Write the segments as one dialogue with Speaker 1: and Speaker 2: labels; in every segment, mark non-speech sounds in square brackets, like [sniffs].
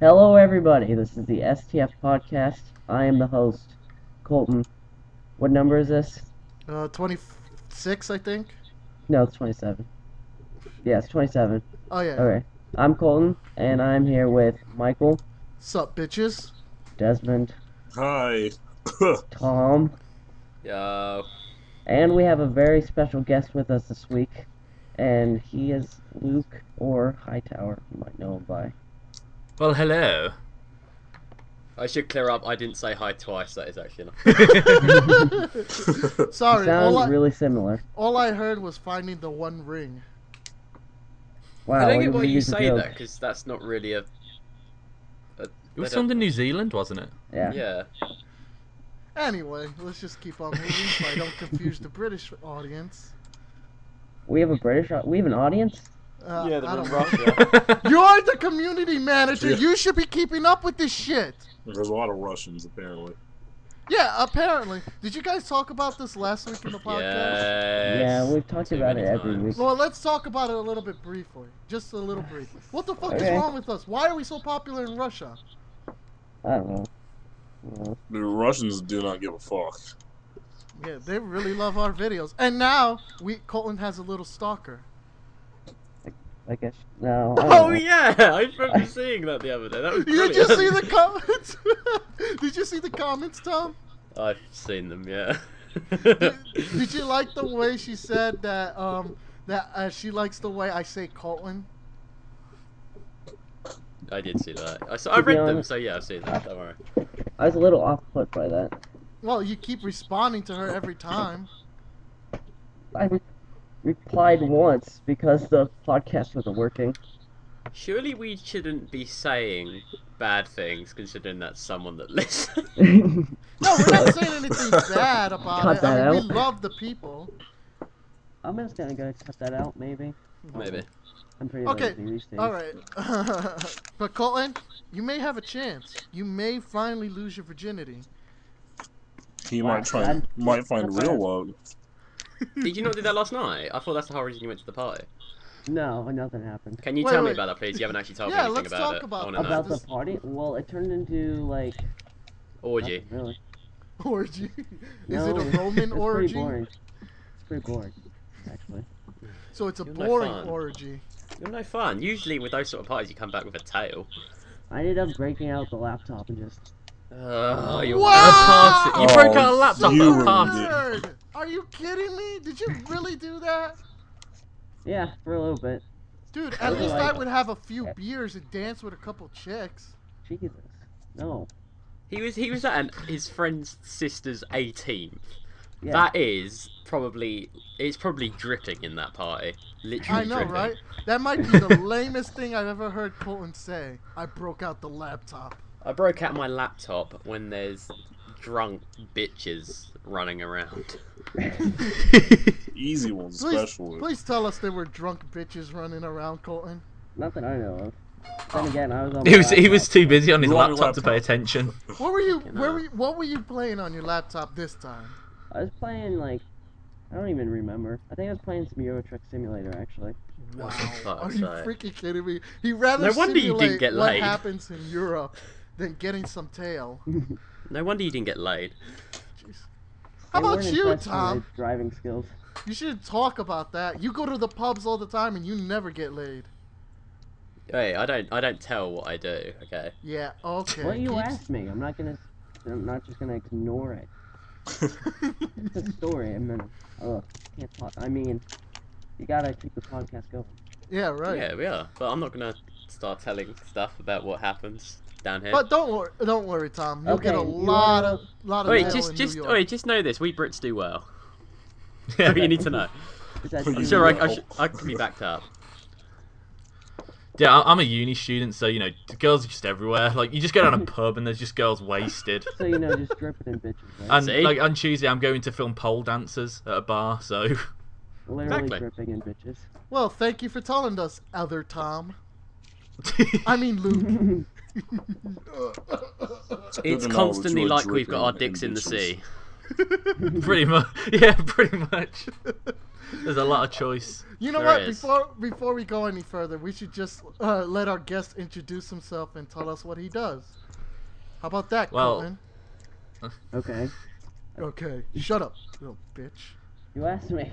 Speaker 1: Hello, everybody. This is the STF podcast. I am the host, Colton. What number is this?
Speaker 2: Uh, 26, I think.
Speaker 1: No, it's 27. Yeah, it's 27.
Speaker 2: Oh, yeah.
Speaker 1: Okay. I'm Colton, and I'm here with Michael, [laughs]
Speaker 2: Sup, bitches?
Speaker 1: Desmond,
Speaker 3: Hi. [coughs]
Speaker 1: Tom,
Speaker 4: Yo.
Speaker 1: and we have a very special guest with us this week, and he is Luke or Hightower. You might know him by.
Speaker 4: Well,
Speaker 5: [laughs]
Speaker 4: hello.
Speaker 5: I should clear up. I didn't say hi twice. That is actually
Speaker 1: [laughs]
Speaker 5: enough.
Speaker 1: He
Speaker 2: Sorry, all I,
Speaker 1: sounds really similar.
Speaker 2: all I heard was finding the one ring.
Speaker 1: Wow.
Speaker 5: I don't
Speaker 1: we
Speaker 5: get why
Speaker 1: didn't
Speaker 5: you
Speaker 1: use the
Speaker 5: say
Speaker 1: joke.
Speaker 5: that because that's not really a. a
Speaker 4: It was
Speaker 5: they don't-
Speaker 4: filmed in New Zealand, wasn't it?
Speaker 1: Yeah.
Speaker 5: Yeah.
Speaker 2: Anyway, let's just keep on moving so I don't confuse the British audience.
Speaker 1: We have a British. au- We have an audience.
Speaker 2: Uh,
Speaker 5: Yeah, the
Speaker 2: I don't
Speaker 5: rough
Speaker 2: know.
Speaker 4: [laughs]
Speaker 2: You're the community manager. You should be keeping up with this shit.
Speaker 3: There's a lot of Russians apparently.
Speaker 2: Yeah, apparently. Did you guys talk about this last week in the podcast?
Speaker 5: Yes.
Speaker 1: Yeah, we've talked
Speaker 4: Too
Speaker 1: about it
Speaker 4: many
Speaker 1: every
Speaker 4: times.
Speaker 1: week.
Speaker 2: Well, let's talk about it a little bit briefly. Just a little briefly. What the fuck is
Speaker 1: Okay.
Speaker 2: wrong with us? Why are we so popular in Russia?
Speaker 1: I don't know. Uh,
Speaker 3: The Russians do not give a fuck.
Speaker 2: Yeah, they really love our videos. And now, we Colton has a little stalker.
Speaker 1: I guess no. I don't
Speaker 5: [laughs] Oh
Speaker 1: know.
Speaker 5: yeah, [laughs] I
Speaker 1: [laughs]
Speaker 5: remember seeing that the other day. That was
Speaker 2: Did
Speaker 5: brilliant.
Speaker 2: you see the comments? [laughs] Did you see the comments, Tom?
Speaker 5: [laughs] I've seen them. Yeah. [laughs]
Speaker 2: Did, did you like the way she said that? Um, that uh, she likes the way I say Colton.
Speaker 5: I did see that. I saw.
Speaker 1: To
Speaker 5: I
Speaker 1: be
Speaker 5: read them.
Speaker 1: honest-
Speaker 5: So yeah, I've seen them. Don't worry.
Speaker 1: I was a little off put by that.
Speaker 2: Well, you keep responding to her every time.
Speaker 1: I re- replied once because the podcast wasn't working.
Speaker 2: [laughs]
Speaker 5: Surely we shouldn't be saying bad things, considering that's someone that [laughs] listens.
Speaker 1: I'm
Speaker 2: No, we're
Speaker 1: [laughs]
Speaker 2: not saying anything bad about
Speaker 1: Cut
Speaker 2: it. I
Speaker 1: that out.
Speaker 2: mean, we love the people.
Speaker 1: just gonna go cut that out, maybe.
Speaker 5: Maybe.
Speaker 1: I'm pretty
Speaker 2: Okay,
Speaker 1: lazy these days.
Speaker 2: All right, [laughs] but Colton, you may have a chance. You may finally lose your virginity. [laughs]
Speaker 3: He might try might find real love.
Speaker 5: Did you not do that last night? I thought that's the whole reason you went to the party.
Speaker 1: No, nothing happened.
Speaker 5: Can you
Speaker 2: Wait,
Speaker 5: tell
Speaker 2: wait.
Speaker 5: me about that, please? You haven't actually told
Speaker 2: Yeah,
Speaker 5: me anything
Speaker 2: let's
Speaker 5: about
Speaker 2: talk
Speaker 5: it.
Speaker 2: about
Speaker 5: I wanna
Speaker 2: that.
Speaker 5: know.
Speaker 1: About the
Speaker 2: this-
Speaker 1: party? Well, it turned into like
Speaker 2: [laughs]
Speaker 5: orgy.
Speaker 1: nothing really.
Speaker 2: Orgy? Is
Speaker 1: No, [laughs]
Speaker 2: it
Speaker 1: it's-
Speaker 2: a Roman
Speaker 1: it's Pretty
Speaker 2: orgy?
Speaker 1: boring. It's pretty boring, actually.
Speaker 2: So it's a
Speaker 5: You're no
Speaker 2: boring
Speaker 5: fun.
Speaker 2: orgy.
Speaker 5: You're no fun. Usually with those sort of parties, you come back with a tail.
Speaker 1: I ended up breaking out the laptop and just
Speaker 5: Oh, you
Speaker 2: Wow!
Speaker 4: A party. You broke
Speaker 3: Oh,
Speaker 4: out a laptop
Speaker 3: you
Speaker 4: at a
Speaker 3: were
Speaker 5: [laughs]
Speaker 4: party.
Speaker 3: rude.
Speaker 2: Nerd! Are you kidding me? Did you really do that?
Speaker 1: yeah for a little bit.
Speaker 2: Dude,
Speaker 1: I
Speaker 2: at least I
Speaker 1: like-
Speaker 2: would have a few beers and dance with a couple chicks.
Speaker 1: Jesus, no.
Speaker 5: He was he was at an, his friend's sister's 18th.
Speaker 1: Yeah.
Speaker 5: That is probably it's probably dripping in that party. Literally
Speaker 2: I know,
Speaker 5: dripping.
Speaker 2: right? That might be
Speaker 5: [laughs]
Speaker 2: the lamest thing I've ever heard Colton say. I broke out the laptop.
Speaker 5: I broke out my laptop when there's drunk bitches running around.
Speaker 1: [laughs]
Speaker 3: Easy ones
Speaker 2: Please,
Speaker 3: especially.
Speaker 2: please tell us there were drunk bitches running around, Colton.
Speaker 1: Not that I know of. Then again, I was on.
Speaker 4: Oh. He
Speaker 1: my
Speaker 4: was he
Speaker 1: laptop.
Speaker 4: was too busy on his
Speaker 3: Wrong
Speaker 4: laptop to pay
Speaker 3: laptop.
Speaker 5: [laughs]
Speaker 4: attention.
Speaker 2: What were you?
Speaker 5: Fucking
Speaker 2: Where
Speaker 5: hell.
Speaker 2: were you, What were you playing on your laptop this time?
Speaker 1: I was playing like I don't even remember. I think I was playing some Euro Truck Simulator actually. [laughs]
Speaker 5: [laughs]
Speaker 2: Wow,
Speaker 5: fuck's
Speaker 2: are you
Speaker 5: sake.
Speaker 2: freaking kidding me? He rather
Speaker 5: No wonder you didn't
Speaker 2: simulate
Speaker 5: get
Speaker 2: what
Speaker 5: laid.
Speaker 2: happens in Europe than getting some tail.
Speaker 5: No wonder you didn't get laid.
Speaker 2: Jeez. How
Speaker 1: They
Speaker 2: about
Speaker 1: weren't
Speaker 2: you,
Speaker 1: impressed with
Speaker 2: Tom?
Speaker 1: my driving skills.
Speaker 2: You should talk about that. You go to the pubs all the time and you never get laid.
Speaker 5: Hey, I don't I don't tell what I do, okay?
Speaker 2: Yeah, okay.
Speaker 1: Well, you
Speaker 2: keep-
Speaker 1: asked me. I'm not gonna. I'm not just gonna ignore it.
Speaker 3: [laughs]
Speaker 1: It's a story. I mean, oh, can't talk. I mean, you gotta keep the podcast going.
Speaker 2: Yeah, right.
Speaker 5: Oh, Yeah, we are. But I'm not gonna start telling stuff about what happens down here.
Speaker 2: But don't worry, don't worry, Tom. You'll get a
Speaker 1: Okay, you
Speaker 2: lot
Speaker 1: wanna-
Speaker 2: of lot of
Speaker 5: Wait,
Speaker 2: mail
Speaker 5: just
Speaker 2: in
Speaker 5: just
Speaker 2: New York.
Speaker 5: wait, just know this. We Brits do
Speaker 2: [laughs]
Speaker 5: well. you need to know.
Speaker 1: Is that
Speaker 3: I'm
Speaker 1: true?
Speaker 5: I'm sure I, I,
Speaker 3: Well.
Speaker 5: should, I can be backed up.
Speaker 4: [laughs] Yeah, I- I'm a uni student, so you know the girls are just everywhere. Like you just go down a pub and there's just girls
Speaker 5: [laughs]
Speaker 4: wasted.
Speaker 1: So you know, just dripping in bitches. Right?
Speaker 4: And
Speaker 5: See?
Speaker 4: like on Tuesday, I'm going to film pole dancers at a bar.
Speaker 5: [laughs]
Speaker 4: So [laughs]
Speaker 1: Literally
Speaker 5: exactly.
Speaker 1: dripping in bitches.
Speaker 2: [laughs]
Speaker 1: [laughs]
Speaker 2: Well, thank you for telling us, other Tom. I
Speaker 1: [laughs]
Speaker 2: mean, Luke.
Speaker 1: Wait,
Speaker 2: [laughs]
Speaker 3: good to
Speaker 5: It's
Speaker 3: know that
Speaker 5: constantly
Speaker 3: you are
Speaker 5: like we've got our
Speaker 3: dripping in
Speaker 5: dicks in the
Speaker 2: [laughs]
Speaker 3: bitches.
Speaker 5: sea.
Speaker 4: pretty much. [laughs] Yeah, pretty
Speaker 5: [laughs]
Speaker 4: much. There's a lot of choice.
Speaker 2: You know
Speaker 5: There
Speaker 2: what?
Speaker 5: is.
Speaker 2: Before before we go any further, we should just uh, let our guest introduce himself and tell us what he does. How about that,
Speaker 4: Well-
Speaker 2: Colton?
Speaker 1: Okay.
Speaker 2: Okay, shut up, little bitch.
Speaker 5: [laughs]
Speaker 1: You asked me.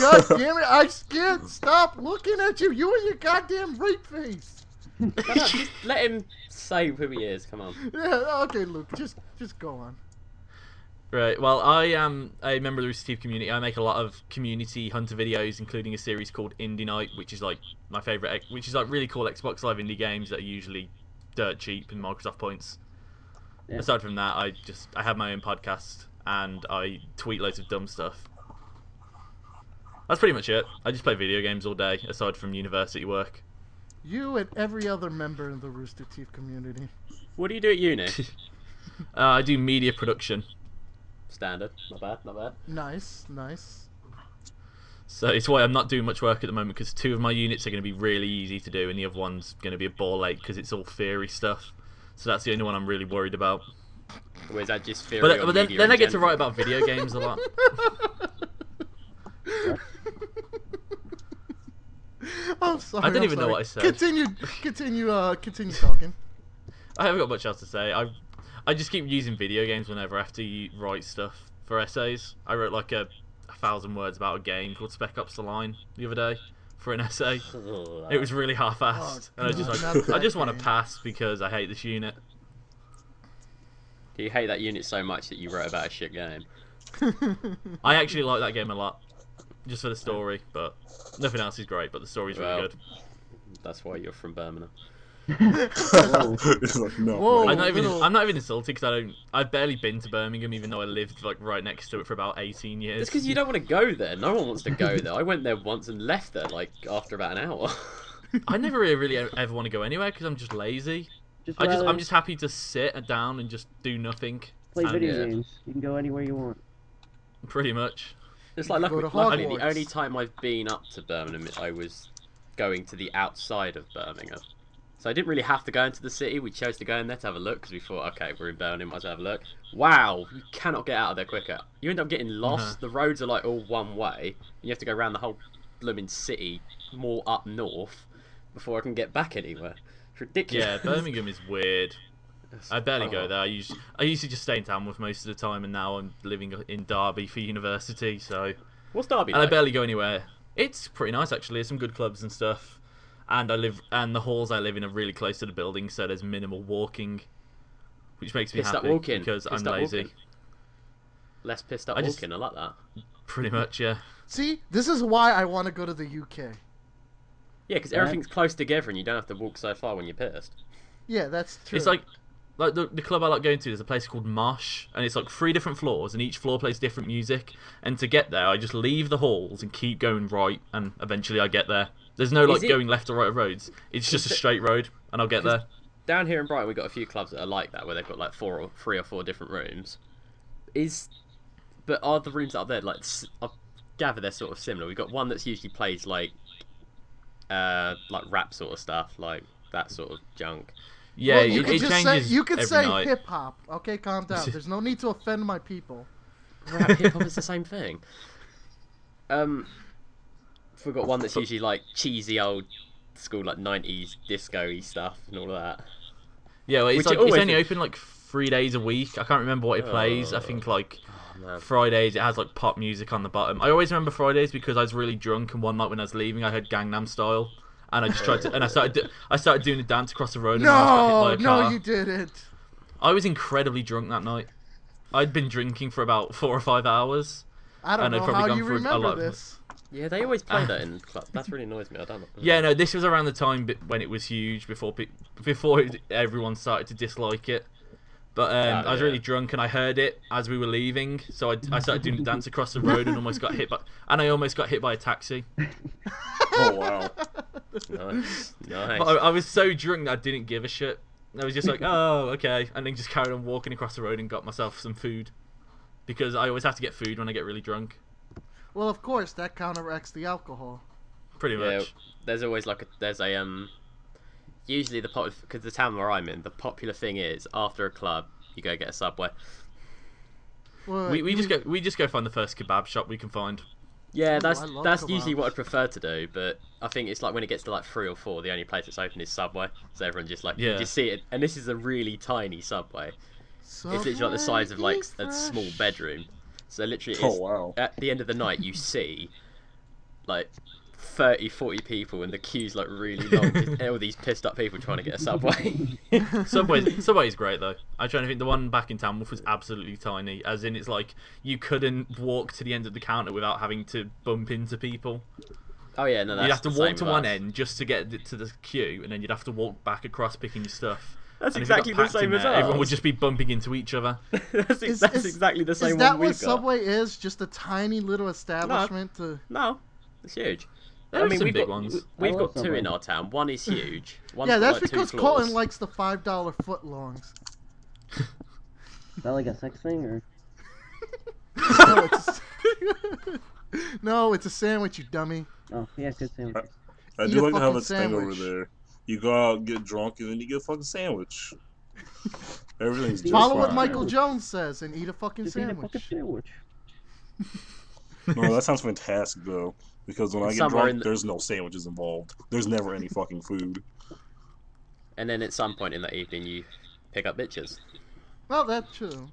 Speaker 2: God damn it! I can't stop looking at you. You and your goddamn rape face.
Speaker 5: Shut up, just let him say who he is. Come on.
Speaker 2: Yeah. Okay, Luke. Just just go on.
Speaker 4: Right. Well, I am a member of the Rooster Teeth community. I make a lot of community hunter videos, including a series called Indie Night, which is like my favorite, which is like really cool Xbox Live indie games that are usually dirt cheap and Microsoft points.
Speaker 1: Yeah.
Speaker 4: Aside from that, I just I have my own podcast and I tweet loads of dumb stuff. That's pretty much it. I just play video games all day, aside from university work. [laughs]
Speaker 2: You and every other member in the Rooster Teeth community.
Speaker 5: What do you do
Speaker 2: [laughs]
Speaker 5: at uni?
Speaker 4: Uh, I do media production,
Speaker 5: Standard. Not bad. Not bad.
Speaker 2: Nice, nice.
Speaker 4: so it's why I'm not doing much work at the moment because two of my units are going to be really easy to do, and the other one's going to be a ball ache because it's all theory stuff. So that's the only one I'm really worried about.
Speaker 5: Or is that just theory?
Speaker 4: But,
Speaker 5: on
Speaker 4: but then,
Speaker 5: media
Speaker 4: then
Speaker 5: in
Speaker 4: I get to
Speaker 5: general?
Speaker 4: write
Speaker 2: [laughs]
Speaker 4: about video games a lot.
Speaker 2: I'm sorry.
Speaker 4: I don't
Speaker 2: I'm
Speaker 4: even know
Speaker 2: sorry.
Speaker 4: what I said.
Speaker 2: Continue, continue, uh, continue talking.
Speaker 4: I haven't got much else to say. I I just keep using video games whenever I have to u- write stuff for essays. I wrote like a, a thousand words about a game called Spec Ops: The Line the other day for an essay.
Speaker 5: [laughs] Ugh.
Speaker 4: It was really half-assed,
Speaker 2: Oh,
Speaker 4: [laughs] and I was
Speaker 2: God,
Speaker 4: just
Speaker 2: not
Speaker 4: like, I
Speaker 2: that
Speaker 4: just want
Speaker 2: game.
Speaker 4: to pass because I hate this unit.
Speaker 5: You hate that unit so much that you wrote about a shit game.
Speaker 4: I actually like that game a lot, just for the story, but nothing else is great. But the story's really
Speaker 5: Well,
Speaker 4: good.
Speaker 5: That's why you're from Birmingham.
Speaker 3: [laughs] it's like, no.
Speaker 2: Whoa.
Speaker 3: mate.
Speaker 4: I'm not even
Speaker 2: little-
Speaker 4: I'm not even insulted because I don't I've barely been to Birmingham, even though I lived like right next to it for about 18 years.
Speaker 5: It's because you don't want to go there. No one wants to go [laughs] there. I went there once and left there like after about an hour. [laughs]
Speaker 4: I never really, really e- ever want to go anywhere because I'm just lazy.
Speaker 1: Just
Speaker 4: I just
Speaker 1: rather
Speaker 4: I'm just happy to sit down and just do nothing,
Speaker 1: play
Speaker 4: I'm
Speaker 1: video
Speaker 5: here.
Speaker 1: games. You can go anywhere you want.
Speaker 4: pretty much.
Speaker 5: It's like
Speaker 2: You go
Speaker 5: luckily,
Speaker 2: to
Speaker 5: luckily the
Speaker 2: Hogwarts.
Speaker 5: only time I've been up to Birmingham, I was going to the outside of Birmingham. So I didn't really have to go into the city. We chose to go in there to have a look because we thought, okay, we're in Birmingham, might as well have a look. Wow, you cannot get out of there quicker. You end up getting lost. The roads are like all one way, and you have to go around the whole blooming city, more up north, before I can get back anywhere. It's ridiculous. [laughs]
Speaker 4: Yeah, Birmingham is weird. I barely
Speaker 5: Oh.
Speaker 4: go there. I usually I used to just stay in town with most of the time, and now I'm living in Derby for university. So
Speaker 5: What's Derby?
Speaker 4: and I
Speaker 5: like?
Speaker 4: barely go anywhere. It's pretty nice actually. There's some good clubs and stuff. And I live and the halls I live in are really close to the building, so there's minimal walking, which makes me
Speaker 5: Piss that
Speaker 4: happy
Speaker 5: walking.
Speaker 4: because
Speaker 5: Piss
Speaker 4: I'm
Speaker 5: that
Speaker 4: lazy.
Speaker 5: walking. Less pissed up
Speaker 4: I
Speaker 5: walking.
Speaker 4: just-
Speaker 5: I like that.
Speaker 4: Pretty much, yeah.
Speaker 2: [laughs] See, this is why I want to go to the UK.
Speaker 5: Yeah, because
Speaker 1: Yeah.
Speaker 5: everything's close together and you don't have to walk so far when you're pissed.
Speaker 2: Yeah, that's true.
Speaker 4: It's like like the, the club I like going to. There's a place called Marsh, and it's like three different floors, and each floor plays different music. And to get there, I just leave the halls and keep going right, and eventually I get there. There's no like
Speaker 5: it-
Speaker 4: going left or right of roads. It's just a straight road, and I'll get there.
Speaker 5: Down here in Brighton, we've got a few clubs that are like that, where they've got like four or three or four different rooms. Is, but are the rooms up there like? s- I gather they're sort of similar. We've got one that's usually plays like, uh, like rap sort of stuff, like that sort of junk.
Speaker 4: Yeah,
Speaker 2: Well,
Speaker 4: it, it changes
Speaker 2: say you could
Speaker 4: every
Speaker 2: say
Speaker 4: night.
Speaker 2: hip hop. Okay, calm
Speaker 4: [laughs]
Speaker 2: down. There's no need to offend my people.
Speaker 5: Rap hip hop is the same thing. [laughs] Um, we've got one that's usually like cheesy old school, like nineties disco-y stuff and all of that.
Speaker 4: Yeah, well,
Speaker 5: Which
Speaker 4: it's,
Speaker 5: it
Speaker 4: like, it's
Speaker 5: always
Speaker 4: only
Speaker 5: is.
Speaker 4: open like three days a week. I can't remember what it plays. I think like
Speaker 5: Oh, man.
Speaker 4: Fridays it has like pop music on the bottom. I always remember Fridays because I was really drunk and one night when I was leaving I heard Gangnam Style and I just tried to and I started do, I started doing a dance across the road. And I
Speaker 2: No,
Speaker 4: was got hit by a
Speaker 2: no,
Speaker 4: car.
Speaker 2: you didn't.
Speaker 4: I was incredibly drunk that night. I'd been drinking for about four or five hours.
Speaker 2: I don't
Speaker 4: And I'd
Speaker 2: know
Speaker 4: probably
Speaker 2: how
Speaker 4: gone
Speaker 2: you
Speaker 4: for a
Speaker 2: remember
Speaker 4: lot of-
Speaker 2: this. [laughs]
Speaker 5: Yeah, they always play
Speaker 4: Ah.
Speaker 5: [laughs] that in club. That's really annoys me. I don't know.
Speaker 4: Yeah, no, this was around the time bi- when it was huge before pe- before it- everyone started to dislike it. But um,
Speaker 5: Ah,
Speaker 4: I was
Speaker 5: yeah.
Speaker 4: really drunk and I heard it as we were leaving, so I, I started doing a dance across the road and almost got hit by and I almost got hit by a taxi.
Speaker 3: Oh, wow.
Speaker 5: [laughs] Nice.
Speaker 4: But
Speaker 5: Nice.
Speaker 4: I, I was so drunk that I didn't give a shit. I was just
Speaker 5: [laughs]
Speaker 4: like, oh, okay, and then just carried on walking across the road and got myself some food because I always have to get food when I get really drunk.
Speaker 2: Well, of course, that counteracts the alcohol.
Speaker 4: Pretty
Speaker 5: Yeah,
Speaker 4: much.
Speaker 5: there's always like a there's a um usually the pop because the town where I'm in the popular thing is after a club you go get a subway
Speaker 2: Well,
Speaker 4: We, we
Speaker 2: you-
Speaker 4: just go we just go find the first kebab shop we can find.
Speaker 5: Yeah,
Speaker 2: Ooh,
Speaker 5: that's
Speaker 2: I love
Speaker 5: that's usually what
Speaker 2: kebabs.
Speaker 5: I'd prefer to do, but I think it's like when it gets to like three or four, the only place that's open is Subway, so everyone just like you
Speaker 4: Yeah.
Speaker 5: just see it. And this is a really tiny Subway. It's literally like
Speaker 2: Subway,
Speaker 5: the size of like
Speaker 2: eat
Speaker 5: a small
Speaker 2: fresh.
Speaker 5: bedroom. So literally,
Speaker 3: Oh
Speaker 5: it's,
Speaker 3: wow.
Speaker 5: at the end of the night, you see like 30, 40 people, and the queue's like really
Speaker 4: [laughs]
Speaker 5: long. just all these pissed up people trying to get a Subway.
Speaker 2: [laughs]
Speaker 5: [laughs]
Speaker 4: Subway Subway's great though. I'm trying to think the one back in Tamworth was absolutely tiny, as in it's like you couldn't walk to the end of the counter without having to bump into people.
Speaker 5: oh yeah, no, that's
Speaker 4: you'd have to
Speaker 5: the same
Speaker 4: walk to
Speaker 5: with
Speaker 4: one
Speaker 5: us.
Speaker 4: end just to get th- to the queue, and then you'd have to walk back across picking your stuff.
Speaker 5: That's
Speaker 4: and if it got
Speaker 5: exactly the
Speaker 4: packed in
Speaker 5: same as
Speaker 4: there,
Speaker 5: ours.
Speaker 4: Everyone would
Speaker 5: [laughs]
Speaker 4: just be bumping into each other.
Speaker 5: that's
Speaker 2: Is-
Speaker 5: that's
Speaker 2: is-
Speaker 5: exactly the same
Speaker 2: Is that
Speaker 5: one we've
Speaker 2: what
Speaker 5: got.
Speaker 2: Subway is? Just a tiny little establishment to.
Speaker 5: No, it's huge. Oh,
Speaker 4: There are some
Speaker 5: we've
Speaker 4: big
Speaker 5: got,
Speaker 4: ones.
Speaker 5: w- We've
Speaker 1: I
Speaker 5: got
Speaker 1: love
Speaker 5: two in
Speaker 1: Subway.
Speaker 5: our town. One is huge. One's
Speaker 2: Yeah,
Speaker 5: got,
Speaker 2: that's
Speaker 5: like, two
Speaker 2: because
Speaker 5: floors.
Speaker 2: Colton likes the five dollar footlongs. [laughs]
Speaker 1: Is that like a sex thing or?
Speaker 2: No, it's [laughs] no, it's a sandwich, you dummy.
Speaker 1: Oh, yeah, good sandwich.
Speaker 3: I
Speaker 2: Eat
Speaker 3: do
Speaker 2: a
Speaker 3: like to have
Speaker 2: fucking
Speaker 3: a thing over
Speaker 2: sandwich.
Speaker 3: there. You go out, get drunk, and then you get a
Speaker 2: [laughs]
Speaker 3: fucking sandwich. Everything's just
Speaker 2: Follow what
Speaker 3: fine.
Speaker 2: Michael Jones says and eat a fucking
Speaker 1: Just eat a
Speaker 2: sandwich.
Speaker 1: fucking sandwich.
Speaker 3: No, that sounds fantastic though. Because when I
Speaker 5: It's
Speaker 3: get
Speaker 5: somewhere
Speaker 3: drunk,
Speaker 5: in the-
Speaker 3: there's no sandwiches involved. There's never any fucking food.
Speaker 5: And then at some point in the evening, you pick up bitches.
Speaker 2: Well, that's true.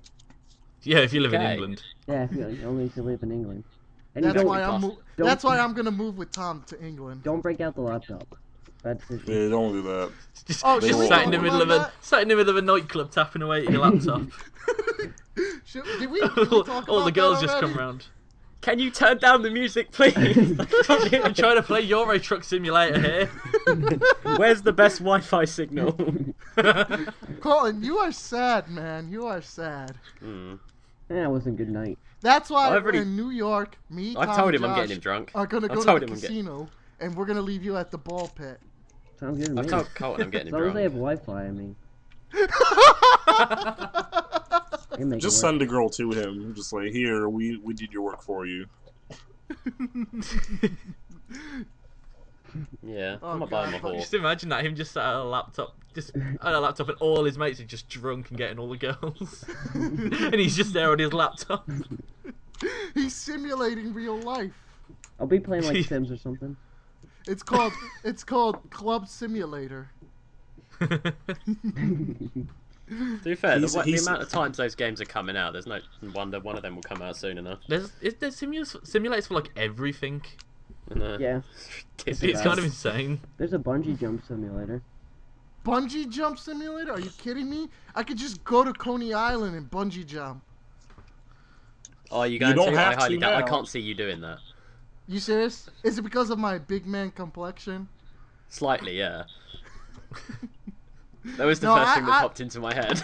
Speaker 4: Yeah, if you live in
Speaker 5: Okay.
Speaker 4: England. [laughs]
Speaker 1: Yeah, if you you only to live in England. And you
Speaker 2: That's
Speaker 1: don't
Speaker 2: why I'm. Mo-
Speaker 1: don't-
Speaker 2: that's why I'm gonna move with Tom to England.
Speaker 1: don't break out the laptop. Bad decision.
Speaker 3: Yeah, don't do that.
Speaker 4: Just,
Speaker 2: Oh,
Speaker 4: just
Speaker 3: should we
Speaker 4: sat in
Speaker 3: talk
Speaker 4: the middle of
Speaker 2: about
Speaker 4: a sat in the middle of a nightclub tapping away at
Speaker 5: [laughs]
Speaker 4: your laptop.
Speaker 2: [laughs] Should, did we? did we
Speaker 4: all,
Speaker 2: talk
Speaker 4: [laughs] all the
Speaker 2: about
Speaker 4: girls
Speaker 2: that
Speaker 4: just come
Speaker 2: already?
Speaker 4: round.
Speaker 5: Can you turn down the music, [laughs] please?
Speaker 4: I'm [laughs] trying to play Euro Truck Simulator here.
Speaker 5: Where's the best Wi-Fi [laughs] signal?
Speaker 2: [laughs]
Speaker 4: [laughs]
Speaker 2: Colton, you are sad, man. You are sad.
Speaker 5: Mm.
Speaker 1: Yeah, it wasn't good night.
Speaker 2: That's why
Speaker 5: I've already-
Speaker 2: we're in New York. Me, Tom,
Speaker 5: I told him
Speaker 2: Josh,
Speaker 5: I'm getting him drunk.
Speaker 2: Are gonna
Speaker 5: I
Speaker 2: go
Speaker 5: told
Speaker 2: to the
Speaker 5: him I'm getting-
Speaker 2: casino, and we're gonna leave you at the ball
Speaker 5: [laughs]
Speaker 2: pit.
Speaker 1: Sounds good to me.
Speaker 5: I told Colton I'm
Speaker 1: As
Speaker 5: getting [laughs] him
Speaker 1: long as they have
Speaker 5: drunk.
Speaker 1: Wi-Fi, I mean. they make it
Speaker 3: Just
Speaker 1: work.
Speaker 3: send the girl to him. Just like, here, we we did your work for you.
Speaker 5: Yeah,
Speaker 2: Oh,
Speaker 5: I'm not
Speaker 2: God,
Speaker 5: buying my
Speaker 2: but you
Speaker 4: [laughs]
Speaker 5: horse.
Speaker 4: just imagine that him just sat at a laptop, just at a laptop, and all his mates are just drunk and getting all the girls, [laughs] and he's just there on his laptop. [laughs]
Speaker 2: He's simulating real life.
Speaker 1: I'll be playing
Speaker 3: [laughs]
Speaker 1: like Sims or something. [laughs]
Speaker 2: It's called it's called Club Simulator.
Speaker 5: To be fair, the,
Speaker 3: He's-
Speaker 5: wa- the
Speaker 3: he's-
Speaker 5: amount of times those games are coming out, there's no wonder one of them will come out soon enough.
Speaker 4: There's it, there's simulators, simulators for like everything.
Speaker 5: No.
Speaker 1: Yeah,
Speaker 5: It's
Speaker 4: It's kind of
Speaker 5: ridiculous.
Speaker 4: insane.
Speaker 1: there's a bungee jump simulator.
Speaker 2: Bungee jump simulator? Are you kidding me? I could just go to Coney Island and bungee jump.
Speaker 5: Oh, you going
Speaker 3: don't
Speaker 5: to?
Speaker 3: have
Speaker 5: I highly
Speaker 3: to
Speaker 5: doubt. I
Speaker 3: now.
Speaker 5: can't see you doing that.
Speaker 2: You serious? Is it because of my big man complexion?
Speaker 5: Slightly, yeah. [laughs] That was the
Speaker 2: No,
Speaker 5: first
Speaker 2: I-
Speaker 5: thing that
Speaker 2: I-
Speaker 5: popped into my head.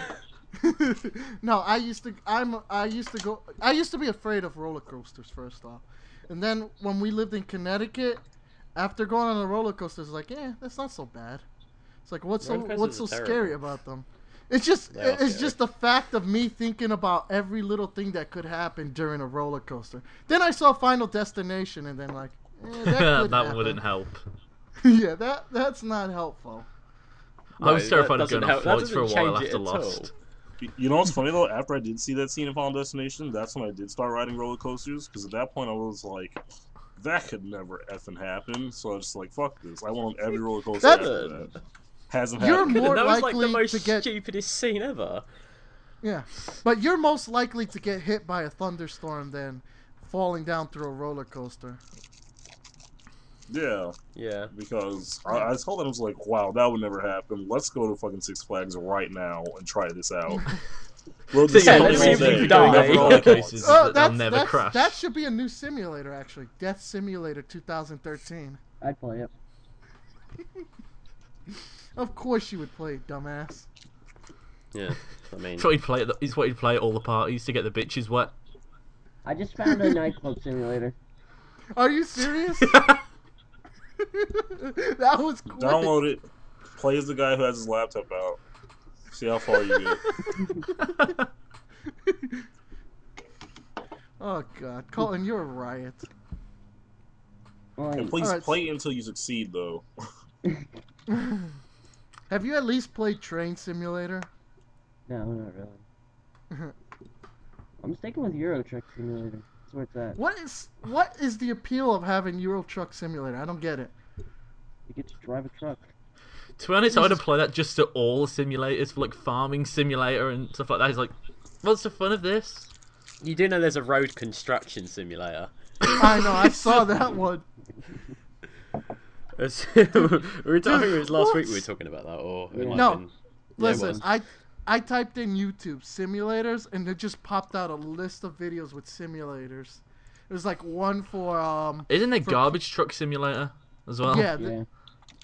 Speaker 2: [laughs] no, I used to. I'm. I used to go. I used to be afraid of roller coasters. First off, and then when we lived in Connecticut, after going on a roller coaster, it's like, yeah, that's not so bad. It's like, what's so
Speaker 5: Roller coasters
Speaker 2: what's so
Speaker 5: are
Speaker 2: scary
Speaker 5: terrible.
Speaker 2: about them? It's just
Speaker 5: They are
Speaker 2: it's
Speaker 5: scary.
Speaker 2: just the fact of me thinking about every little thing that could happen during a roller coaster. Then I saw Final Destination, and then like, eh,
Speaker 4: [laughs]
Speaker 2: that,
Speaker 4: that
Speaker 5: [laughs]
Speaker 2: could
Speaker 4: wouldn't
Speaker 2: happen.
Speaker 4: help.
Speaker 2: [laughs] yeah, that that's not helpful.
Speaker 4: I
Speaker 5: [laughs]
Speaker 4: was
Speaker 5: No,
Speaker 4: terrified
Speaker 5: that
Speaker 4: of going
Speaker 5: doesn't
Speaker 4: on
Speaker 5: help- that
Speaker 4: flights for a
Speaker 5: doesn't
Speaker 4: while
Speaker 5: change it
Speaker 4: after
Speaker 5: at all.
Speaker 4: Lost.
Speaker 3: You- You know what's funny though? After I did see that scene in Final Destination, that's when I did start riding roller coasters. Because at that point, I was like, that could never effing happen. So I was just like, fuck this. I want every roller coaster
Speaker 2: That's-
Speaker 3: after that. Hasn't
Speaker 2: You're
Speaker 3: happened.
Speaker 2: [laughs] More
Speaker 5: [laughs] that was like the
Speaker 2: likely
Speaker 5: most
Speaker 2: to get-
Speaker 5: stupidest scene ever.
Speaker 2: Yeah, but you're most likely to get hit by a thunderstorm than falling down through a roller coaster.
Speaker 3: Yeah,
Speaker 5: Yeah.
Speaker 3: because I, I told them I was like, wow, that would never happen. Let's go to fucking Six Flags right now and try this
Speaker 5: [laughs]
Speaker 3: out. Rode this
Speaker 5: Yeah,
Speaker 3: thing
Speaker 5: let's
Speaker 3: all
Speaker 5: see if we
Speaker 3: day.
Speaker 5: can die.
Speaker 4: [laughs]
Speaker 3: Never
Speaker 5: Roller
Speaker 3: once.
Speaker 4: coasters. that they'll never
Speaker 2: Oh, that's-
Speaker 4: crash.
Speaker 2: That should be a new simulator, actually. Death Simulator 2013.
Speaker 1: I'd play it.
Speaker 2: Of course you would play it, dumbass.
Speaker 5: Yeah. I mean,
Speaker 4: It's what he'd play. At the, it's what he'd play at all the parties to get the bitches wet.
Speaker 5: [laughs]
Speaker 1: I just found
Speaker 2: [laughs]
Speaker 1: a nightclub simulator.
Speaker 2: Are you serious? [laughs] that was quick.
Speaker 3: Download it. Play as the guy who has his laptop out. See how far you get.
Speaker 2: Oh god, Colton, you're a riot. [laughs]
Speaker 1: Well, I-
Speaker 3: And please
Speaker 2: Alright.
Speaker 3: play until you succeed, though.
Speaker 2: Have you at least played Train Simulator? [laughs]
Speaker 1: no, not really. I'm sticking with Euro Truck Simulator. That's where it's at.
Speaker 2: What is what is the appeal of having Euro Truck Simulator? I don't get it.
Speaker 1: You get to drive a truck.
Speaker 4: To be honest, I would apply that just to all simulators, for like farming simulator and stuff like that. It's like, what's the fun of this?
Speaker 5: You do know there's a road construction simulator.
Speaker 2: I know. I saw that one.
Speaker 5: It's- [laughs] we were talking it was last week.
Speaker 2: what?
Speaker 5: We were talking about that, or it
Speaker 1: Yeah.
Speaker 5: might
Speaker 2: No.
Speaker 5: have been- Yeah, it
Speaker 2: Listen,
Speaker 5: was.
Speaker 2: I I typed in YouTube simulators and it just popped out a list of videos with simulators. It was like one for um
Speaker 4: Isn't there
Speaker 2: For-
Speaker 4: garbage truck simulator as well?
Speaker 2: yeah, th-
Speaker 1: Yeah.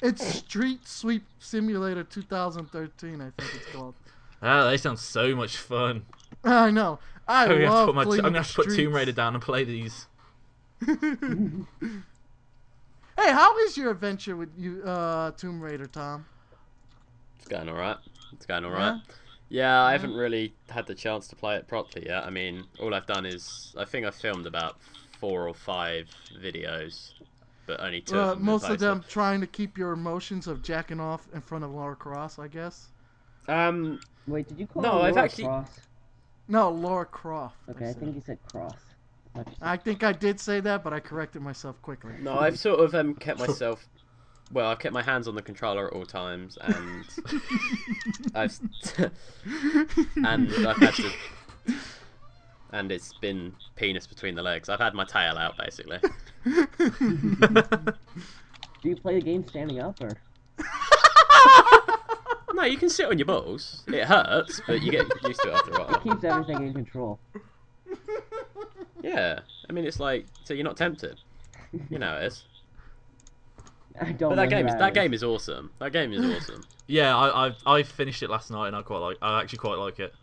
Speaker 2: it's Street Sweep Simulator 2013 I think it's called. [laughs]
Speaker 4: Ah, they sound so much fun.
Speaker 2: I know. I
Speaker 4: [laughs] I'm gonna have to
Speaker 2: love
Speaker 4: Oh, put, my, I'm
Speaker 2: playing
Speaker 4: gonna
Speaker 2: the
Speaker 4: have to put Tomb
Speaker 2: streets.
Speaker 4: Raider down and play these.
Speaker 2: [laughs] hey, how is your adventure with you uh Tomb Raider, Tom?
Speaker 5: It's going all right. It's going all right. Yeah, I haven't really had the chance to play it properly yet. I mean, all I've done is I think I filmed about four or five videos, but only
Speaker 2: Uh,
Speaker 5: two. of them were
Speaker 2: most of
Speaker 5: posted.
Speaker 2: them trying to keep your emotions of jacking off in front of Laura Cross, I guess.
Speaker 5: Um,
Speaker 1: Wait, did you call
Speaker 5: No,
Speaker 1: it
Speaker 5: I've
Speaker 1: Laura
Speaker 5: actually-
Speaker 1: Cross?
Speaker 2: No, Laura Croft.
Speaker 1: Okay, I
Speaker 2: said.
Speaker 1: think you said Cross. That's-
Speaker 5: Ah.
Speaker 2: I think I did say that, but I corrected myself quickly.
Speaker 5: no,
Speaker 2: [laughs]
Speaker 5: I've sort of um kept myself. Well, I've kept my hands on the controller at all times,
Speaker 2: [laughs]
Speaker 5: and I've [laughs] and I've had to. And it's been penis between the legs. I've had my tail
Speaker 2: [laughs]
Speaker 5: out basically.
Speaker 1: Do you play the game standing up or?
Speaker 5: Oh, No, you can sit on your balls. It hurts, but you get used to it after a while.
Speaker 1: It keeps everything in control.
Speaker 5: Yeah, I mean it's like so you're not tempted. You know it is.
Speaker 1: I don't. know
Speaker 5: But that game
Speaker 1: who
Speaker 5: is that
Speaker 1: is.
Speaker 5: game is awesome. That game is awesome.
Speaker 4: Yeah, I, I I finished it last night and I quite like. I actually quite like it.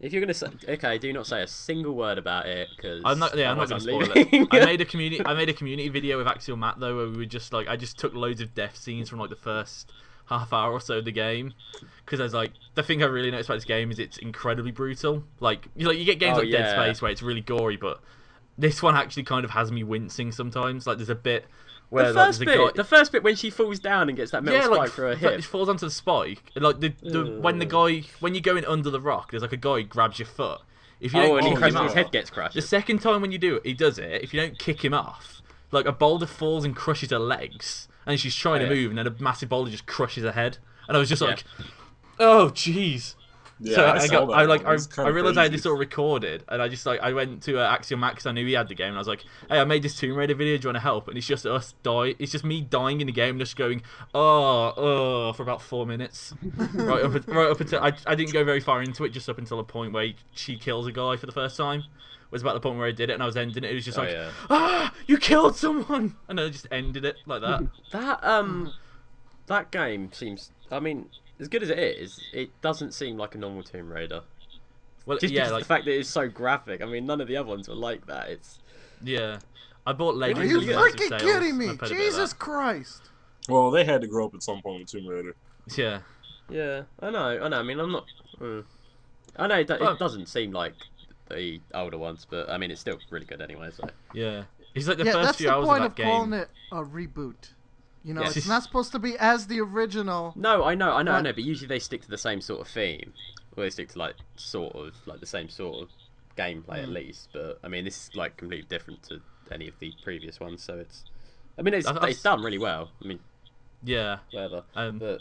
Speaker 5: If you're gonna say okay, do not say a single word about it because
Speaker 4: I'm not. Yeah, I'm not gonna spoil it.
Speaker 5: [laughs]
Speaker 4: I made a community. I made a community video with Axial Matt though, where we were just like, I just took loads of death scenes from like the first half hour or so of the game, because I was like, the thing I really noticed about this game is it's incredibly brutal. Like, you like you get games
Speaker 5: Oh,
Speaker 4: like Dead
Speaker 5: yeah.
Speaker 4: Space where it's really gory, but this one actually kind of has me wincing sometimes. Like, there's a bit where
Speaker 5: the
Speaker 4: like,
Speaker 5: first
Speaker 4: there's a
Speaker 5: bit,
Speaker 4: guy.
Speaker 5: the first bit when she falls down and gets that metal
Speaker 4: yeah,
Speaker 5: spike
Speaker 4: like
Speaker 5: through her
Speaker 4: fa- it
Speaker 5: hip. Mm.
Speaker 4: falls onto the spike. Like the, the when the guy when you're going under the rock, there's like a guy who grabs your foot. If you
Speaker 5: Oh,
Speaker 4: don't
Speaker 5: and he
Speaker 4: kick
Speaker 5: crushes,
Speaker 4: him
Speaker 5: his
Speaker 4: out-
Speaker 5: head gets crushed.
Speaker 4: the second time when you do it, he does it. If you don't kick him off, like a boulder falls and crushes her legs, and she's trying
Speaker 5: Oh,
Speaker 4: to
Speaker 5: yeah.
Speaker 4: move, and then a massive boulder just crushes her head. And I was just like, "Oh, jeez!"
Speaker 3: Yeah,
Speaker 4: so I, I
Speaker 3: saw
Speaker 4: got,
Speaker 3: that
Speaker 4: I like,
Speaker 3: one.
Speaker 4: I,
Speaker 3: It's
Speaker 4: I
Speaker 3: kinda
Speaker 4: realized I had
Speaker 3: crazy.
Speaker 4: this all recorded, and I just like, I went to uh, Axiom Max. 'cause I knew he had the game, and I was like, "Hey, I made this Tomb Raider video. Do you want to help?" And it's just us die. It's just me dying in the game, just going, "Oh, oh," for about
Speaker 2: [laughs]
Speaker 4: four minutes. right up, right up until I, I didn't go very far into it, just up until the point where she kills a guy for the first time. Was about the point where I did it, and I was ending it. It was just
Speaker 5: Oh,
Speaker 4: like,
Speaker 5: yeah.
Speaker 4: ah, you killed someone, [laughs] and I just ended it
Speaker 2: [laughs]
Speaker 4: like that.
Speaker 5: That um, that game seems. I mean, as good as it is, it doesn't seem like a normal Tomb Raider.
Speaker 4: Well,
Speaker 5: Just
Speaker 4: yeah,
Speaker 5: because
Speaker 4: like
Speaker 5: the fact that it's so graphic. I mean, none of the other ones were like that. It's
Speaker 4: yeah. I bought Legends.
Speaker 2: Are you
Speaker 4: of Massive
Speaker 2: freaking
Speaker 4: Sales,
Speaker 2: kidding
Speaker 4: and I
Speaker 2: me?
Speaker 4: played a bit of
Speaker 2: Jesus Christ!
Speaker 3: Well, they had to grow up at some point with Tomb Raider.
Speaker 4: that. Yeah.
Speaker 5: Yeah, I know, I know. I mean, I'm not. mm. I know it, do-
Speaker 4: Well-
Speaker 5: it doesn't seem like the older ones, but I mean, it's still really good anyway. So
Speaker 4: Yeah. It's like the
Speaker 2: yeah,
Speaker 4: first
Speaker 2: that's
Speaker 4: few
Speaker 2: the
Speaker 4: hours
Speaker 2: point
Speaker 4: of that
Speaker 2: calling
Speaker 4: game.
Speaker 2: it a reboot. You know,
Speaker 5: Yes.
Speaker 2: it's not supposed to be as the original.
Speaker 5: no, I know, I know, I
Speaker 2: Right.
Speaker 5: know. But usually they stick to the same sort of theme, or they stick to like sort of like the same sort of gameplay at
Speaker 2: Mm.
Speaker 5: least. But I mean, this is like completely different to any of the previous ones. So it's, I mean, it's,
Speaker 4: I- I-
Speaker 5: it's done really well. I mean,
Speaker 4: Yeah.
Speaker 5: whatever.
Speaker 4: Um,
Speaker 5: But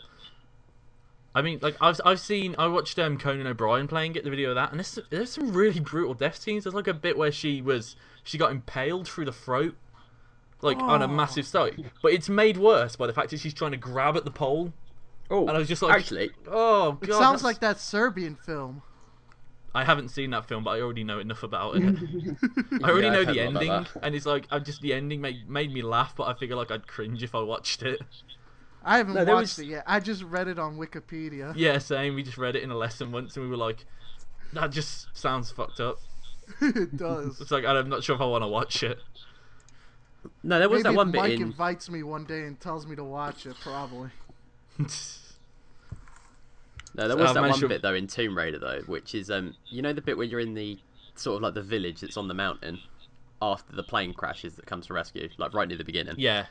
Speaker 4: I mean, like I've I've seen I watched um, Conan O'Brien playing it, the video of that, and there's there's some really brutal death scenes. There's like a bit where she was she got impaled through the throat, like on a
Speaker 2: Oh.
Speaker 4: massive stake. But it's made worse by the fact that she's trying to grab at the pole.
Speaker 5: oh,
Speaker 4: And I was just like-
Speaker 5: actually,
Speaker 4: Oh
Speaker 2: It sounds
Speaker 4: god! that's-
Speaker 2: like that Serbian film.
Speaker 4: I haven't seen that film, but I already know enough about
Speaker 5: [laughs]
Speaker 4: it. I already
Speaker 5: Yeah,
Speaker 4: know
Speaker 5: I've
Speaker 4: the
Speaker 5: heard a lot
Speaker 4: ending,
Speaker 5: about that.
Speaker 4: and it's like I just the ending made made me laugh, but I figure like I'd cringe if I watched it.
Speaker 2: I haven't
Speaker 5: No,
Speaker 2: watched
Speaker 5: there was-
Speaker 2: it yet. I just read it on Wikipedia. [laughs]
Speaker 4: Yeah, same. We just read it in a lesson once, and we were like, that just sounds fucked up.
Speaker 2: it does.
Speaker 5: [laughs]
Speaker 4: It's like I'm not sure if I want to watch it. [laughs]
Speaker 5: no, there
Speaker 2: Maybe
Speaker 5: was that
Speaker 2: if
Speaker 5: one
Speaker 2: Mike
Speaker 5: bit in.
Speaker 2: invites me one day and tells me to watch it, probably.
Speaker 5: No, there
Speaker 4: So
Speaker 5: was
Speaker 4: I've
Speaker 5: that
Speaker 4: managed
Speaker 5: one
Speaker 4: to-
Speaker 5: bit though in Tomb Raider though, which is um, you know the bit where you're in the sort of like the village that's on the mountain after the plane crashes that comes to rescue, like right near the beginning.
Speaker 4: yeah.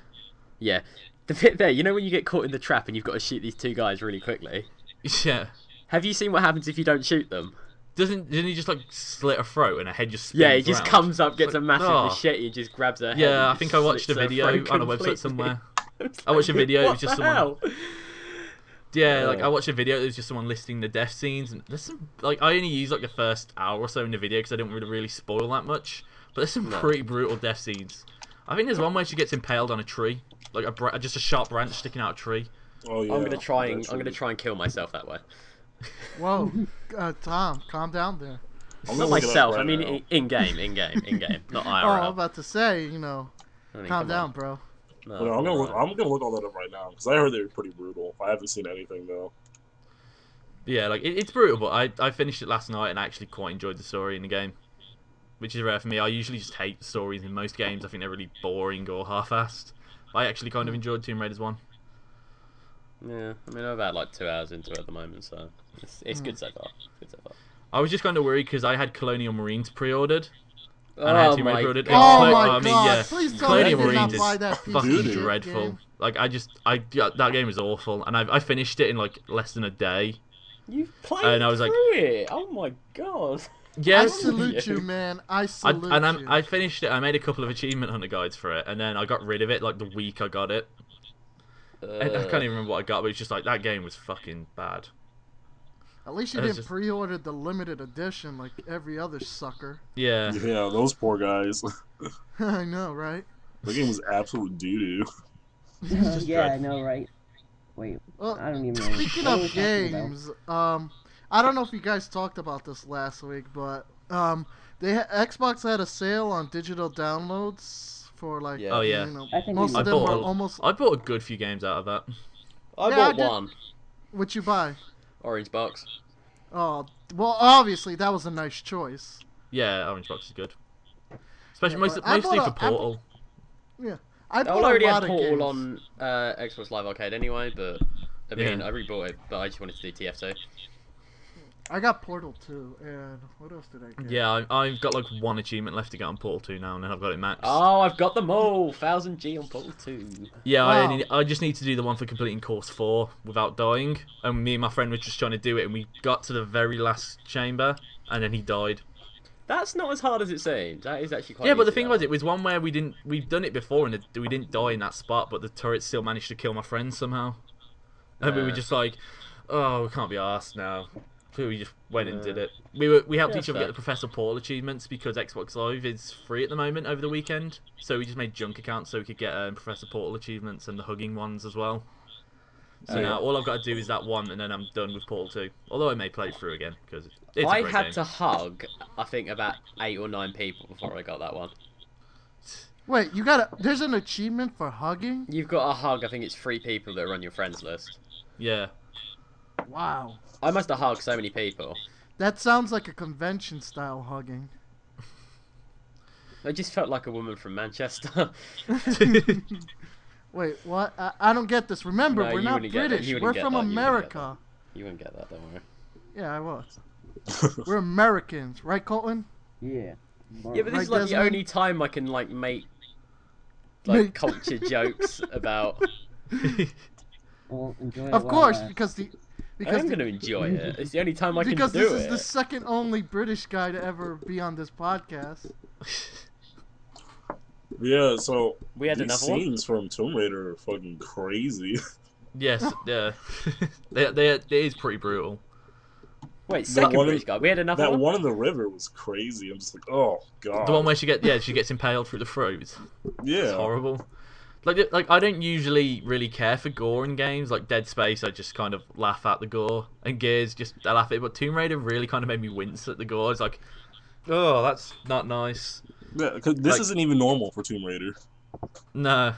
Speaker 5: Yeah. The bit there, you know when you get caught in the trap and you've got to shoot these two guys really quickly.
Speaker 4: Yeah.
Speaker 5: Have you seen what happens if you don't shoot them?
Speaker 4: Doesn't doesn't he just like slit her throat and her head just?
Speaker 5: Yeah, he
Speaker 4: spins
Speaker 5: just
Speaker 4: round?
Speaker 5: comes up, gets
Speaker 4: It's
Speaker 5: a
Speaker 4: like,
Speaker 5: massive
Speaker 4: "Oh."
Speaker 5: machete, and just grabs her head.
Speaker 4: Yeah,
Speaker 5: and
Speaker 4: I think I watched a
Speaker 5: slits her
Speaker 4: video
Speaker 5: throat
Speaker 4: on a website
Speaker 5: completely.
Speaker 4: somewhere.
Speaker 5: [laughs] It's
Speaker 4: I watched a
Speaker 5: like,
Speaker 4: video, it
Speaker 5: What
Speaker 4: was just
Speaker 5: the
Speaker 4: someone-
Speaker 5: hell?
Speaker 4: Yeah, like
Speaker 5: Yeah.
Speaker 4: I watched a video. that was just someone listing the death scenes, and there's some like I only used like the first hour or so in the video because I didn't really really spoil that much. But there's some
Speaker 5: No.
Speaker 4: pretty brutal death scenes. I think there's one where she gets impaled on a tree, like a br- just a sharp branch sticking out a tree.
Speaker 3: Oh yeah.
Speaker 5: I'm gonna try and
Speaker 3: that's
Speaker 5: I'm gonna
Speaker 3: really-
Speaker 5: try and kill myself that way. [laughs]
Speaker 2: Whoa, uh, Tom, calm down there.
Speaker 3: I'm
Speaker 5: Not
Speaker 3: gonna look it up
Speaker 5: myself.
Speaker 3: right
Speaker 5: I mean,
Speaker 3: now.
Speaker 5: in, in game, in game, in game,
Speaker 4: [laughs]
Speaker 5: not
Speaker 2: Oh, I'm
Speaker 5: IRL.
Speaker 2: about to say, you know,
Speaker 5: I mean,
Speaker 2: calm
Speaker 5: come
Speaker 2: down,
Speaker 5: on.
Speaker 2: bro.
Speaker 5: No,
Speaker 3: Well, no, I'm gonna look.
Speaker 5: alright.
Speaker 3: I'm gonna look all that up right now because I heard they were pretty brutal. I haven't seen anything though.
Speaker 4: Yeah, like it, it's brutal, but I, I finished it last night and I actually quite enjoyed the story in the game, which is rare for me. I usually just hate stories in most games. I think they're really boring or half-assed. I actually kind
Speaker 2: Mm.
Speaker 4: of enjoyed Tomb Raider's one.
Speaker 5: Yeah, I mean, I'm about like two hours into it at the moment, so it's, it's good so far. It's good so far.
Speaker 4: I was just kind of worried because I had Colonial Marines pre-ordered.
Speaker 5: Oh
Speaker 4: I had to
Speaker 5: my
Speaker 4: record it.
Speaker 2: Oh
Speaker 4: Clo-
Speaker 2: my
Speaker 4: I
Speaker 2: god!
Speaker 4: mean, yeah,
Speaker 2: Please tell me
Speaker 4: Clone
Speaker 2: you did
Speaker 4: Marines
Speaker 2: not
Speaker 4: is
Speaker 2: buy that piece
Speaker 4: fucking
Speaker 2: of shit
Speaker 4: dreadful.
Speaker 2: game.
Speaker 4: Like I just, I yeah, that game is awful, and I, I finished it in like less than a day.
Speaker 5: You've played
Speaker 4: And I was like-
Speaker 5: through it. Oh my god.
Speaker 2: I
Speaker 4: Yes,
Speaker 5: Absolutely.
Speaker 2: salute
Speaker 4: [laughs]
Speaker 2: you, man. I
Speaker 4: I,
Speaker 2: salute
Speaker 4: and I'm,
Speaker 2: you.
Speaker 4: I finished it. I made a couple of achievement hunter guides for it, and then I got rid of it like the week I got it. I, I
Speaker 5: Ugh.
Speaker 4: can't even remember what I got, but it's just like that game was fucking bad.
Speaker 2: At least you
Speaker 4: It's
Speaker 2: didn't
Speaker 4: just-
Speaker 2: pre-order the limited edition like every other sucker. [laughs]
Speaker 4: Yeah,
Speaker 3: Yeah, those poor guys.
Speaker 2: I know, right?
Speaker 3: the game was absolute doo doo.
Speaker 1: [laughs] Oh, yeah,
Speaker 4: just
Speaker 1: I
Speaker 4: dreadful.
Speaker 1: know, right? Wait, I
Speaker 2: Well,
Speaker 1: don't even know.
Speaker 2: speaking
Speaker 1: what we're
Speaker 2: of
Speaker 1: talking about.
Speaker 2: games, um, I don't know if you guys talked about this last week, but um, they ha- Xbox had a sale on digital downloads for like,
Speaker 5: Yeah. Oh,
Speaker 4: yeah.
Speaker 2: you know,
Speaker 1: I think we
Speaker 2: most
Speaker 1: I
Speaker 2: of them
Speaker 4: bought
Speaker 2: were
Speaker 4: a-
Speaker 2: almost.
Speaker 4: I bought a good few games out of that.
Speaker 5: I
Speaker 2: Yeah, I
Speaker 5: bought
Speaker 2: did-
Speaker 5: one
Speaker 2: What you buy?
Speaker 5: orange box.
Speaker 2: Oh, well, obviously that was a nice choice.
Speaker 4: Yeah, Orange Box is good, especially
Speaker 2: Yeah,
Speaker 4: most,
Speaker 2: I bought
Speaker 4: mostly
Speaker 2: a-
Speaker 4: for
Speaker 2: I bought-
Speaker 4: Portal.
Speaker 2: I
Speaker 5: I
Speaker 2: bought
Speaker 5: already
Speaker 2: a lot
Speaker 5: had
Speaker 2: of games.
Speaker 5: Portal on uh, Xbox Live Arcade anyway, but I mean,
Speaker 4: Yeah.
Speaker 5: I rebought it, but I just wanted to do TF2.
Speaker 2: I got Portal 2, and what else did I get?
Speaker 4: Yeah, I, I've got like one achievement left to get on Portal Two now, and then I've got it maxed.
Speaker 2: Ah.
Speaker 5: Oh, I've got them all. Thousand G on Portal Two.
Speaker 4: Yeah, I,
Speaker 2: Wow.
Speaker 4: only, I just need to do the one for completing course four without dying. And me and my friend were just trying to do it, and we got to the very last chamber, and then he died.
Speaker 5: That's not as hard as it seems. That is actually quite.
Speaker 4: yeah, but the
Speaker 5: easy,
Speaker 4: thing
Speaker 5: that
Speaker 4: was,
Speaker 5: one.
Speaker 4: it was one where we didn't we've done it before, and the, we didn't die in that spot, but the turret still managed to kill my friend somehow. And we were
Speaker 5: Yeah.
Speaker 4: just like, oh, we can't be arsed now. So we just went and did
Speaker 5: Yeah.
Speaker 4: it. We were we helped
Speaker 5: Yeah,
Speaker 4: each other get
Speaker 5: fair.
Speaker 4: the Professor Portal achievements because Xbox Live is free at the moment over the weekend. So we just made junk accounts so we could get um, Professor Portal achievements and the hugging ones as well. So
Speaker 5: Oh, yeah.
Speaker 4: now all I've got to do is that one, and then I'm done with Portal Two. Although I may play it through again because it's a
Speaker 5: I
Speaker 4: great
Speaker 5: had
Speaker 4: game.
Speaker 5: to hug, I think, about eight or nine people before I got that one.
Speaker 2: Wait, you got a, there's an achievement for hugging?
Speaker 5: You've got a hug. I think it's three people that are on your friends list.
Speaker 4: Yeah,
Speaker 2: Wow.
Speaker 5: I must have hugged so many people.
Speaker 2: That sounds like a convention style hugging.
Speaker 5: I just felt like a woman from Manchester. [laughs]
Speaker 2: Wait, what? I, I don't get this. Remember,
Speaker 5: No,
Speaker 2: we're
Speaker 5: you
Speaker 2: not
Speaker 5: wouldn't get that.
Speaker 2: British.
Speaker 5: You wouldn't
Speaker 2: We're
Speaker 5: get
Speaker 2: from
Speaker 5: that. You wouldn't get
Speaker 2: America.
Speaker 5: you won't get that, don't worry.
Speaker 2: Yeah, I was. We're Americans, right, Colton?
Speaker 1: Yeah.
Speaker 5: Yeah, but this
Speaker 2: Right,
Speaker 5: is like the
Speaker 2: Desmond?
Speaker 5: only time I can like make
Speaker 2: Make- [laughs]
Speaker 5: like culture jokes about.
Speaker 1: Well, enjoy it
Speaker 2: Of
Speaker 1: while,
Speaker 2: course,
Speaker 1: uh,
Speaker 2: because the
Speaker 5: I
Speaker 2: because
Speaker 5: am
Speaker 2: the-
Speaker 5: going to enjoy it. It's the only time I can
Speaker 2: because this
Speaker 5: do
Speaker 2: is the
Speaker 5: it.
Speaker 2: second only British guy to ever be on this podcast.
Speaker 3: yeah, so
Speaker 5: We had
Speaker 3: these
Speaker 5: another one.
Speaker 3: scenes from Tomb Raider are fucking crazy. [laughs]
Speaker 4: yes, yeah. they, they, it is pretty brutal.
Speaker 5: Wait,
Speaker 3: That
Speaker 5: second
Speaker 3: one-
Speaker 5: British guy. We had another
Speaker 3: that
Speaker 5: one.
Speaker 3: one in the river was crazy. I'm just like, oh god.
Speaker 4: The one where she get yeah she gets impaled through the throat. It's
Speaker 3: yeah.
Speaker 4: horrible. Like it- like I don't usually really care for gore in games. Like Dead Space, I just kind of laugh at the gore, and Gears just I laugh at it. But Tomb Raider really kind of made me wince at the gore. It's like, oh, that's not nice.
Speaker 3: Yeah, 'cause this
Speaker 4: Like-
Speaker 3: isn't even normal for Tomb Raider.
Speaker 4: No,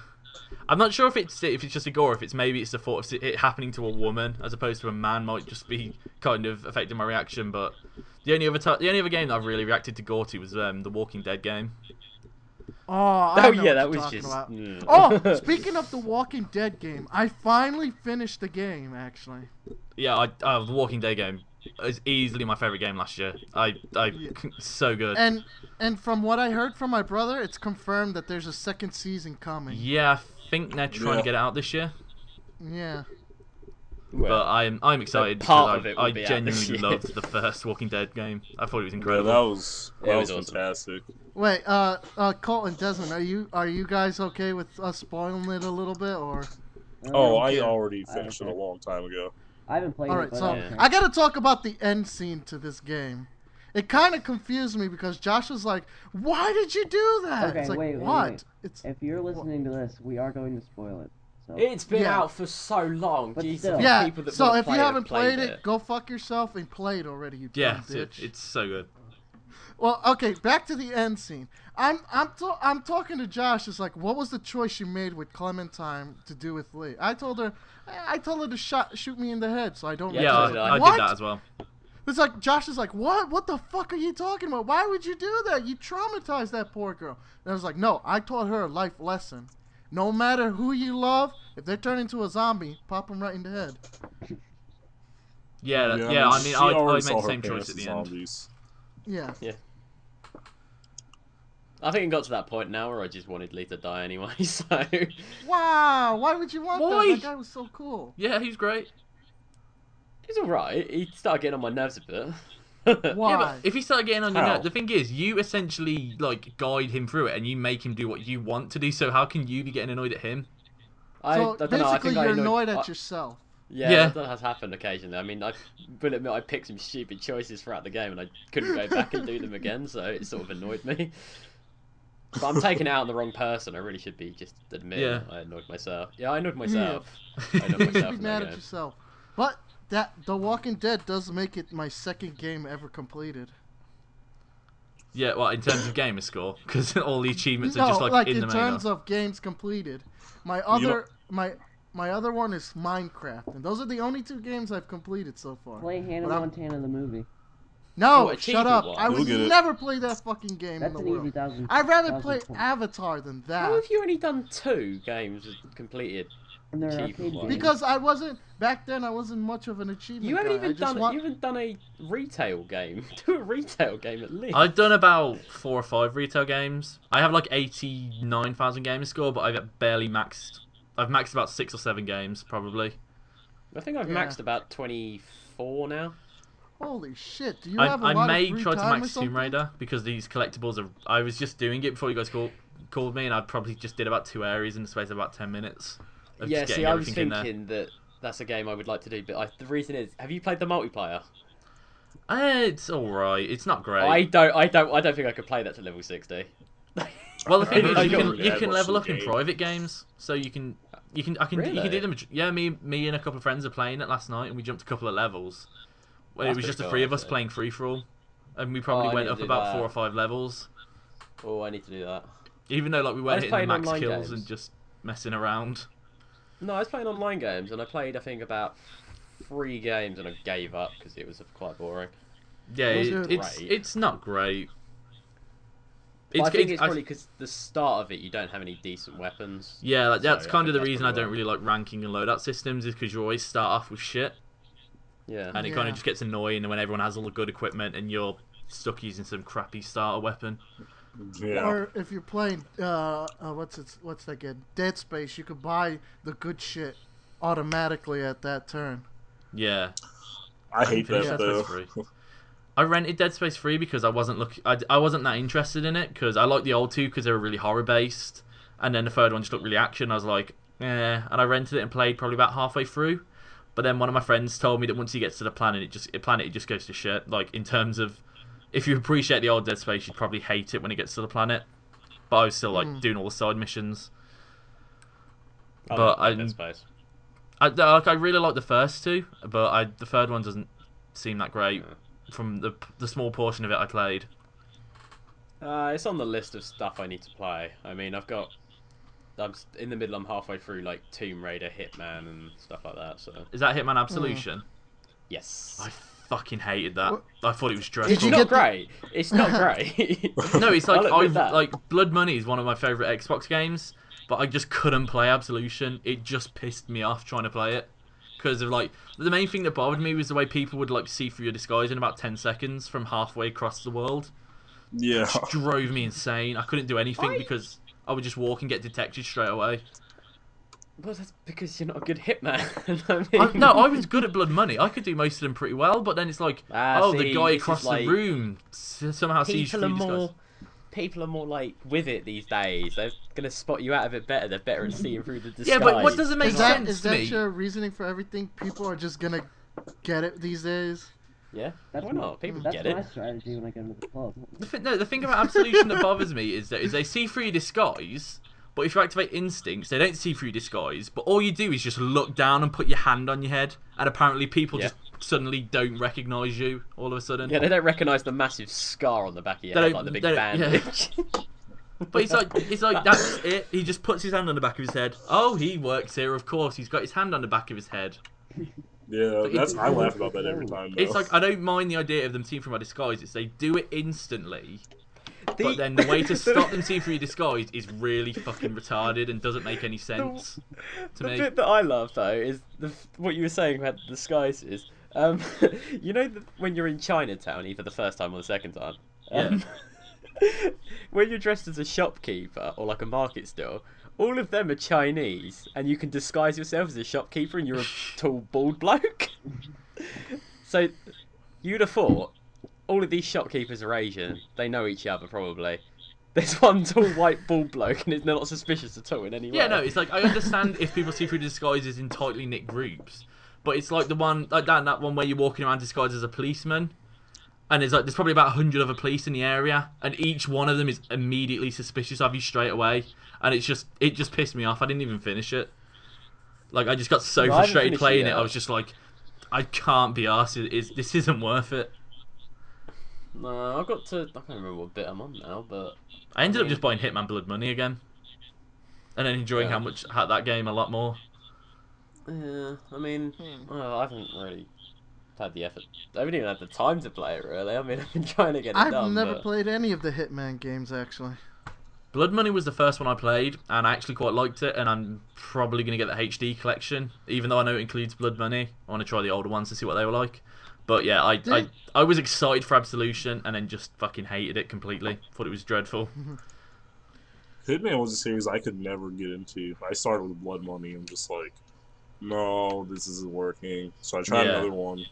Speaker 4: I'm not sure if it's if it's just a gore, if it's maybe it's the thought of it happening to a woman as opposed to a man might just be kind of affecting my reaction. But the only other ti the only other game that I've really reacted to gore to was um, the Walking Dead game.
Speaker 2: Oh, I
Speaker 5: Oh
Speaker 2: know what
Speaker 5: yeah, that
Speaker 2: you're
Speaker 5: was
Speaker 2: talking
Speaker 5: just.
Speaker 2: about. [laughs]
Speaker 5: Mm. [laughs]
Speaker 2: Oh, speaking of the Walking Dead game, I finally finished the game. Actually,
Speaker 4: Yeah, I, uh, the Walking Dead game is easily my favorite game last year. I I
Speaker 2: Yeah.
Speaker 4: so good.
Speaker 2: and and from what I heard from my brother, it's confirmed that there's a second season coming.
Speaker 4: yeah, I think they're trying
Speaker 3: Yeah.
Speaker 4: to get it out this year.
Speaker 2: Yeah.
Speaker 4: but
Speaker 5: Well,
Speaker 4: I'm I'm excited because
Speaker 5: part of
Speaker 4: I,
Speaker 5: it will
Speaker 4: I
Speaker 5: be out
Speaker 4: genuinely
Speaker 5: this year.
Speaker 4: loved the first Walking Dead game. I thought it was
Speaker 3: Yeah,
Speaker 4: incredible.
Speaker 3: that was that
Speaker 5: It
Speaker 3: was,
Speaker 5: was awesome.
Speaker 3: fantastic.
Speaker 2: Wait, uh, uh, Colton Desmond, are you are you guys okay with us spoiling it a little bit, or?
Speaker 3: Oh,
Speaker 1: Uh,
Speaker 3: I
Speaker 2: care.
Speaker 3: already
Speaker 1: I
Speaker 3: finished it
Speaker 1: don't
Speaker 3: a
Speaker 1: care.
Speaker 3: long time ago.
Speaker 1: I haven't played
Speaker 2: All
Speaker 1: it,
Speaker 2: right,
Speaker 1: but
Speaker 2: so
Speaker 1: I don't
Speaker 5: Yeah.
Speaker 1: care.
Speaker 2: I gotta talk about the end scene to this game. It kind of confused me because Josh was like, "Why did you do that?"
Speaker 1: Okay,
Speaker 2: it's like,
Speaker 1: wait, wait,
Speaker 2: what?
Speaker 1: wait.
Speaker 2: It's
Speaker 1: If you're listening to this, we are going to spoil it. So
Speaker 5: It's been
Speaker 2: Yeah.
Speaker 5: out for so long.
Speaker 1: But
Speaker 5: Jesus,
Speaker 1: still.
Speaker 5: the
Speaker 2: yeah.
Speaker 5: people that
Speaker 2: So
Speaker 5: wanna
Speaker 2: if you
Speaker 5: play it have
Speaker 2: haven't
Speaker 5: played
Speaker 2: played it, go fuck yourself and play it already. You
Speaker 4: yeah,
Speaker 2: dumb
Speaker 4: it,
Speaker 2: bitch.
Speaker 4: it's so good.
Speaker 2: Well, okay, back to the end scene. I'm I'm ta- I'm talking to Josh. It's like, what was the choice you made with Clementine to do with Lee? I told her, "Eh, I I told her to shot, shoot me in the head, so I don't.
Speaker 5: Yeah,
Speaker 4: Yeah,
Speaker 2: regret
Speaker 5: I
Speaker 2: it.
Speaker 4: I,
Speaker 5: did that.
Speaker 4: I
Speaker 2: What?
Speaker 4: did that as well.
Speaker 2: It's like Josh is like, what? What the fuck are you talking about? Why would you do that? You traumatized that poor girl. And I was like, no, I taught her a life lesson. No matter who you love, if they turn into a zombie, pop them right in the head.
Speaker 4: Yeah, that- Uh, yeah. I mean,
Speaker 3: she
Speaker 4: I, I
Speaker 3: already
Speaker 4: made
Speaker 3: saw
Speaker 4: the
Speaker 3: her
Speaker 4: same choice
Speaker 3: parents
Speaker 4: at
Speaker 3: as
Speaker 4: the end.
Speaker 3: Zombies.
Speaker 2: Yeah.
Speaker 5: I think it got to that point now where I just wanted Lee to die anyway. [laughs] So
Speaker 2: Wow. Why would you want
Speaker 4: Why?
Speaker 2: that? That guy was so cool.
Speaker 4: Yeah, he's great.
Speaker 5: it's all right. He started getting on my nerves a bit.
Speaker 2: Why?
Speaker 4: Yeah, but if he started getting on your
Speaker 3: How?
Speaker 4: nerve, the thing is, you essentially like guide him through it, and you make him do what you want to do. So how can you be getting annoyed at him?
Speaker 5: [laughs] I,
Speaker 2: so
Speaker 5: I don't
Speaker 2: basically,
Speaker 5: know. I think
Speaker 2: you're
Speaker 5: I annoyed,
Speaker 2: annoyed at
Speaker 5: I-
Speaker 2: yourself.
Speaker 5: Yeah,
Speaker 4: Yeah.
Speaker 5: that has happened occasionally. I mean, I will admit I picked some stupid choices throughout the game, and I couldn't go back and do them again, so it sort of annoyed me. But I'm taking it out on the wrong person. I really should be just admitting
Speaker 4: Yeah.
Speaker 5: that I annoyed myself. Yeah, I annoyed myself. I
Speaker 2: You
Speaker 5: annoyed
Speaker 2: should
Speaker 5: myself.
Speaker 2: be mad
Speaker 5: in that
Speaker 2: at
Speaker 5: game.
Speaker 2: yourself. But that The Walking Dead does make it my second game ever completed.
Speaker 4: [laughs] Yeah, well, in terms of gamer score, because [laughs] all the achievements
Speaker 2: no,
Speaker 4: are just like, in, the main.
Speaker 2: terms
Speaker 4: menu.
Speaker 2: of games completed. My
Speaker 3: You
Speaker 2: other my my other one is Minecraft, and those are the only two games I've completed so far.
Speaker 1: Play Hannah
Speaker 2: But I'm-
Speaker 1: Montana the movie.
Speaker 2: No,
Speaker 5: Oh,
Speaker 2: shut up!
Speaker 5: achievement-wise.
Speaker 2: I
Speaker 3: You'll
Speaker 2: would
Speaker 3: get it.
Speaker 2: never play that fucking game
Speaker 1: That's
Speaker 2: in the
Speaker 1: an easy
Speaker 2: world.
Speaker 1: thousand.
Speaker 2: I'd rather
Speaker 1: thousand
Speaker 2: play
Speaker 1: points.
Speaker 2: Avatar than
Speaker 5: How
Speaker 2: that
Speaker 5: have you only done two games completed?
Speaker 1: And there are
Speaker 5: Achievement
Speaker 1: arcade
Speaker 5: line.
Speaker 1: games.
Speaker 2: because I wasn't back then. I wasn't much of an achievement.
Speaker 5: You
Speaker 2: guy.
Speaker 5: haven't
Speaker 2: Oh I
Speaker 5: even
Speaker 2: just
Speaker 5: done.
Speaker 2: want-
Speaker 5: You haven't done a retail game. [laughs] Do a retail game at least.
Speaker 4: I've done about four or five retail games. I have like eighty nine thousand gamer score, but I've barely maxed. I've maxed about six or seven games probably.
Speaker 5: I think I've
Speaker 2: Yeah.
Speaker 5: maxed about twenty four now.
Speaker 2: Holy shit! Do you
Speaker 4: I,
Speaker 2: have a
Speaker 4: I
Speaker 2: lot
Speaker 4: may
Speaker 2: of free
Speaker 4: try to
Speaker 2: time or
Speaker 4: max
Speaker 2: something?
Speaker 4: Tomb Raider because these collectibles are. I was just doing it before you guys call, called me, and I probably just did about two areas in the space of about ten minutes. Of
Speaker 5: yeah,
Speaker 4: just
Speaker 5: see,
Speaker 4: getting
Speaker 5: I was
Speaker 4: everything in there.
Speaker 5: thinking that that's a game I would like to do, but I, the reason is, have you played the multiplayer?
Speaker 4: Eh, it's all right. It's not great.
Speaker 5: I don't, I don't, I don't think I could play that to level sixty.
Speaker 4: Well, the
Speaker 5: [laughs]
Speaker 4: thing
Speaker 5: I
Speaker 4: is,
Speaker 5: don't
Speaker 4: you can
Speaker 5: really
Speaker 4: you
Speaker 3: add
Speaker 4: can
Speaker 3: much
Speaker 4: level
Speaker 3: to
Speaker 4: up
Speaker 3: the
Speaker 4: in
Speaker 3: game.
Speaker 4: private games, so you can you can I can you can
Speaker 5: Really?
Speaker 4: do them. Yeah, me me and a couple of friends are playing it last night, and we jumped a couple of levels. Well, it
Speaker 5: That's
Speaker 4: was
Speaker 5: pretty
Speaker 4: just the
Speaker 5: cool,
Speaker 4: three of us
Speaker 5: actually.
Speaker 4: playing free for all, and we probably
Speaker 5: Oh, I
Speaker 4: went
Speaker 5: need
Speaker 4: up
Speaker 5: to do
Speaker 4: about four or
Speaker 5: that.
Speaker 4: five levels,
Speaker 5: Oh, I need to do that.
Speaker 4: even though like we weren't
Speaker 5: was
Speaker 4: hitting the
Speaker 5: playing
Speaker 4: max
Speaker 5: online
Speaker 4: kills
Speaker 5: games.
Speaker 4: and just messing around.
Speaker 5: No, I was playing online games, and I played, I think, about three games, and I gave up because it was quite boring.
Speaker 4: Yeah,
Speaker 2: Those
Speaker 4: it-
Speaker 2: are
Speaker 4: it's
Speaker 5: great.
Speaker 4: it's not great.
Speaker 5: But I think it's,
Speaker 4: I-
Speaker 5: probably because the start of it, you don't have any decent weapons.
Speaker 4: yeah, like, that's
Speaker 5: Sorry, I
Speaker 4: kind of
Speaker 5: think
Speaker 4: the
Speaker 5: that's
Speaker 4: reason I
Speaker 5: probably
Speaker 4: don't
Speaker 5: why.
Speaker 4: really like ranking and loadout systems is because you always start off with shit,
Speaker 5: Yeah.
Speaker 4: and it kind
Speaker 2: Yeah.
Speaker 4: of just gets annoying when everyone has all the good equipment and you're stuck using some crappy starter weapon.
Speaker 3: Yeah.
Speaker 2: Or if you're playing, uh, uh, what's it's what's that game? Dead Space. You could buy the good shit automatically at that turn.
Speaker 4: Yeah,
Speaker 3: I hate
Speaker 4: Finish
Speaker 3: that
Speaker 4: Dead
Speaker 3: though.
Speaker 4: Space 3. I rented Dead Space 3 because I wasn't look I, I wasn't that interested in it because I liked the old two because they were really horror based, and then the third one just looked really action. I was like, eh, and I rented it and played probably about halfway through. But then one of my friends told me that once he gets to the planet, it just the planet it just goes to shit. Like in terms of, if you appreciate the old Dead Space, you'd probably hate it when it gets to the planet. But I was still like
Speaker 2: Mm.
Speaker 4: doing all the side missions.
Speaker 5: I
Speaker 4: but
Speaker 5: don't like
Speaker 4: I-
Speaker 5: Dead Space.
Speaker 4: I like I really like the first two, but I the third one doesn't seem that great from the the small portion of it I played.
Speaker 5: Uh, it's on the list of stuff I need to play. I mean, I've got. I'm s- in the middle. I'm halfway through like Tomb Raider, Hitman, and stuff like that. So
Speaker 4: Is that Hitman Absolution?
Speaker 5: yes,
Speaker 4: I fucking hated that. I thought it was dreadful.
Speaker 5: it's
Speaker 2: Did you
Speaker 5: not
Speaker 2: get the-
Speaker 5: great. It's not great.
Speaker 4: [laughs] No,
Speaker 5: [laughs]
Speaker 4: it's
Speaker 5: I'll
Speaker 4: like
Speaker 5: admit
Speaker 4: I
Speaker 5: that.
Speaker 4: like Blood Money is one of my favorite Xbox games, but I just couldn't play Absolution. It just pissed me off trying to play it because of like the main thing that bothered me was the way people would like see through your disguise in about 10 seconds from halfway across the world.
Speaker 3: Yeah. [laughs]
Speaker 4: Drove me insane. I couldn't do anything
Speaker 5: I-
Speaker 4: because I would just walk and get detected straight away.
Speaker 5: Well, that's because you're not a good hitman. [laughs] I
Speaker 4: I,
Speaker 5: mean-
Speaker 4: no, I was good at Blood Money. I could do most of them pretty well, but then it's like,
Speaker 5: Ah,
Speaker 4: oh,
Speaker 5: see,
Speaker 4: the guy
Speaker 5: this is
Speaker 4: across
Speaker 5: like-
Speaker 4: the room s- somehow sees
Speaker 5: people are
Speaker 4: through this guy's-
Speaker 5: more people are more like with it these days. They're gonna spot you out of it better. They're better at seeing through the
Speaker 4: [laughs]
Speaker 5: disguise.
Speaker 4: Yeah, but what doesn't make
Speaker 2: Is that
Speaker 4: sense
Speaker 2: is
Speaker 4: to
Speaker 2: that
Speaker 4: me?
Speaker 2: your reasoning for everything? People are just gonna get it these days.
Speaker 5: Yeah,
Speaker 1: That's
Speaker 5: why
Speaker 1: my-
Speaker 5: not? People
Speaker 1: That's
Speaker 5: get
Speaker 1: my
Speaker 5: it.
Speaker 1: strategy when I go to the club.
Speaker 4: The, thi- no, the thing about Absolution that bothers me is that is they see through your disguise, but if you activate instincts, they don't see through your disguise. But all you do is just look down and put your hand on your head, and apparently people
Speaker 5: Yeah.
Speaker 4: just suddenly don't recognise you all of a sudden.
Speaker 5: Yeah, they don't recognise the massive scar on the back of your
Speaker 4: They
Speaker 5: head,
Speaker 4: don't-
Speaker 5: like the big
Speaker 4: they don't- yeah.
Speaker 5: bandage. [laughs]
Speaker 4: But it's like it's like that's it. He just puts his hand on the back of his head. Oh, he works here, of course. He's got his hand on the back of his head.
Speaker 3: Yeah,
Speaker 4: But it-
Speaker 3: that's I laugh about that every time.
Speaker 4: It's
Speaker 3: though.
Speaker 4: like I don't mind the idea of them seeing through my disguise. It's they do it instantly,
Speaker 5: [laughs] The-
Speaker 4: but then the way to stop them seeing through your disguise is really fucking retarded and doesn't make any sense to
Speaker 5: the
Speaker 4: me.
Speaker 5: bit that I love though is the, f- what you were saying about the disguises. Um, [laughs] you know the, when you're in Chinatown, either the first time or the second time. Um, when you're dressed as a shopkeeper or like a market stall, all of them are Chinese, and you can disguise yourself as a shopkeeper, and
Speaker 4: [laughs]
Speaker 5: you're a tall bald bloke. so you'd have thought all of these shopkeepers are Asian. They know each other probably. [laughs] There's one tall white bald bloke, and it's not suspicious at all in any way.
Speaker 4: Yeah, no, it's like I understand if people see through the disguises in tightly knit groups, but it's like the one like that that one where you're walking around disguised as a policeman, and there's like there's probably about hundred other police in the area, and each one of them is immediately suspicious of you straight away, and it's just it just pissed me off. I didn't even finish it. Like I just got so
Speaker 5: No, I haven't
Speaker 4: frustrated
Speaker 5: finished it
Speaker 4: playing it.
Speaker 5: yet.
Speaker 4: I was just like, I can't be arsed. It is this isn't worth it.
Speaker 5: No, I got to. I can't remember what bit I'm on now, but
Speaker 4: I ended
Speaker 5: mean-
Speaker 4: up just buying Hitman Blood Money again, and then enjoying
Speaker 5: Yeah.
Speaker 4: how much how, that game a lot more.
Speaker 5: yeah, I mean,
Speaker 2: Hmm.
Speaker 5: well, I haven't really had the effort. I haven't even had the time to play it really. I mean, [laughs] I've been trying to get it
Speaker 2: I've
Speaker 5: done.
Speaker 2: never
Speaker 5: but...
Speaker 2: played any of the Hitman games actually.
Speaker 4: Blood Money was the first one I played, and I actually quite liked it. And I'm probably going to get the HD collection, even though I know it includes Blood Money. I want to try the older ones to see what they were like. But yeah, I, I
Speaker 2: Did-
Speaker 4: I was excited for Absolution, and then just fucking hated it completely. Thought it was dreadful.
Speaker 3: Hitman was a series I could never get into. I started with Blood Money. I'm just like, no, this isn't working. So I tried
Speaker 4: Yeah.
Speaker 3: another one.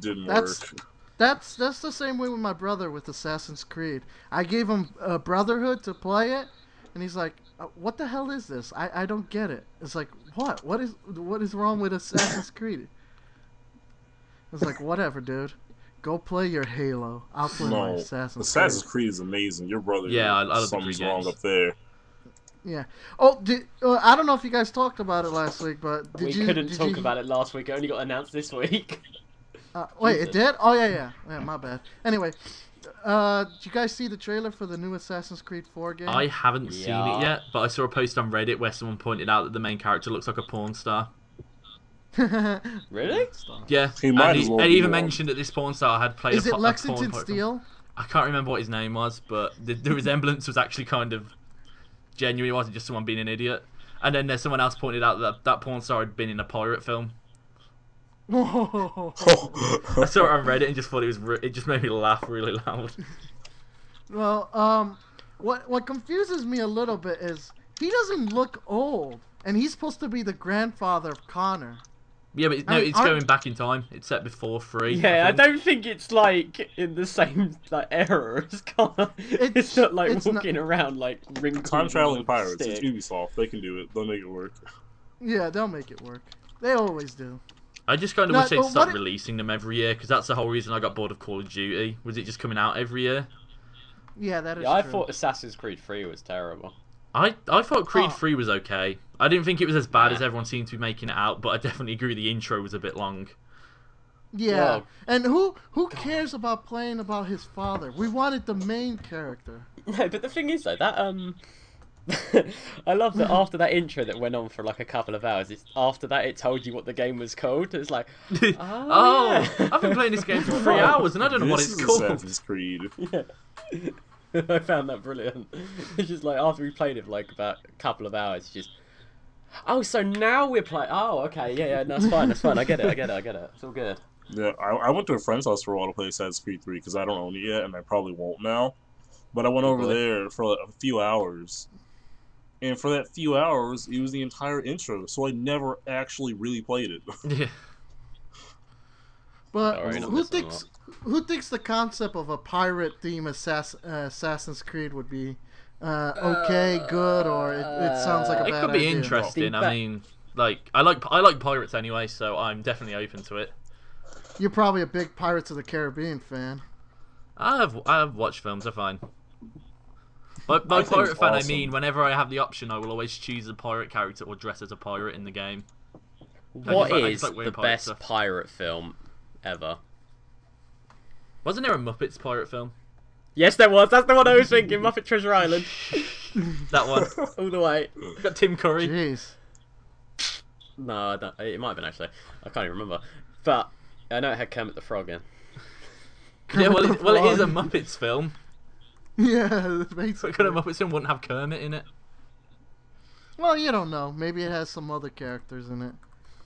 Speaker 3: Didn't
Speaker 2: That's-
Speaker 3: work.
Speaker 2: That's that's the same way with my brother with Assassin's Creed. I gave him uh, Brotherhood to play it, and he's like, "Uh, "What the hell is this? I, I don't get it." It's like, "What? What is what is wrong with Assassin's Creed?" It's like, "Whatever, dude. Go play your Halo. I'll play my
Speaker 3: No.
Speaker 2: Assassin's,
Speaker 3: Assassin's
Speaker 2: Creed."
Speaker 3: Creed is amazing. Your brother,
Speaker 4: Yeah, I- I love the
Speaker 3: something's
Speaker 4: three
Speaker 3: wrong
Speaker 4: games.
Speaker 3: up
Speaker 4: [laughs]
Speaker 3: there. [laughs]
Speaker 2: Oh, did, uh, I don't know if you guys talked about it last week, but did
Speaker 5: we
Speaker 2: you?
Speaker 5: couldn't
Speaker 2: did
Speaker 5: talk
Speaker 2: you-
Speaker 5: about it last week. It only got announced this week.
Speaker 2: Uh, wait, it
Speaker 5: Jesus.
Speaker 2: did? Oh yeah, yeah, yeah. My bad. Anyway, uh, did you guys see the trailer for the new Assassin's Creed 4 game?
Speaker 4: I haven't seen
Speaker 5: Yeah.
Speaker 4: it yet, but I saw a post on Reddit where someone pointed out that the main character looks like a porn star.
Speaker 2: [laughs]
Speaker 5: Really?
Speaker 4: Yeah,
Speaker 3: He
Speaker 4: and
Speaker 3: might
Speaker 4: he,
Speaker 3: as well
Speaker 4: and
Speaker 3: be
Speaker 4: he even
Speaker 3: one.
Speaker 4: mentioned that this porn star had played.
Speaker 2: Is
Speaker 4: a,
Speaker 2: it
Speaker 4: po- a porn
Speaker 2: Lexington
Speaker 4: part- [laughs]
Speaker 2: Steel?
Speaker 4: I can't remember what his name was, but the, the resemblance was actually kind of genuine. It wasn't just someone being an idiot. And then there's someone else pointed out that that porn star had been in a pirate film.
Speaker 2: Whoa.
Speaker 4: I saw it on Reddit and just thought it was. Re- it just made me laugh really loud. [laughs]
Speaker 2: well, um, what what confuses me a little bit is he doesn't look old, and he's supposed to be the grandfather of Connor.
Speaker 4: Yeah, but it,
Speaker 2: I
Speaker 4: no,
Speaker 2: mean,
Speaker 4: it's
Speaker 2: aren't-
Speaker 4: going back in time. It's set before three.
Speaker 5: [laughs] Yeah, I
Speaker 4: think.
Speaker 5: don't think it's like in the same like era as Connor. [laughs] It's,
Speaker 2: It's-
Speaker 5: not like
Speaker 2: it's not-
Speaker 5: walking around like ring
Speaker 3: Time traveling pirates. It's Ubisoft. They can do it. They'll make it work.
Speaker 2: Yeah, they'll make it work. They always do.
Speaker 4: I just kind of
Speaker 2: No,
Speaker 4: wish they'd
Speaker 2: but
Speaker 4: start
Speaker 2: what it-
Speaker 4: releasing them every year because that's the whole reason I got bored of Call of Duty. Was it just coming out every year?
Speaker 2: Yeah, that is
Speaker 5: Yeah, I
Speaker 2: true.
Speaker 5: thought Assassin's Creed 3 was terrible.
Speaker 4: I I thought Creed
Speaker 2: Oh.
Speaker 4: Three was okay. I didn't think it was as bad
Speaker 5: Nah.
Speaker 4: as everyone seemed to be making it out, but I definitely agree the intro was a bit long.
Speaker 2: yeah,
Speaker 5: Whoa.
Speaker 2: and who who cares about playing about his father? We wanted the main character.
Speaker 5: [laughs] No, but the thing is though that um, [laughs] I
Speaker 4: [laughs]
Speaker 5: love that after that intro that went on for like a couple of hours. It's after that it told you what the game was called. It's like,
Speaker 4: [laughs] oh,
Speaker 5: Oh, yeah.
Speaker 4: I've been playing this game for three hours and I don't know what
Speaker 3: This
Speaker 4: it's
Speaker 3: is
Speaker 4: called.
Speaker 3: Assassin's Creed.
Speaker 5: yeah. [laughs] I found that brilliant. [laughs] It's just like after we played it for like about a couple of hours, it's just oh, so now we're playing. Oh, okay, yeah, yeah, no, that's fine, that's fine. I get it, I get it, I get it. It's all good.
Speaker 3: Yeah, I, I went to a friend's house for a while to play Assassin's Creed 3 because I don't own it yet and I probably won't now. But I went over
Speaker 5: Really?
Speaker 3: there for like, a few hours And for that few hours, it was the entire intro, so I never actually really played it.
Speaker 4: [laughs] Yeah.
Speaker 2: But
Speaker 5: Alright, I'm
Speaker 2: who
Speaker 5: missing a
Speaker 2: thinks who thinks the concept of a pirate theme assass, uh, Assassin's Creed would be uh, okay, good, or it, it sounds like a
Speaker 4: It
Speaker 2: bad
Speaker 4: could be
Speaker 2: idea.
Speaker 4: interesting. I
Speaker 5: Feedback.
Speaker 4: mean, like I like I like pirates anyway, so I'm definitely open to it.
Speaker 2: You're probably a big Pirates of the Caribbean fan.
Speaker 4: I've I've watched films. They're fine. But by
Speaker 3: I think
Speaker 4: pirate
Speaker 3: it's
Speaker 4: fan, I
Speaker 3: awesome.
Speaker 4: mean whenever I have the option, I will always choose a pirate character or dress as a pirate in the game. [laughs]
Speaker 5: What
Speaker 4: I just like
Speaker 5: is
Speaker 4: weird
Speaker 5: the
Speaker 4: pirate
Speaker 5: best
Speaker 4: stuff.
Speaker 5: pirate film ever?
Speaker 4: Wasn't there a Muppets pirate film?
Speaker 5: Yes, there was. That's the one I was thinking. Muppet Treasure Island,
Speaker 3: [laughs]
Speaker 4: That one
Speaker 5: [laughs] all the way.
Speaker 4: got Tim Curry.
Speaker 2: Jeez. [laughs]
Speaker 5: No, I don't, it might have been actually. I can't even remember. But I know it had Kermit the Frog in.
Speaker 4: Yeah, well,
Speaker 2: Kermit
Speaker 4: it,
Speaker 2: the
Speaker 4: well,
Speaker 5: [laughs]
Speaker 4: it is a
Speaker 2: Frog.
Speaker 4: Muppets film.
Speaker 2: Yeah, [laughs]
Speaker 4: But
Speaker 2: basically.
Speaker 4: could a Muppets film wouldn't have Kermit in it?
Speaker 2: Well, you don't know. Maybe it has some other characters in it,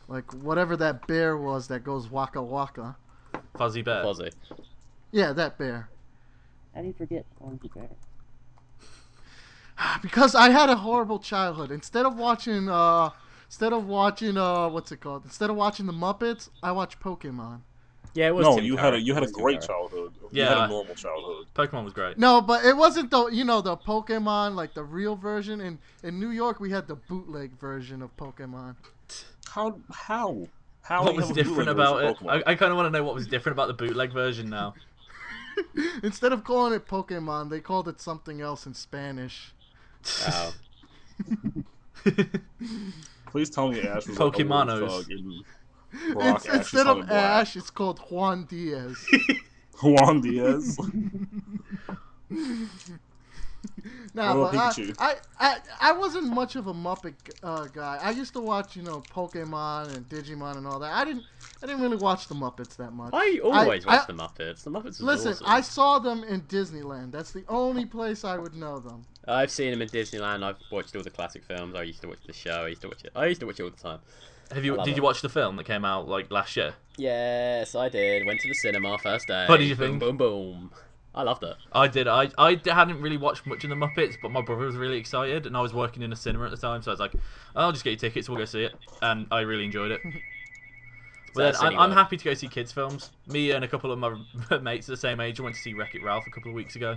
Speaker 2: like whatever that bear was that goes waka waka.
Speaker 4: Fuzzy
Speaker 3: Uh,
Speaker 4: Bear.
Speaker 5: Fozzie.
Speaker 2: Yeah, that bear.
Speaker 1: How do you forget Fonzie Bear?
Speaker 2: Ah, Because I had a horrible childhood. Instead of watching, uh, instead of watching, uh, what's it called? Instead of watching the Muppets, I watched Pokemon.
Speaker 5: Yeah, it was.
Speaker 3: no,
Speaker 5: Tim
Speaker 3: you
Speaker 5: Curry.
Speaker 3: had a you had
Speaker 5: It
Speaker 3: a
Speaker 5: was Tim
Speaker 3: great
Speaker 5: Curry.
Speaker 3: childhood. You
Speaker 4: Yeah.
Speaker 3: had a normal childhood.
Speaker 4: Pokemon was great.
Speaker 2: No, but it wasn't the you know the Pokemon like the real version. In in New York, we had the bootleg version of Pokemon. [laughs]
Speaker 3: How how how
Speaker 4: What
Speaker 3: you
Speaker 4: was
Speaker 3: have a
Speaker 4: different
Speaker 3: bootleg
Speaker 4: about it?
Speaker 3: version of
Speaker 4: I, I kind of want to know what was different about the bootleg version now.
Speaker 2: Instead of calling it Pokemon, they called it something else in Spanish.
Speaker 3: [laughs]
Speaker 5: Wow.
Speaker 3: Pokemon? Please tell me Ash was Like
Speaker 4: Pokemonos.
Speaker 3: a little thug and
Speaker 2: [laughs]
Speaker 3: Brock
Speaker 2: It's-
Speaker 3: Ash is
Speaker 2: instead
Speaker 3: Tommy
Speaker 2: of
Speaker 3: Black.
Speaker 2: Ash, it's called Juan Diaz.
Speaker 3: Juan Diaz.
Speaker 2: Nah,
Speaker 3: Little
Speaker 2: but I,
Speaker 3: Pikachu.
Speaker 2: I, I, I wasn't much of a Muppet uh, guy. I used to watch, you know, Pokemon and Digimon and all that. I didn't, I didn't really watch the Muppets that much.
Speaker 5: I always
Speaker 2: I-
Speaker 5: watched the Muppets. The Muppets was
Speaker 2: Listen,
Speaker 5: awesome.
Speaker 2: I saw them in Disneyland. That's the only place I would know them.
Speaker 5: I've seen them in Disneyland. I've watched all the classic films. I used to watch the show. I used to watch it. I used to watch it all the time.
Speaker 4: [laughs] Have you?
Speaker 5: I love
Speaker 4: Did you
Speaker 5: it.
Speaker 4: watch the film that came out like last year?
Speaker 5: Yes, I did. Went to the cinema first day.
Speaker 4: What did you
Speaker 5: boom,
Speaker 4: think?
Speaker 5: Boom, boom. I loved it.
Speaker 4: I did. I, I hadn't really watched much of the Muppets, but my brother was really excited, and I was working in a cinema at the time, so I was like, "I'll just get you tickets. We'll go see it." And I really enjoyed it. But
Speaker 5: That's
Speaker 4: then I'm, I'm
Speaker 5: anyway.
Speaker 4: happy to go see kids' films. Me and a couple of my [laughs] mates the same age went to see Wreck It Ralph a couple of weeks ago.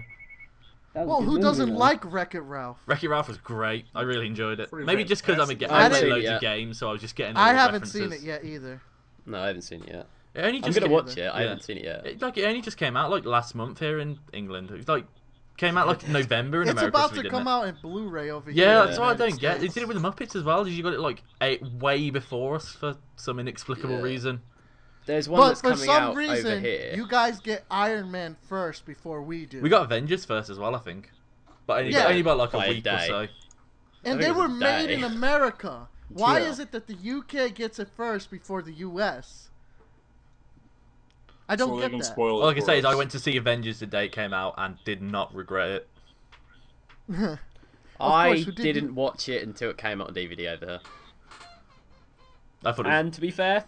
Speaker 1: That was a
Speaker 2: Well,
Speaker 1: good
Speaker 2: who
Speaker 1: movie,
Speaker 2: doesn't
Speaker 1: though.
Speaker 2: like Wreck It Ralph?
Speaker 4: Wreck It Ralph was great. I really enjoyed it.
Speaker 3: Pretty
Speaker 4: Maybe just because I'm a get-
Speaker 5: fantastic. I
Speaker 4: I play
Speaker 5: haven't
Speaker 4: loads
Speaker 5: seen it
Speaker 4: of games, so I was just getting. all
Speaker 2: I
Speaker 4: the
Speaker 2: haven't seen
Speaker 4: references.
Speaker 2: it yet either.
Speaker 5: No, I haven't seen it yet.
Speaker 4: It only
Speaker 5: I'm
Speaker 4: just
Speaker 5: gonna
Speaker 4: came-
Speaker 5: watch it. I
Speaker 4: Yeah.
Speaker 5: haven't seen it yet.
Speaker 4: It, like it only just came out like last month here in England. It was, like came out like November in
Speaker 2: [laughs] It's
Speaker 4: America.
Speaker 2: about
Speaker 4: so we
Speaker 2: to
Speaker 4: didn't
Speaker 2: come
Speaker 4: it?
Speaker 2: out in Blu-ray over here.
Speaker 4: Yeah,
Speaker 5: Yeah.
Speaker 2: in
Speaker 4: that's
Speaker 2: the
Speaker 4: what I
Speaker 2: United
Speaker 4: don't get. They did it
Speaker 2: States.
Speaker 4: with the Muppets as well. You got it like eight, way before us for some inexplicable
Speaker 5: Yeah.
Speaker 4: reason.
Speaker 5: There's one
Speaker 2: But
Speaker 5: that's
Speaker 2: for
Speaker 5: coming
Speaker 2: some
Speaker 5: out over
Speaker 2: reason,
Speaker 5: here.
Speaker 2: you guys get Iron Man first before we do.
Speaker 4: We got Avengers first as well, I think, but only,
Speaker 2: Yeah.
Speaker 4: only by like a
Speaker 5: By a
Speaker 4: week or
Speaker 5: day.
Speaker 4: so.
Speaker 2: And
Speaker 5: I
Speaker 2: they
Speaker 5: think
Speaker 2: were
Speaker 5: it's a
Speaker 2: made in
Speaker 5: day.
Speaker 2: America. Why
Speaker 5: Yeah.
Speaker 2: is it that the UK gets it first before the US? [laughs] I don't
Speaker 3: so they
Speaker 2: get
Speaker 3: can
Speaker 2: that.
Speaker 3: spoil it.
Speaker 4: All I can
Speaker 3: for
Speaker 4: say is
Speaker 3: us.
Speaker 4: I went to see Avengers the day it came out and did not regret it.
Speaker 2: course,
Speaker 5: I
Speaker 2: who didn't-
Speaker 5: didn't... watch it until it came out on DVD over here.
Speaker 4: I thought it was,
Speaker 5: And to be fair,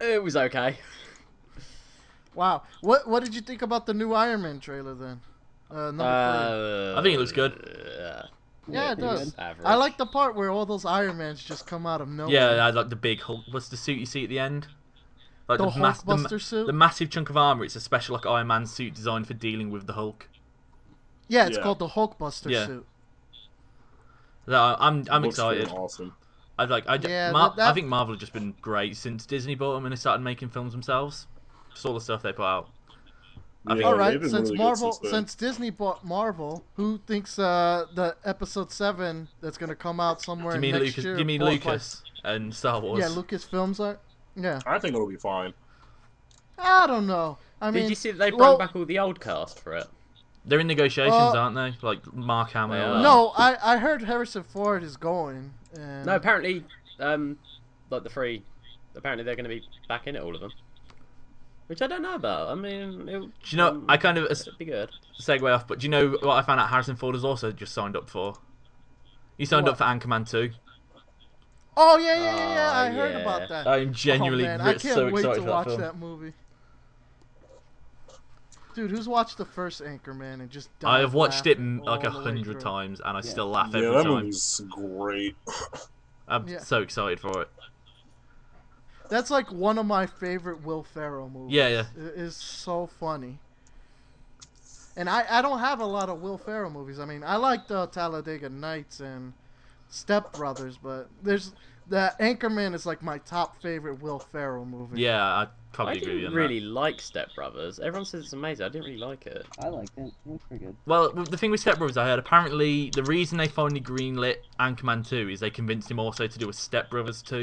Speaker 5: it was okay.
Speaker 2: wow. What What did you think about the new Iron Man trailer then? Uh, number three.
Speaker 5: Uh,
Speaker 4: I think it looks good.
Speaker 5: uh,
Speaker 2: Yeah, it
Speaker 5: was
Speaker 2: does.
Speaker 5: average.
Speaker 2: I like the part where all those Iron Mans just come out of nowhere.
Speaker 4: yeah, uh, I had like the big Hulk. What's the suit you see at the end? Like
Speaker 2: the,
Speaker 4: mass- ma-
Speaker 2: Hulkbuster suit.
Speaker 4: the massive chunk of armor. It's a special like Iron Man suit designed for dealing with the Hulk.
Speaker 2: yeah, it's
Speaker 3: Yeah.
Speaker 2: called the Hulkbuster
Speaker 4: Yeah.
Speaker 2: suit.
Speaker 4: So I'm I'm
Speaker 3: Looks freaking
Speaker 4: excited.
Speaker 3: Awesome.
Speaker 4: I like I, ju-
Speaker 2: Yeah,
Speaker 4: Mar-
Speaker 2: that- that-
Speaker 4: I think Marvel have just been great since Disney bought them and they started making films themselves. Just all the stuff they put out. I mean,
Speaker 3: Yeah,
Speaker 2: All right,
Speaker 3: they've been
Speaker 2: since
Speaker 3: really good
Speaker 2: Marvel,
Speaker 3: then.
Speaker 2: since, Disney bought Marvel, who thinks uh, the episode seven that's gonna come out somewhere
Speaker 4: Do
Speaker 2: in
Speaker 4: you mean
Speaker 2: next
Speaker 4: Lucas?
Speaker 2: year?
Speaker 4: Do you mean
Speaker 2: bought by-
Speaker 4: Lucas and Star Wars?
Speaker 2: Yeah, Lucasfilms are. Yeah,
Speaker 3: I think it'll be fine.
Speaker 2: I don't know. I mean,
Speaker 5: Did you see that they brought
Speaker 2: well-
Speaker 5: back all the old cast for it?
Speaker 4: They're in negotiations,
Speaker 2: Uh,
Speaker 4: aren't they? Like Mark Hamill.
Speaker 5: They are.
Speaker 4: and-
Speaker 2: no, I I heard Harrison Ford is going. And
Speaker 5: No, apparently, um, like the three, apparently they're going to be back in it, all of them. Which I don't know about. I mean, it, do
Speaker 4: Do you know? I kind of a
Speaker 5: it'd be good.
Speaker 4: segue off, but do you know what I found out? Harrison Ford has also just signed up for. He signed up for Anchorman 2.
Speaker 2: oh yeah, yeah, yeah, yeah. I
Speaker 5: Ah,
Speaker 2: heard
Speaker 5: yeah.
Speaker 2: about
Speaker 4: Oh,
Speaker 2: that.
Speaker 4: I am genuinely
Speaker 2: oh, man,
Speaker 4: re-
Speaker 2: I can't
Speaker 4: so
Speaker 2: wait
Speaker 4: excited
Speaker 2: to
Speaker 4: for that
Speaker 2: watch
Speaker 4: film.
Speaker 2: that movie. Dude, who's watched the first Anchorman and just
Speaker 4: I
Speaker 2: died
Speaker 4: have watched it
Speaker 2: laughing
Speaker 4: m- like a
Speaker 2: all the way
Speaker 4: hundred
Speaker 2: through?
Speaker 4: times, and I
Speaker 1: Yeah.
Speaker 4: still laugh
Speaker 3: Yeah,
Speaker 4: every
Speaker 3: that
Speaker 4: time.
Speaker 3: movie's great.
Speaker 4: I'm
Speaker 2: Yeah.
Speaker 4: so excited for it.
Speaker 2: That's like one of my favorite Will Ferrell movies.
Speaker 4: Yeah, yeah.
Speaker 2: It is so funny. And I, I don't have a lot of Will Ferrell movies. I mean, I liked uh, Talladega Nights and Step Brothers, but there's the Anchorman is like my top favorite Will Ferrell movie.
Speaker 4: Yeah, I probably
Speaker 5: I
Speaker 4: agree with you
Speaker 5: didn't
Speaker 4: on
Speaker 5: really like Step Brothers. Everyone says it's amazing. I didn't really like it.
Speaker 1: I liked it. It was pretty good.
Speaker 4: that. Well, w- the thing with Step Brothers, I heard apparently the reason they finally greenlit Anchorman 2 is they convinced him also to do a Step Brothers 2.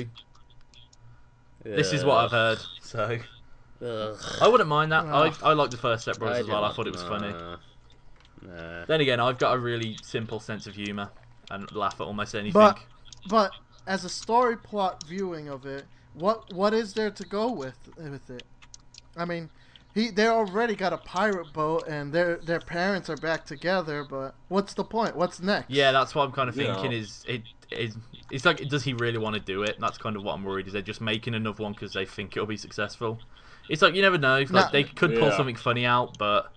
Speaker 4: This is what
Speaker 3: [laughs]
Speaker 4: I've heard. So I wouldn't mind that.
Speaker 3: Oh.
Speaker 4: I,
Speaker 2: Ugh.
Speaker 4: I liked the first Step Brothers as well. I thought it was funny. Then again, I've got a really simple sense of humour and laugh at almost anything.
Speaker 2: But- But as a story plot viewing of it, what what is there to go with with it? I mean, he they already got a pirate boat and their their parents are back together, but what's the point? What's next?
Speaker 4: Yeah, that's what I'm kind of
Speaker 3: Yeah.
Speaker 4: thinking. Is it is it's like does he really want to do it? That's kind of what I'm worried. Is they're just making another one because they think it'll be successful? It's like you never know. Like
Speaker 2: No.
Speaker 4: they could pull
Speaker 3: Yeah.
Speaker 4: something funny out, but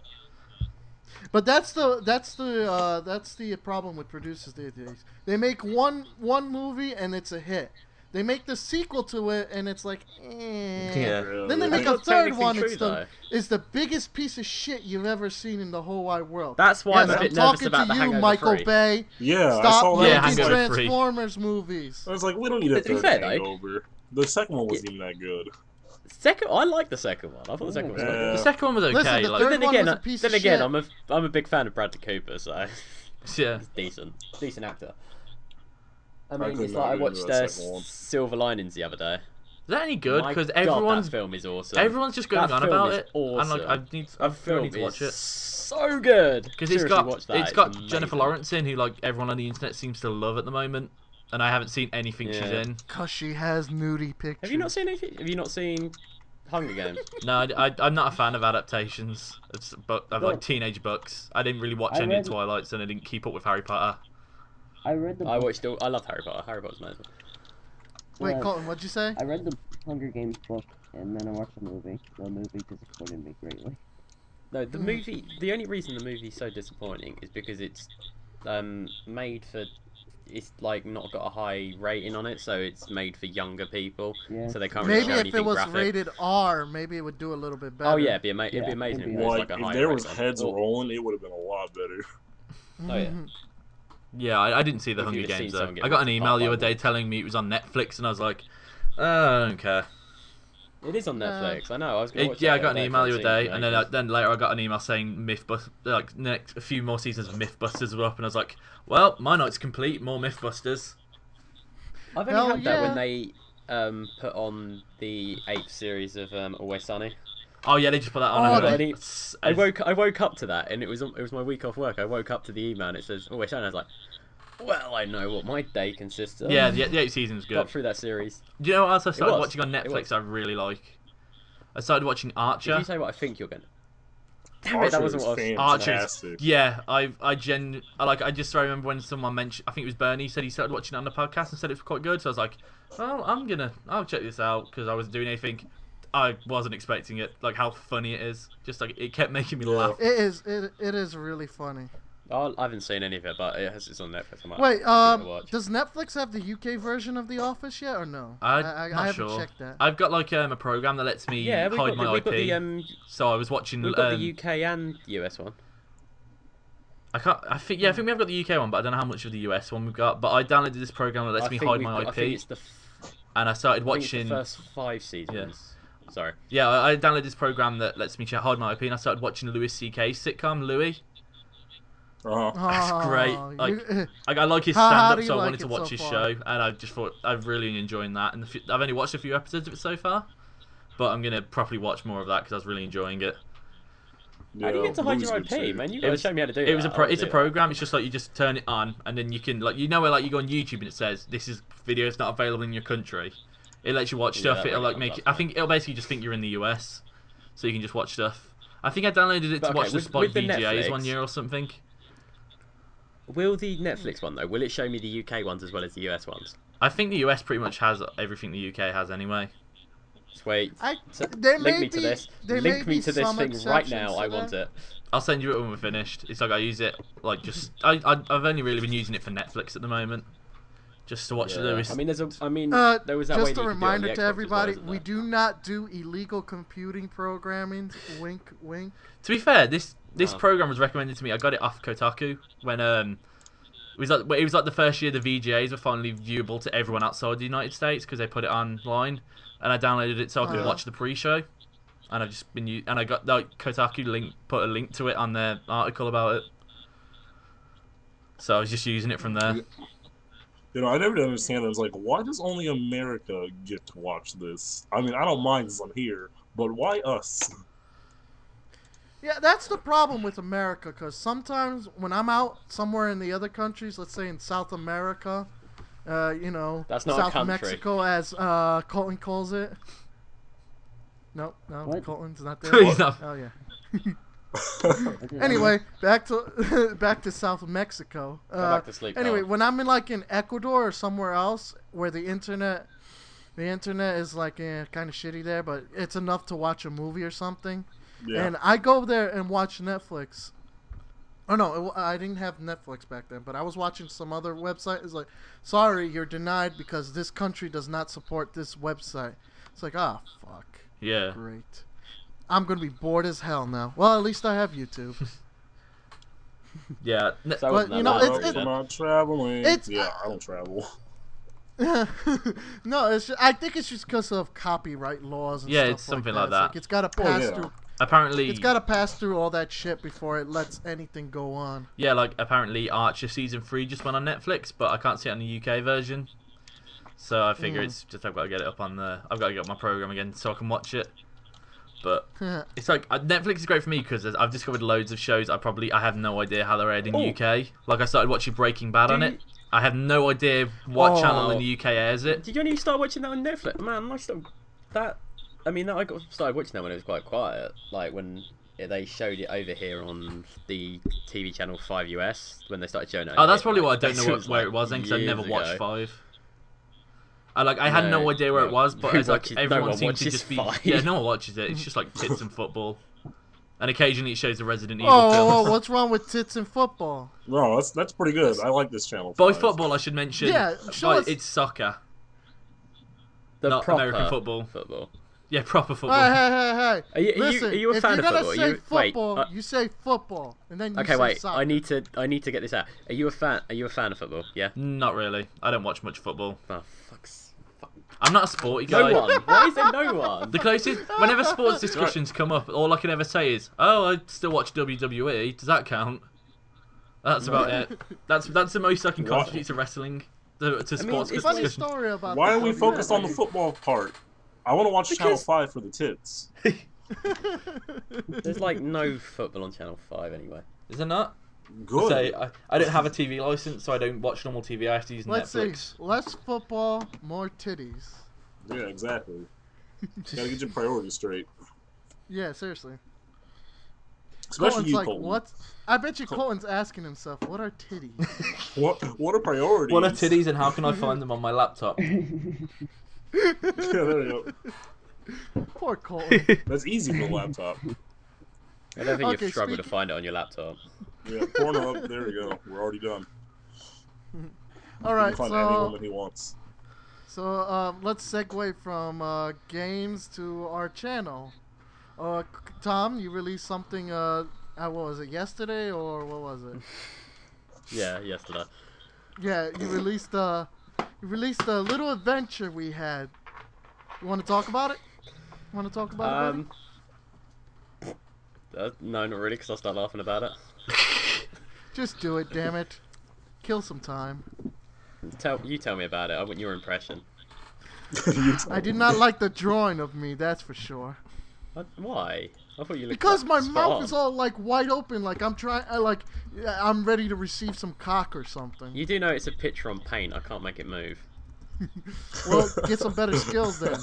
Speaker 2: But that's the that's the uh, that's the problem with producers these days. They make one one movie and it's a hit. They make the sequel to it and it's like, eh.
Speaker 4: Yeah.
Speaker 2: Then they
Speaker 3: yeah.
Speaker 2: make a
Speaker 5: That's not
Speaker 2: third
Speaker 5: technically
Speaker 2: one.
Speaker 5: true,
Speaker 2: it's the
Speaker 5: though.
Speaker 2: it's the biggest piece of shit you've ever seen in the whole wide world.
Speaker 5: That's why
Speaker 2: Yes,
Speaker 5: I'm a bit nervous
Speaker 2: talking
Speaker 5: about
Speaker 2: to
Speaker 5: the
Speaker 2: you,
Speaker 5: Hangover
Speaker 2: Michael
Speaker 5: 3.
Speaker 2: Bay.
Speaker 3: Yeah, I
Speaker 2: Stop
Speaker 3: saw
Speaker 4: Yeah,
Speaker 2: making
Speaker 3: that. Yeah,
Speaker 4: Hangover
Speaker 3: like,
Speaker 4: three.
Speaker 2: Transformers movies.
Speaker 3: I was like, we don't need a
Speaker 5: To be
Speaker 3: third
Speaker 5: fair, though-
Speaker 3: hangover. The second one wasn't even that good.
Speaker 5: Second, I like the second one. I thought the second one was quite
Speaker 3: Yeah.
Speaker 5: good.
Speaker 4: the second one was okay.
Speaker 2: Listen, the
Speaker 4: like
Speaker 2: third-
Speaker 5: But then
Speaker 2: one
Speaker 5: again,
Speaker 2: was a
Speaker 5: I-
Speaker 2: piece
Speaker 5: then
Speaker 2: of
Speaker 5: again,
Speaker 2: shit.
Speaker 5: I'm a I'm a big fan of Bradley Cooper, so [laughs]
Speaker 4: yeah,
Speaker 5: he's decent, decent actor. I
Speaker 3: I
Speaker 5: mean,
Speaker 3: could
Speaker 5: it's
Speaker 3: not
Speaker 5: like I
Speaker 3: really
Speaker 5: watched
Speaker 3: do that
Speaker 5: uh,
Speaker 3: second one.
Speaker 5: Silver Linings the other day.
Speaker 4: is that any good?
Speaker 5: My
Speaker 4: Because
Speaker 5: God,
Speaker 4: everyone's
Speaker 5: that film is awesome.
Speaker 4: everyone's just going
Speaker 5: That
Speaker 4: on
Speaker 5: film
Speaker 4: about
Speaker 5: is
Speaker 4: it,
Speaker 5: Awesome.
Speaker 4: and like I need I
Speaker 5: That
Speaker 4: really
Speaker 5: film
Speaker 4: need to watch
Speaker 5: is
Speaker 4: it.
Speaker 5: so good.
Speaker 4: Because it's
Speaker 5: Seriously,
Speaker 4: got
Speaker 5: watch that.
Speaker 4: it's got
Speaker 5: amazing.
Speaker 4: Jennifer Lawrence in, who like everyone on the internet seems to love at the moment, and I haven't seen anything she's
Speaker 5: Yeah.
Speaker 4: in.
Speaker 2: Cause she has nudie pictures.
Speaker 5: Have you not seen anything? Have you not seen
Speaker 4: [laughs]
Speaker 5: Hunger Games?
Speaker 4: No, I, am not a fan of adaptations of, s- book, of like teenage books. I didn't really watch
Speaker 1: I
Speaker 4: any
Speaker 1: read-
Speaker 4: of Twilight's, and I didn't keep up with Harry Potter.
Speaker 1: I read the
Speaker 5: I
Speaker 1: book-
Speaker 5: watched. All, I love Harry Potter. Harry Potter's amazing.
Speaker 2: Wait,
Speaker 1: Yeah.
Speaker 2: Colton, what'd you say?
Speaker 1: I read the Hunger Games book and then I watched the movie. The movie disappointed me greatly.
Speaker 5: No, the
Speaker 2: Mm.
Speaker 5: movie. The only reason the movie's so disappointing is because it's um made for. It's like not got a high rating on it, so it's made for younger people,
Speaker 1: Yeah.
Speaker 5: so they can't really
Speaker 2: Maybe
Speaker 5: show
Speaker 2: if
Speaker 5: anything
Speaker 2: it was
Speaker 5: graphic.
Speaker 2: rated R, maybe it would do a little bit better.
Speaker 5: oh yeah, it'd be, ama- it'd
Speaker 1: Yeah,
Speaker 5: be amazing
Speaker 1: it'd
Speaker 5: if
Speaker 1: be
Speaker 5: it was
Speaker 3: Like,
Speaker 5: like oh. a
Speaker 3: if
Speaker 5: higher
Speaker 3: there was
Speaker 5: rating.
Speaker 3: heads
Speaker 5: Or-
Speaker 3: rolling, it would have been a lot better.
Speaker 5: Oh, yeah.
Speaker 2: Mhm.
Speaker 4: Yeah, I, I didn't see the
Speaker 5: If
Speaker 4: Hunger
Speaker 5: you'd have
Speaker 4: Games
Speaker 5: seen
Speaker 4: though.
Speaker 5: someone get
Speaker 4: I got an
Speaker 5: ripped
Speaker 4: email
Speaker 5: apart
Speaker 4: the
Speaker 5: by
Speaker 4: other day telling me it was on Netflix, and I was like, oh, I don't care.
Speaker 5: It is on
Speaker 2: Uh,
Speaker 5: Netflix. I know. I was gonna.
Speaker 4: It-
Speaker 5: watch
Speaker 4: yeah, I
Speaker 5: that
Speaker 4: got an
Speaker 5: other
Speaker 4: email the
Speaker 5: day,
Speaker 4: other
Speaker 5: but I
Speaker 4: day,
Speaker 5: didn't
Speaker 4: and then
Speaker 5: make
Speaker 4: I,
Speaker 5: it.
Speaker 4: then later I got an email saying MythBusters, like next a few more seasons of MythBusters were up, and I was like, well, my night's complete. More MythBusters.
Speaker 5: I've only
Speaker 2: Hell
Speaker 5: had that
Speaker 2: yeah.
Speaker 5: when they um put on the eighth series of um, Always Sunny.
Speaker 4: Oh yeah, they just put that on.
Speaker 5: Oh,
Speaker 4: haven't
Speaker 5: but
Speaker 4: they?
Speaker 5: it-
Speaker 4: It's-
Speaker 5: I woke I woke up to that, and it was it was my week off work. I woke up to the email, and it says Always Sunny. I was like, well, I know what my day consists of.
Speaker 4: Yeah, the, the eighth season's good.
Speaker 5: got through that series.
Speaker 4: Do you know what else I started
Speaker 5: was.
Speaker 4: watching on
Speaker 5: It was.
Speaker 4: Netflix? I really like. I started watching
Speaker 5: Did
Speaker 4: Archer.
Speaker 5: you say what I think you're gonna? [laughs] Damn it,
Speaker 3: Archer
Speaker 5: that wasn't
Speaker 3: is
Speaker 5: what I was.
Speaker 4: Archer is-
Speaker 3: fantastic.
Speaker 4: Yeah, I I gen I like I just I remember when someone mentioned I think it was Bernie said he started watching it on the podcast and said it was quite good. So I was like, well, I'm gonna I'll check this out because I wasn't doing anything. I wasn't expecting it. Like how funny it is. Just like it kept making me
Speaker 3: Yeah.
Speaker 4: laugh.
Speaker 2: It is. It, it is really funny.
Speaker 5: Oh, I haven't seen any of it, but it has, it's on Netflix. I might
Speaker 2: Wait,
Speaker 5: Uh, give it a
Speaker 2: um,
Speaker 5: watch.
Speaker 2: does Netflix have the UK version of The Office yet, or no?
Speaker 4: I-
Speaker 2: I, I
Speaker 4: not
Speaker 2: haven't
Speaker 4: sure.
Speaker 2: checked that.
Speaker 4: I've got like um, a program that lets me
Speaker 5: yeah, we
Speaker 4: hide
Speaker 5: got,
Speaker 4: my
Speaker 5: the, we
Speaker 4: IP.
Speaker 5: got the um,
Speaker 4: so I was watching.
Speaker 5: we got
Speaker 4: um,
Speaker 5: the UK and US one.
Speaker 4: I can't. I think yeah, I think we have got the UK one, but I don't know how much of the US one we've got. But I downloaded this program that lets
Speaker 5: I
Speaker 4: me
Speaker 5: think
Speaker 4: hide
Speaker 5: we've
Speaker 4: my
Speaker 5: got- I
Speaker 4: IP,
Speaker 5: think it's the f-
Speaker 4: and I started
Speaker 5: I think it's the
Speaker 4: watching.
Speaker 5: first five seasons. Sorry.
Speaker 4: Yeah, I I downloaded this program that lets me ch- hide my IP, and I started watching Louis C.K. 's sitcom Louis.
Speaker 3: Uh-huh.
Speaker 4: that's
Speaker 2: Oh,
Speaker 4: great,
Speaker 2: you-
Speaker 4: like- Like I like his
Speaker 2: How- how
Speaker 4: stand up,
Speaker 2: do you
Speaker 4: so I
Speaker 2: like
Speaker 4: wanted to
Speaker 2: it
Speaker 4: watch
Speaker 2: so
Speaker 4: his
Speaker 2: far?
Speaker 4: show, and I just thought I've really been enjoying that. And the few, I've only watched a few episodes of it so far, but I'm gonna properly watch more of that because I was really enjoying it.
Speaker 5: How do you
Speaker 3: Yeah,
Speaker 5: get to hide
Speaker 3: Blue's
Speaker 5: your
Speaker 3: good too.
Speaker 5: IP, man? You gotta
Speaker 4: was-
Speaker 5: show me how to do
Speaker 4: It was a
Speaker 5: that.
Speaker 4: pro-
Speaker 5: I
Speaker 4: it's a
Speaker 5: wanna do
Speaker 4: program. It's just like you just turn it on, and then you can like you know where like you go on YouTube and it says this is video's not available in your country. It lets you watch
Speaker 5: Yeah,
Speaker 4: stuff.
Speaker 5: that
Speaker 4: It'll like
Speaker 5: program
Speaker 4: make.
Speaker 5: does
Speaker 4: I
Speaker 5: that.
Speaker 4: think it'll basically just think you're in the US, so you can just watch stuff. I think I downloaded it to
Speaker 5: But okay,
Speaker 4: watch the
Speaker 5: with-
Speaker 4: Spot
Speaker 5: with the
Speaker 4: VGAs one
Speaker 5: Netflix-
Speaker 4: year or something.
Speaker 5: that. Will the Netflix one though? Will it show me the UK ones as well as the US ones?
Speaker 4: I think the US pretty much has everything the UK has anyway.
Speaker 5: Wait.
Speaker 2: [laughs] I,
Speaker 5: So,
Speaker 2: there
Speaker 5: link
Speaker 2: may
Speaker 5: me to
Speaker 2: be,
Speaker 5: this.
Speaker 2: There may
Speaker 5: Link me
Speaker 2: be
Speaker 5: to this
Speaker 2: some
Speaker 5: thing right
Speaker 2: exceptions
Speaker 5: now.
Speaker 2: to
Speaker 5: I
Speaker 2: that.
Speaker 5: want it.
Speaker 4: I'll send you it when we're finished. It's like I use it like just I, I I've only really been using it for Netflix at the moment, just to watch
Speaker 5: Yeah.
Speaker 4: Lewis.
Speaker 5: I mean, there's a. I mean,
Speaker 2: Uh,
Speaker 5: there was that way
Speaker 2: Just
Speaker 5: that
Speaker 2: a
Speaker 5: you could do it on the
Speaker 2: reminder
Speaker 5: Xbox as
Speaker 2: to
Speaker 5: well,
Speaker 2: everybody:
Speaker 5: isn't
Speaker 2: we
Speaker 5: there?
Speaker 2: do not do illegal computing programming. wink, wink.
Speaker 4: to be fair, this this
Speaker 5: Wow.
Speaker 4: program was recommended to me. I got it off Kotaku when um it was like well, it was like the first year the VGAs were finally viewable to everyone outside the United States because they put it online, and I downloaded it so I could
Speaker 2: Uh-huh.
Speaker 4: watch the pre-show, and I've just been u- and I got like Kotaku link put a link to it on their article about it. So I was just using it from there.
Speaker 3: You know, I never did understand that. It's like, why does only America get to watch this? I mean, I don't mind because I'm here, but why us? [laughs]
Speaker 2: Yeah, that's the problem with America, because sometimes when I'm out somewhere in the other countries, let's say in South America, uh, you know,
Speaker 5: That's not a
Speaker 2: South
Speaker 5: country.
Speaker 2: Mexico, as uh, Colton calls it. Nope, no,
Speaker 1: What?
Speaker 2: Colton's not there.
Speaker 4: [laughs] He's not-
Speaker 2: Oh yeah.
Speaker 1: I did-
Speaker 2: Anyway, back to [laughs] back to South Mexico.
Speaker 5: Go
Speaker 2: Uh,
Speaker 5: back to sleep.
Speaker 2: anyway,
Speaker 5: Colin.
Speaker 2: when I'm in like in Ecuador or somewhere else where the internet, the internet is like eh, kind of shitty there, but it's enough to watch a movie or something.
Speaker 3: Yeah.
Speaker 5: uh,
Speaker 2: And I go there and watch Netflix. Oh no, it wa- I didn't have Netflix back then, but I was watching some other website. It's like, sorry, you're denied because this country does not support this website. It's like, ah, fuck,
Speaker 4: Yeah.
Speaker 2: great. I'm gonna be bored as hell now. Well, at least I have YouTube.
Speaker 4: Yeah. Ne-
Speaker 5: So I
Speaker 2: but,
Speaker 5: wasn't
Speaker 2: you
Speaker 5: that
Speaker 2: know,
Speaker 5: bad,
Speaker 2: it's-
Speaker 5: really,
Speaker 2: it's-
Speaker 5: then.
Speaker 3: I'm not traveling.
Speaker 2: it's-
Speaker 5: uh,
Speaker 3: yeah, I don't travel. [laughs]
Speaker 2: [laughs] no, it's ju- I think it's just because of copyright laws. And
Speaker 4: Yeah,
Speaker 2: stuff
Speaker 4: it's something
Speaker 2: that.
Speaker 4: like
Speaker 2: It's
Speaker 4: that.
Speaker 2: Like it's got to
Speaker 3: Oh,
Speaker 2: pass
Speaker 3: yeah.
Speaker 2: through.
Speaker 4: Apparently,
Speaker 2: It's got to pass through all that shit before it lets anything go on. [laughs]
Speaker 4: yeah, like apparently Archer season three just went on Netflix, but I can't see it on the UK version. So I figure
Speaker 2: Mm.
Speaker 4: it's just I've got to get it up on the I've got to get my program again so I can watch it. But
Speaker 2: Oh,
Speaker 4: it's like uh, Netflix is great for me because I've discovered loads of shows I probably I have no idea how they're aired in
Speaker 5: Oh.
Speaker 4: UK. Like I started watching Breaking Bad on it. I have no idea what
Speaker 2: Oh.
Speaker 4: channel in the UK airs it.
Speaker 5: Did you only start watching that on Netflix? Man, I still that. I mean, I got started watching that when it was quite quiet. Like when it- they showed it over here on the TV channel Five US when they started showing it.
Speaker 4: Oh, that's
Speaker 5: here,
Speaker 4: probably why I
Speaker 5: like, [laughs]
Speaker 4: don't know
Speaker 5: this
Speaker 4: what, where
Speaker 5: like
Speaker 4: it was then because I
Speaker 5: years
Speaker 4: never watched
Speaker 5: ago.
Speaker 4: Five. I like I had no,
Speaker 5: No,
Speaker 4: idea where it
Speaker 5: no.
Speaker 4: was, but
Speaker 5: Who
Speaker 4: it's like
Speaker 5: watches- no
Speaker 4: everyone
Speaker 5: one
Speaker 4: seems to
Speaker 5: watches
Speaker 4: just be
Speaker 5: Five.
Speaker 4: yeah, no one watches it. It's just like tits and football, and occasionally it shows the Resident
Speaker 2: Oh,
Speaker 4: Evil
Speaker 2: oh,
Speaker 4: [laughs] films.
Speaker 2: oh, what's wrong with tits and football?
Speaker 3: No, that's that's pretty good. I like this channel.
Speaker 4: By
Speaker 3: Five.
Speaker 4: football, I should mention.
Speaker 2: Yeah, show
Speaker 4: like,
Speaker 2: us-
Speaker 4: it's soccer,
Speaker 5: The
Speaker 4: not
Speaker 5: proper
Speaker 4: American football.
Speaker 5: Football.
Speaker 4: Yeah, [laughs] proper football.
Speaker 2: Hey, hey, hey, hey!
Speaker 5: Are you, are you-
Speaker 2: Listen,
Speaker 5: are you a
Speaker 2: if
Speaker 5: fan
Speaker 2: you're
Speaker 5: of
Speaker 2: gonna
Speaker 5: football? Are
Speaker 2: say
Speaker 5: you, wait,
Speaker 2: football,
Speaker 5: uh,
Speaker 2: you say football, and then you
Speaker 5: okay,
Speaker 2: say
Speaker 5: wait.
Speaker 2: soccer.
Speaker 5: I need to. I need to get this out. Are you a fan? Are you a fan of football? Yeah.
Speaker 4: Not really. I don't watch much football.
Speaker 5: Oh, fuck's. Fuck.
Speaker 4: I'm not a sporty guy.
Speaker 5: No one. Why is there no one?
Speaker 4: The closest, whenever sports discussions come up, all I can ever say is, "Oh, I still watch WWE. Does that count?" That's about it. That's that's the most I can
Speaker 3: Wow.
Speaker 4: contribute to wrestling, to, to
Speaker 5: I mean,
Speaker 4: sports
Speaker 5: it's
Speaker 2: Funny
Speaker 4: discussions.
Speaker 2: story about.
Speaker 3: Why
Speaker 2: the
Speaker 3: are we
Speaker 2: football.
Speaker 3: focused
Speaker 2: [laughs]
Speaker 3: on the football part? I want to watch Channel
Speaker 5: Because-
Speaker 3: Five for the tits.
Speaker 5: [laughs] There's like no football on Channel Five anyway.
Speaker 4: [laughs] Is it not?
Speaker 3: Good.
Speaker 4: Say, I, I don't have a TV license, so I don't watch normal TV. I have to use
Speaker 2: Let's see.
Speaker 4: Netflix.
Speaker 2: Less football, more titties.
Speaker 3: Yeah, exactly.
Speaker 2: uh, [laughs]
Speaker 3: Gotta get your priorities straight.
Speaker 2: Yeah, seriously.
Speaker 3: Especially
Speaker 2: Colton's
Speaker 3: you,
Speaker 2: like,
Speaker 3: Colton.
Speaker 2: what? I bet you Colton's asking himself, what are titties?
Speaker 3: What? What are priorities?
Speaker 4: What are titties and how can I find them on my
Speaker 3: [laughs]
Speaker 4: laptop?
Speaker 3: yeah, there you go.
Speaker 2: [laughs] Poor Colton.
Speaker 3: That's easy with a laptop.
Speaker 5: I don't think
Speaker 2: Okay,
Speaker 5: you've struggled to
Speaker 2: speaking-
Speaker 5: find it on your laptop.
Speaker 3: Yeah, Pornhub. There we go. We're already done.
Speaker 2: All
Speaker 3: You
Speaker 2: right,
Speaker 3: can find any
Speaker 2: so
Speaker 3: woman he wants. [laughs]
Speaker 2: so um, let's segue from uh, games to our channel. Uh, c- Tom, you released something. Uh, uh, what was it? Yesterday or what was
Speaker 3: [laughs]
Speaker 2: it?
Speaker 5: Yeah, yesterday.
Speaker 2: Yeah, you released uh, you released a little adventure we had. You want to talk about it? Want to talk about it? buddy?
Speaker 5: Um, uh, no, not really, because I'll start laughing about it.
Speaker 2: Just do it, damn
Speaker 3: [laughs]
Speaker 2: it. Kill some time.
Speaker 5: Tell you tell me about it. I want your impression.
Speaker 3: You tell
Speaker 2: I did
Speaker 3: me.
Speaker 2: not like the drawing of me, that's for sure.
Speaker 5: What? Uh, Why? I thought you looked
Speaker 2: Because
Speaker 5: like
Speaker 2: my
Speaker 5: spot
Speaker 2: mouth
Speaker 5: on.
Speaker 2: is all like wide open, like I'm trying, I like, yeah, I'm ready to receive some cock or something.
Speaker 5: You do know it's a picture on paint. I can't make it move.
Speaker 3: [laughs]
Speaker 2: Well, get some better skills then.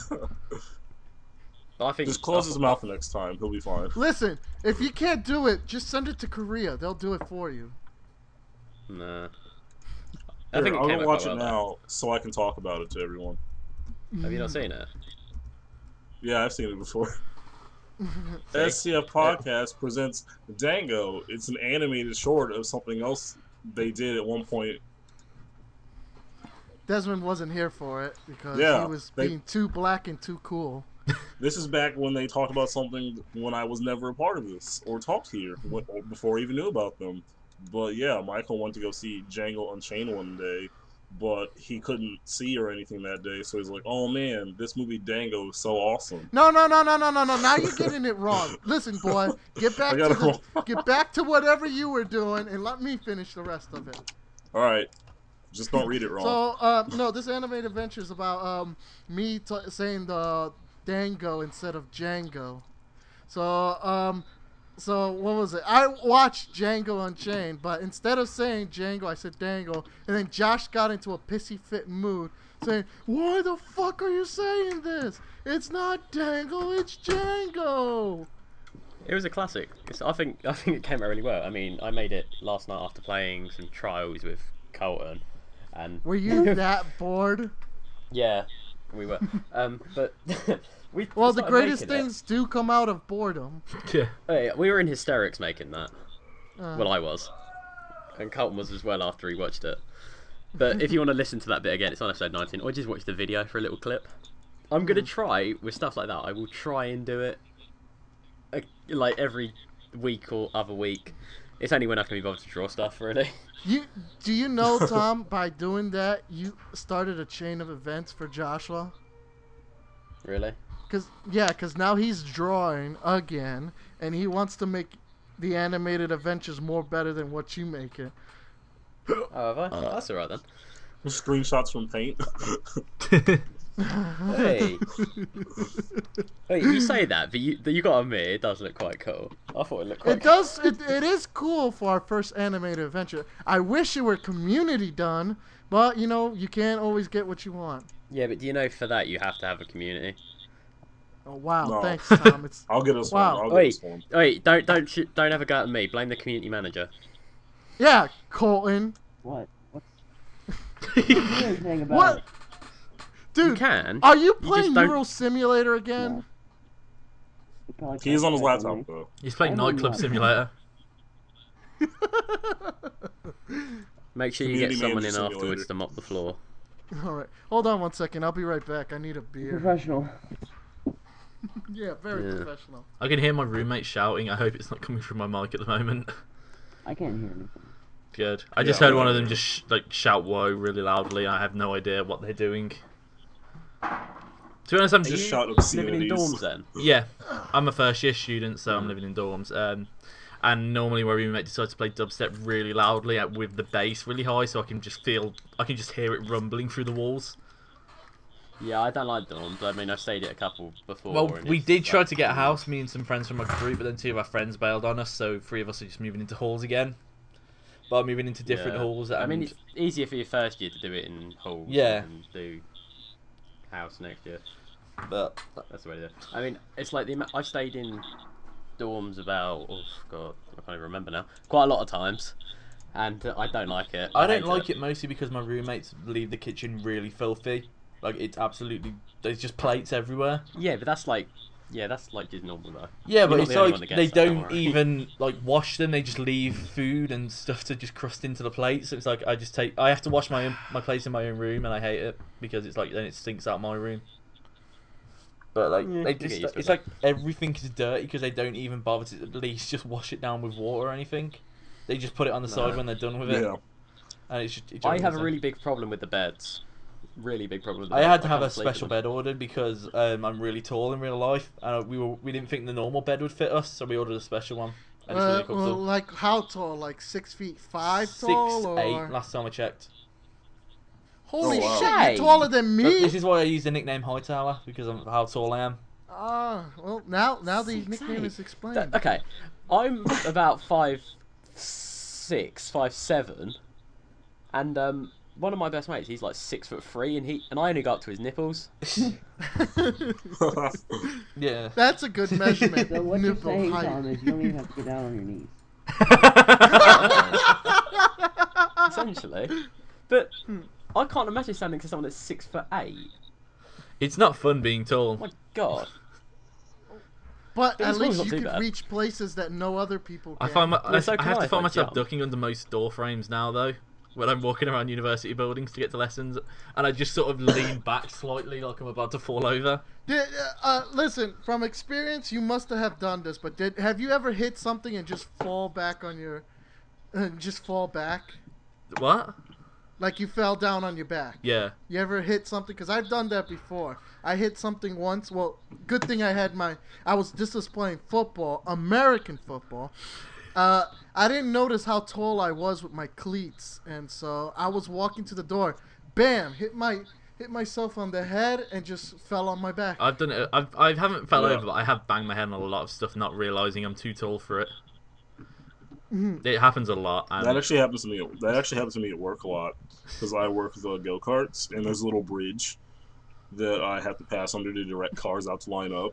Speaker 5: I think
Speaker 3: Just close his mouth the next time. He'll be fine.
Speaker 2: Listen, if you can't do it, just send it to Korea. They'll do it for you.
Speaker 5: Oh, Nah. I
Speaker 3: Here,
Speaker 5: think it
Speaker 3: I'll
Speaker 5: came
Speaker 3: go
Speaker 5: out
Speaker 3: watch it
Speaker 5: quite well,
Speaker 3: now so I can talk about it to everyone.
Speaker 5: though. Have you not seen it?
Speaker 3: Yeah, I've seen it before.
Speaker 2: [laughs]
Speaker 3: SCF Podcast presents Dango. It's an animated short of something else they did at one point.
Speaker 2: Desmond wasn't here for it because
Speaker 3: Yeah,
Speaker 2: he was
Speaker 3: they-
Speaker 2: being too black and too cool.
Speaker 3: This is back when they talked about something when I was never a part of this or talked here
Speaker 2: Mm-hmm.
Speaker 3: when, or before I even knew about them. But yeah, Michael went to go see Django Unchained one day, but he couldn't see or anything that day. So he's like, "Oh man, this movie Dango is so awesome."
Speaker 2: No, no, no, no, no, no, no. Now you're getting it wrong. Listen, boy, get back to
Speaker 3: I got it
Speaker 2: the,
Speaker 3: wrong.
Speaker 2: get back to whatever you were doing and let me finish the rest of it.
Speaker 3: All right, just don't read it wrong.
Speaker 2: [laughs] So, uh, no, this animated adventure is about um, me t- saying the Dango instead of Django. So, um, so what was it? I watched Django Unchained, but instead of saying Django, I said Dango, and then Josh got into a pissy fit mood, saying, "Why the fuck are you saying this? It's not Dango, it's Django."
Speaker 5: It was a classic. It's, I think I think it came out really well. I mean, I made it last night after playing some trials with Colton, and
Speaker 2: Were
Speaker 5: [laughs]
Speaker 2: you that bored?
Speaker 5: yeah, we were. Um, but [laughs] we
Speaker 2: Well, the
Speaker 5: started
Speaker 2: greatest
Speaker 5: making it.
Speaker 2: things do come out of boredom.
Speaker 4: Yeah.
Speaker 5: Hey, we were in hysterics making that.
Speaker 2: Uh,
Speaker 5: Well, I was, and Colton was as well after he watched it. But if you want to listen to that bit again, it's on episode 19, or just watch the video for a little clip. I'm gonna try with stuff like that. I will try and do it, uh, like every week or other week. It's only when I can be bothered to draw stuff, really. [laughs]
Speaker 2: You do you know Tom? by doing that, you started a chain of events for Joshua.
Speaker 5: Really.
Speaker 2: Cause yeah, cause now he's drawing again, and he wants to make the animated adventures more better than what you make it.
Speaker 5: Oh, have I? That's all right then.
Speaker 3: Screenshots from Paint. [laughs]
Speaker 5: Hey. hey, you say that, but you, you got to admit, it does look quite cool. I thought it looked quite
Speaker 2: It does. It, it is cool for our first animated adventure. I wish it were community done, but you know you can't always get what you want.
Speaker 5: cool. Yeah, but do you know for that you have to have a community?
Speaker 2: Oh wow!
Speaker 3: No.
Speaker 2: Thanks, Tom.
Speaker 5: [laughs]
Speaker 2: It's
Speaker 3: I'll get us
Speaker 2: Wow.
Speaker 3: one. I'll
Speaker 5: Wait.
Speaker 3: get us one.
Speaker 5: Wait, don't don't sh- don't have a go at me. Blame the community manager.
Speaker 2: yeah, Colton.
Speaker 1: [laughs] What?
Speaker 4: [laughs]
Speaker 1: What's the other thing about
Speaker 2: What?
Speaker 1: it?
Speaker 5: You
Speaker 2: Dude,
Speaker 5: can.
Speaker 2: are you
Speaker 5: just
Speaker 2: playing
Speaker 5: don't-
Speaker 2: Neural Simulator again?
Speaker 1: The podcast
Speaker 3: He's on his
Speaker 1: back me.
Speaker 5: Um,
Speaker 3: laptop though.
Speaker 4: He's playing
Speaker 1: I don't
Speaker 4: Nightclub
Speaker 1: know.
Speaker 4: Simulator.
Speaker 5: Make sure you
Speaker 3: Community
Speaker 5: get someone
Speaker 3: manager
Speaker 5: in
Speaker 3: simulator.
Speaker 5: afterwards to mop the floor.
Speaker 2: [laughs] All right, hold on one second. I'll be right back. I need a beer.
Speaker 1: Professional.
Speaker 2: yeah, very
Speaker 5: Yeah.
Speaker 2: professional.
Speaker 4: I can hear my roommate shouting. I hope it's not coming through my mic at the moment.
Speaker 1: I can't hear anything.
Speaker 4: Good. I just
Speaker 3: Yeah,
Speaker 4: heard
Speaker 3: I
Speaker 4: one of
Speaker 3: know.
Speaker 4: them just sh- like shout "whoa" really loudly. I have no idea what they're doing. To be honest, I'm
Speaker 5: Are
Speaker 4: just
Speaker 3: Just
Speaker 5: you
Speaker 3: shout
Speaker 5: Living
Speaker 3: obscenities.
Speaker 5: in dorms then.
Speaker 4: yeah. I'm a first year student, so I'm living in dorms. Um, and normally my roommate decides to play dubstep really loudly uh, with the bass really high, so I can just feel, I can just hear it rumbling through the walls.
Speaker 5: Yeah, I don't like dorms. I mean, I stayed at a couple before.
Speaker 4: Well,
Speaker 5: and
Speaker 4: we
Speaker 5: it's
Speaker 4: did try
Speaker 5: like-
Speaker 4: to get a house, me and some friends from my group, but then two of our friends bailed on us, so three of us are just moving into halls again. But I'm moving into different
Speaker 5: Yeah.
Speaker 4: halls.
Speaker 5: I mean,
Speaker 4: and-
Speaker 5: it's easier for your first year to do it in halls.
Speaker 4: Yeah.
Speaker 5: And do house next year.
Speaker 4: but
Speaker 5: That's the way to do it. I mean, it's like the amount I stayed in dorms about oh god, I can't even remember now. Quite a lot of times, and uh, I don't like it.
Speaker 4: I don't
Speaker 5: hate
Speaker 4: like it mostly because my roommates leave the kitchen really filthy. Like it's absolutely there's just plates everywhere.
Speaker 5: Yeah, but that's like, yeah, that's like just normal though.
Speaker 4: Yeah, but
Speaker 5: not
Speaker 4: it's
Speaker 5: the only
Speaker 4: like
Speaker 5: one that
Speaker 4: they
Speaker 5: gets that,
Speaker 4: don't
Speaker 5: don't worry. [laughs]
Speaker 4: even like wash them. They just leave food and stuff to just crust into the plates. So it's like I just take I have to wash my own, my plates in my own room, and I hate it because it's like then it stinks out my room. But like
Speaker 5: Yeah,
Speaker 4: they
Speaker 5: you get
Speaker 4: just
Speaker 5: used to it,
Speaker 4: it's like everything is dirty because they don't even bother to at least just wash it down with water or anything. They just put it on the side
Speaker 5: No.
Speaker 4: when they're done with it,
Speaker 3: Yeah. [laughs]
Speaker 4: and it's just. It
Speaker 5: I
Speaker 4: drives
Speaker 5: have a
Speaker 4: me
Speaker 5: really big problem with the beds. Really big problem. With the
Speaker 4: I
Speaker 5: beds.
Speaker 4: had to have
Speaker 5: can't
Speaker 4: a
Speaker 5: sleep in
Speaker 4: special
Speaker 5: them.
Speaker 4: bed ordered because um, I'm really tall in real life, and uh, we were we didn't think the normal bed would fit us, so we ordered a special one. And it's
Speaker 2: Uh,
Speaker 4: really
Speaker 2: well,
Speaker 4: comfortable.
Speaker 2: like how tall? Like six feet five
Speaker 4: Six
Speaker 2: tall? or...
Speaker 4: eight. Last time I checked.
Speaker 2: Holy
Speaker 3: Oh, wow.
Speaker 2: shit! You're
Speaker 5: Shame.
Speaker 2: taller than
Speaker 4: But
Speaker 2: me.
Speaker 4: this is why I use the nickname Hightower because of how tall I
Speaker 2: [laughs]
Speaker 4: am.
Speaker 2: Ah, well now now the
Speaker 5: Six,
Speaker 2: nickname
Speaker 5: eight.
Speaker 2: is explained.
Speaker 5: That- okay, I'm about five, six, five seven, and um, one of my best mates, he's like six foot three, and he and I only go up to his nipples. Um,
Speaker 4: Yeah.
Speaker 2: [laughs]
Speaker 4: [laughs]
Speaker 2: That's a good
Speaker 1: [laughs]
Speaker 2: measurement.
Speaker 1: So what you're
Speaker 2: nipple
Speaker 1: saying,
Speaker 2: height.
Speaker 1: Tom, is you don't
Speaker 2: [laughs]
Speaker 1: even have to get down on your knees.
Speaker 2: [laughs]
Speaker 5: essentially. But
Speaker 2: Hmm.
Speaker 5: I can't imagine standing to someone that's six foot eight.
Speaker 4: it's not fun being
Speaker 5: Oh
Speaker 4: tall.
Speaker 5: my god.
Speaker 2: But
Speaker 5: This
Speaker 2: at least
Speaker 5: one's not
Speaker 2: you
Speaker 5: too
Speaker 2: could
Speaker 5: bad.
Speaker 2: reach places that no other people
Speaker 4: I
Speaker 2: can.
Speaker 4: find my, I,
Speaker 5: Well, so
Speaker 4: I
Speaker 5: can
Speaker 4: have
Speaker 5: I,
Speaker 4: to find
Speaker 5: if I
Speaker 4: myself
Speaker 5: jump.
Speaker 4: ducking under most door frames now though. When I'm walking around university buildings to get to lessons, and I just sort of lean back slightly like I'm about to fall over.
Speaker 2: Did, uh, listen, from experience, you must have done this, but did have you ever hit something and just fall back on your, and just fall back,
Speaker 4: What?
Speaker 2: like you fell down on your back?
Speaker 4: Yeah.
Speaker 2: You ever hit something? Cause I've done that before. I hit something once. Well, good thing I had my. I was this was playing football, American football. Uh, I didn't notice how tall I was with my cleats, and so I was walking to the door. Bam! Hit my hit myself on the head and just fell on my back.
Speaker 3: Uh,
Speaker 4: I've done it. I've, I haven't fell
Speaker 3: Yeah.
Speaker 4: over, but I have banged my head on a lot of stuff, not realizing I'm too tall for it.
Speaker 2: Mhm.
Speaker 4: It happens a lot. And
Speaker 3: That actually happens to me. That actually happens to me at work a lot because I work with uh, go karts, and there's a little bridge that I have to pass under to direct cars out to line up,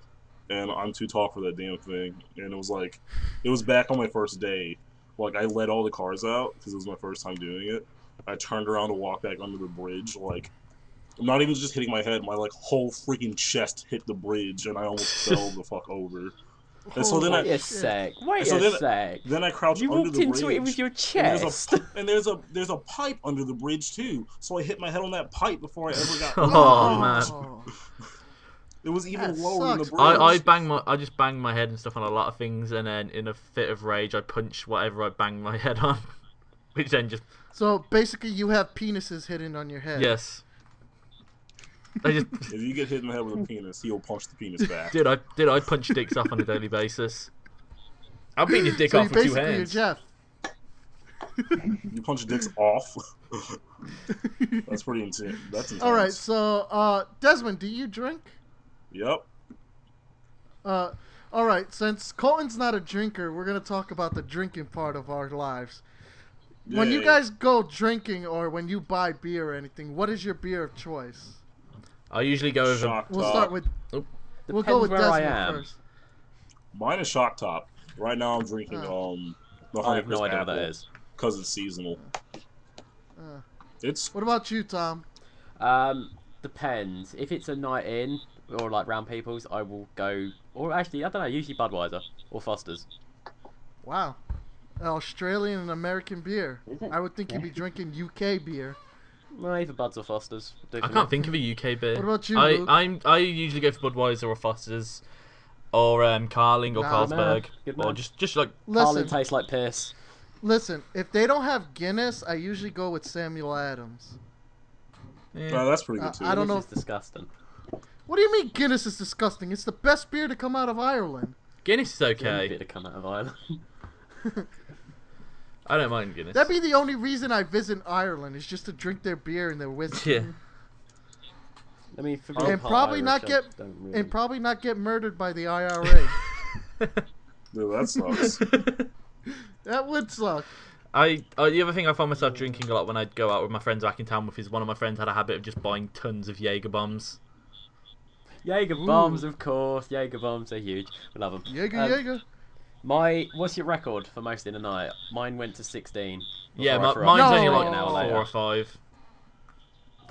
Speaker 3: and I'm too tall for that damn thing. And it was like, it was back on my first day. Like I let all the cars out because it was my first time doing it. I turned around to walk back under the bridge, like. I'm not even just hitting my head, my like whole freaking chest hit the bridge and I almost fell the fuck over. And so then I
Speaker 5: Wait a
Speaker 2: Shit.
Speaker 5: sec. Wait
Speaker 3: So
Speaker 5: a
Speaker 3: then-
Speaker 5: sec.
Speaker 3: then I crouched
Speaker 5: You
Speaker 3: under
Speaker 5: walked
Speaker 3: the bridge.
Speaker 5: into it with your
Speaker 3: And there's, [laughs]
Speaker 5: chest.
Speaker 3: a, and there's a there's a pipe under the bridge too, so I hit my head on that pipe before I ever got.
Speaker 4: Oh,
Speaker 3: under
Speaker 5: [laughs]
Speaker 3: the
Speaker 4: man.
Speaker 3: bridge. It was even
Speaker 2: That
Speaker 3: lower than the
Speaker 2: sucks.
Speaker 3: bridge.
Speaker 4: I, I bang my I just bang my head and stuff on a lot of things, and then in a fit of rage, I punch whatever I bang my [laughs] head on, which then just
Speaker 2: So basically, you have penises hidden on your head.
Speaker 4: yes. I just [laughs]
Speaker 3: if you get hit in the head with a penis, he'll punch the penis back.
Speaker 4: dude I dude I punch dicks off on a daily basis. I'll beat your dick
Speaker 2: So you
Speaker 4: off with two
Speaker 2: basically are
Speaker 4: hands.
Speaker 2: Jeff. [laughs]
Speaker 3: you punch dicks off. [laughs] That's pretty intense. That's intense.
Speaker 2: All right. So uh, Desmond, do you drink?
Speaker 3: Yep.
Speaker 2: Uh, all right. Since Colton's not a drinker, we're gonna talk about the drinking part of our lives. When you
Speaker 3: Yay.
Speaker 2: guys go drinking or when you buy beer or anything, what is your beer of choice?
Speaker 4: I usually go over.
Speaker 3: shock
Speaker 2: We'll
Speaker 3: top.
Speaker 2: start with we'll
Speaker 5: Depends
Speaker 2: go with
Speaker 5: where
Speaker 2: Desmond
Speaker 5: I am.
Speaker 2: first.
Speaker 3: mine is shock top. Right now I'm drinking
Speaker 2: Oh.
Speaker 3: um the
Speaker 5: I
Speaker 3: honey
Speaker 5: have no
Speaker 3: crisp
Speaker 5: idea what
Speaker 3: apple
Speaker 5: that is.
Speaker 3: because it's seasonal.
Speaker 2: Uh,
Speaker 3: It's
Speaker 2: what about you, Tom?
Speaker 5: Um, depends. If it's a night in or like round people's, I will go. Or actually, I don't know. Usually Budweiser or Foster's.
Speaker 2: Wow, an Australian and American beer.
Speaker 1: Is it?
Speaker 2: I would think you'd be drinking UK beer.
Speaker 5: No, either Buds or Foster's. Do
Speaker 4: I
Speaker 5: for
Speaker 4: can't
Speaker 5: me.
Speaker 4: think of a UK beer.
Speaker 2: What about you,
Speaker 4: I
Speaker 2: Luke?
Speaker 4: I'm, I usually go for Budweiser or Foster's, or um, Carling or
Speaker 2: Nah,
Speaker 5: man.
Speaker 4: Carlsberg,
Speaker 5: Good
Speaker 4: or
Speaker 5: man.
Speaker 4: just just like
Speaker 5: Carlin
Speaker 2: Listen,
Speaker 5: tastes like piss.
Speaker 2: listen. If they don't have Guinness, I usually go with Samuel Adams.
Speaker 4: eh,
Speaker 3: uh, that's pretty
Speaker 2: Uh,
Speaker 3: good too.
Speaker 2: I don't know
Speaker 5: It's disgusting.
Speaker 2: What do you mean Guinness is disgusting? It's the best beer to come out of Ireland.
Speaker 4: Guinness is
Speaker 5: Okay. Bit
Speaker 4: okay.
Speaker 5: to come out of Ireland. [laughs]
Speaker 4: I don't mind Guinness.
Speaker 2: That'd be the only reason I visit Ireland is just to drink their beer and their whiskey,
Speaker 4: [laughs] yeah. [laughs]
Speaker 5: I mean, for me,
Speaker 2: And
Speaker 5: I'm part
Speaker 2: probably
Speaker 5: Irish,
Speaker 2: not
Speaker 5: I
Speaker 2: get-
Speaker 5: don't really-
Speaker 2: and probably not get murdered by the
Speaker 5: [laughs]
Speaker 2: IRA.
Speaker 3: Dude, that sucks.
Speaker 2: [laughs] that would suck.
Speaker 4: I uh, the other thing I find myself drinking a lot when I go out with my friends back in town with is one of my friends had a habit of just buying tons of Jaeger bombs.
Speaker 5: Jaeger bombs, of course. Jaeger bombs are huge. We love them.
Speaker 2: Jaeger,
Speaker 5: Um,
Speaker 2: Jaeger.
Speaker 5: My what's your record for most in a night? Mine went to 16. before
Speaker 4: yeah,
Speaker 5: I
Speaker 4: my,
Speaker 5: threw
Speaker 4: mine's
Speaker 5: up
Speaker 4: only
Speaker 2: No.
Speaker 4: like
Speaker 5: an hour
Speaker 4: four or
Speaker 5: later.
Speaker 4: five.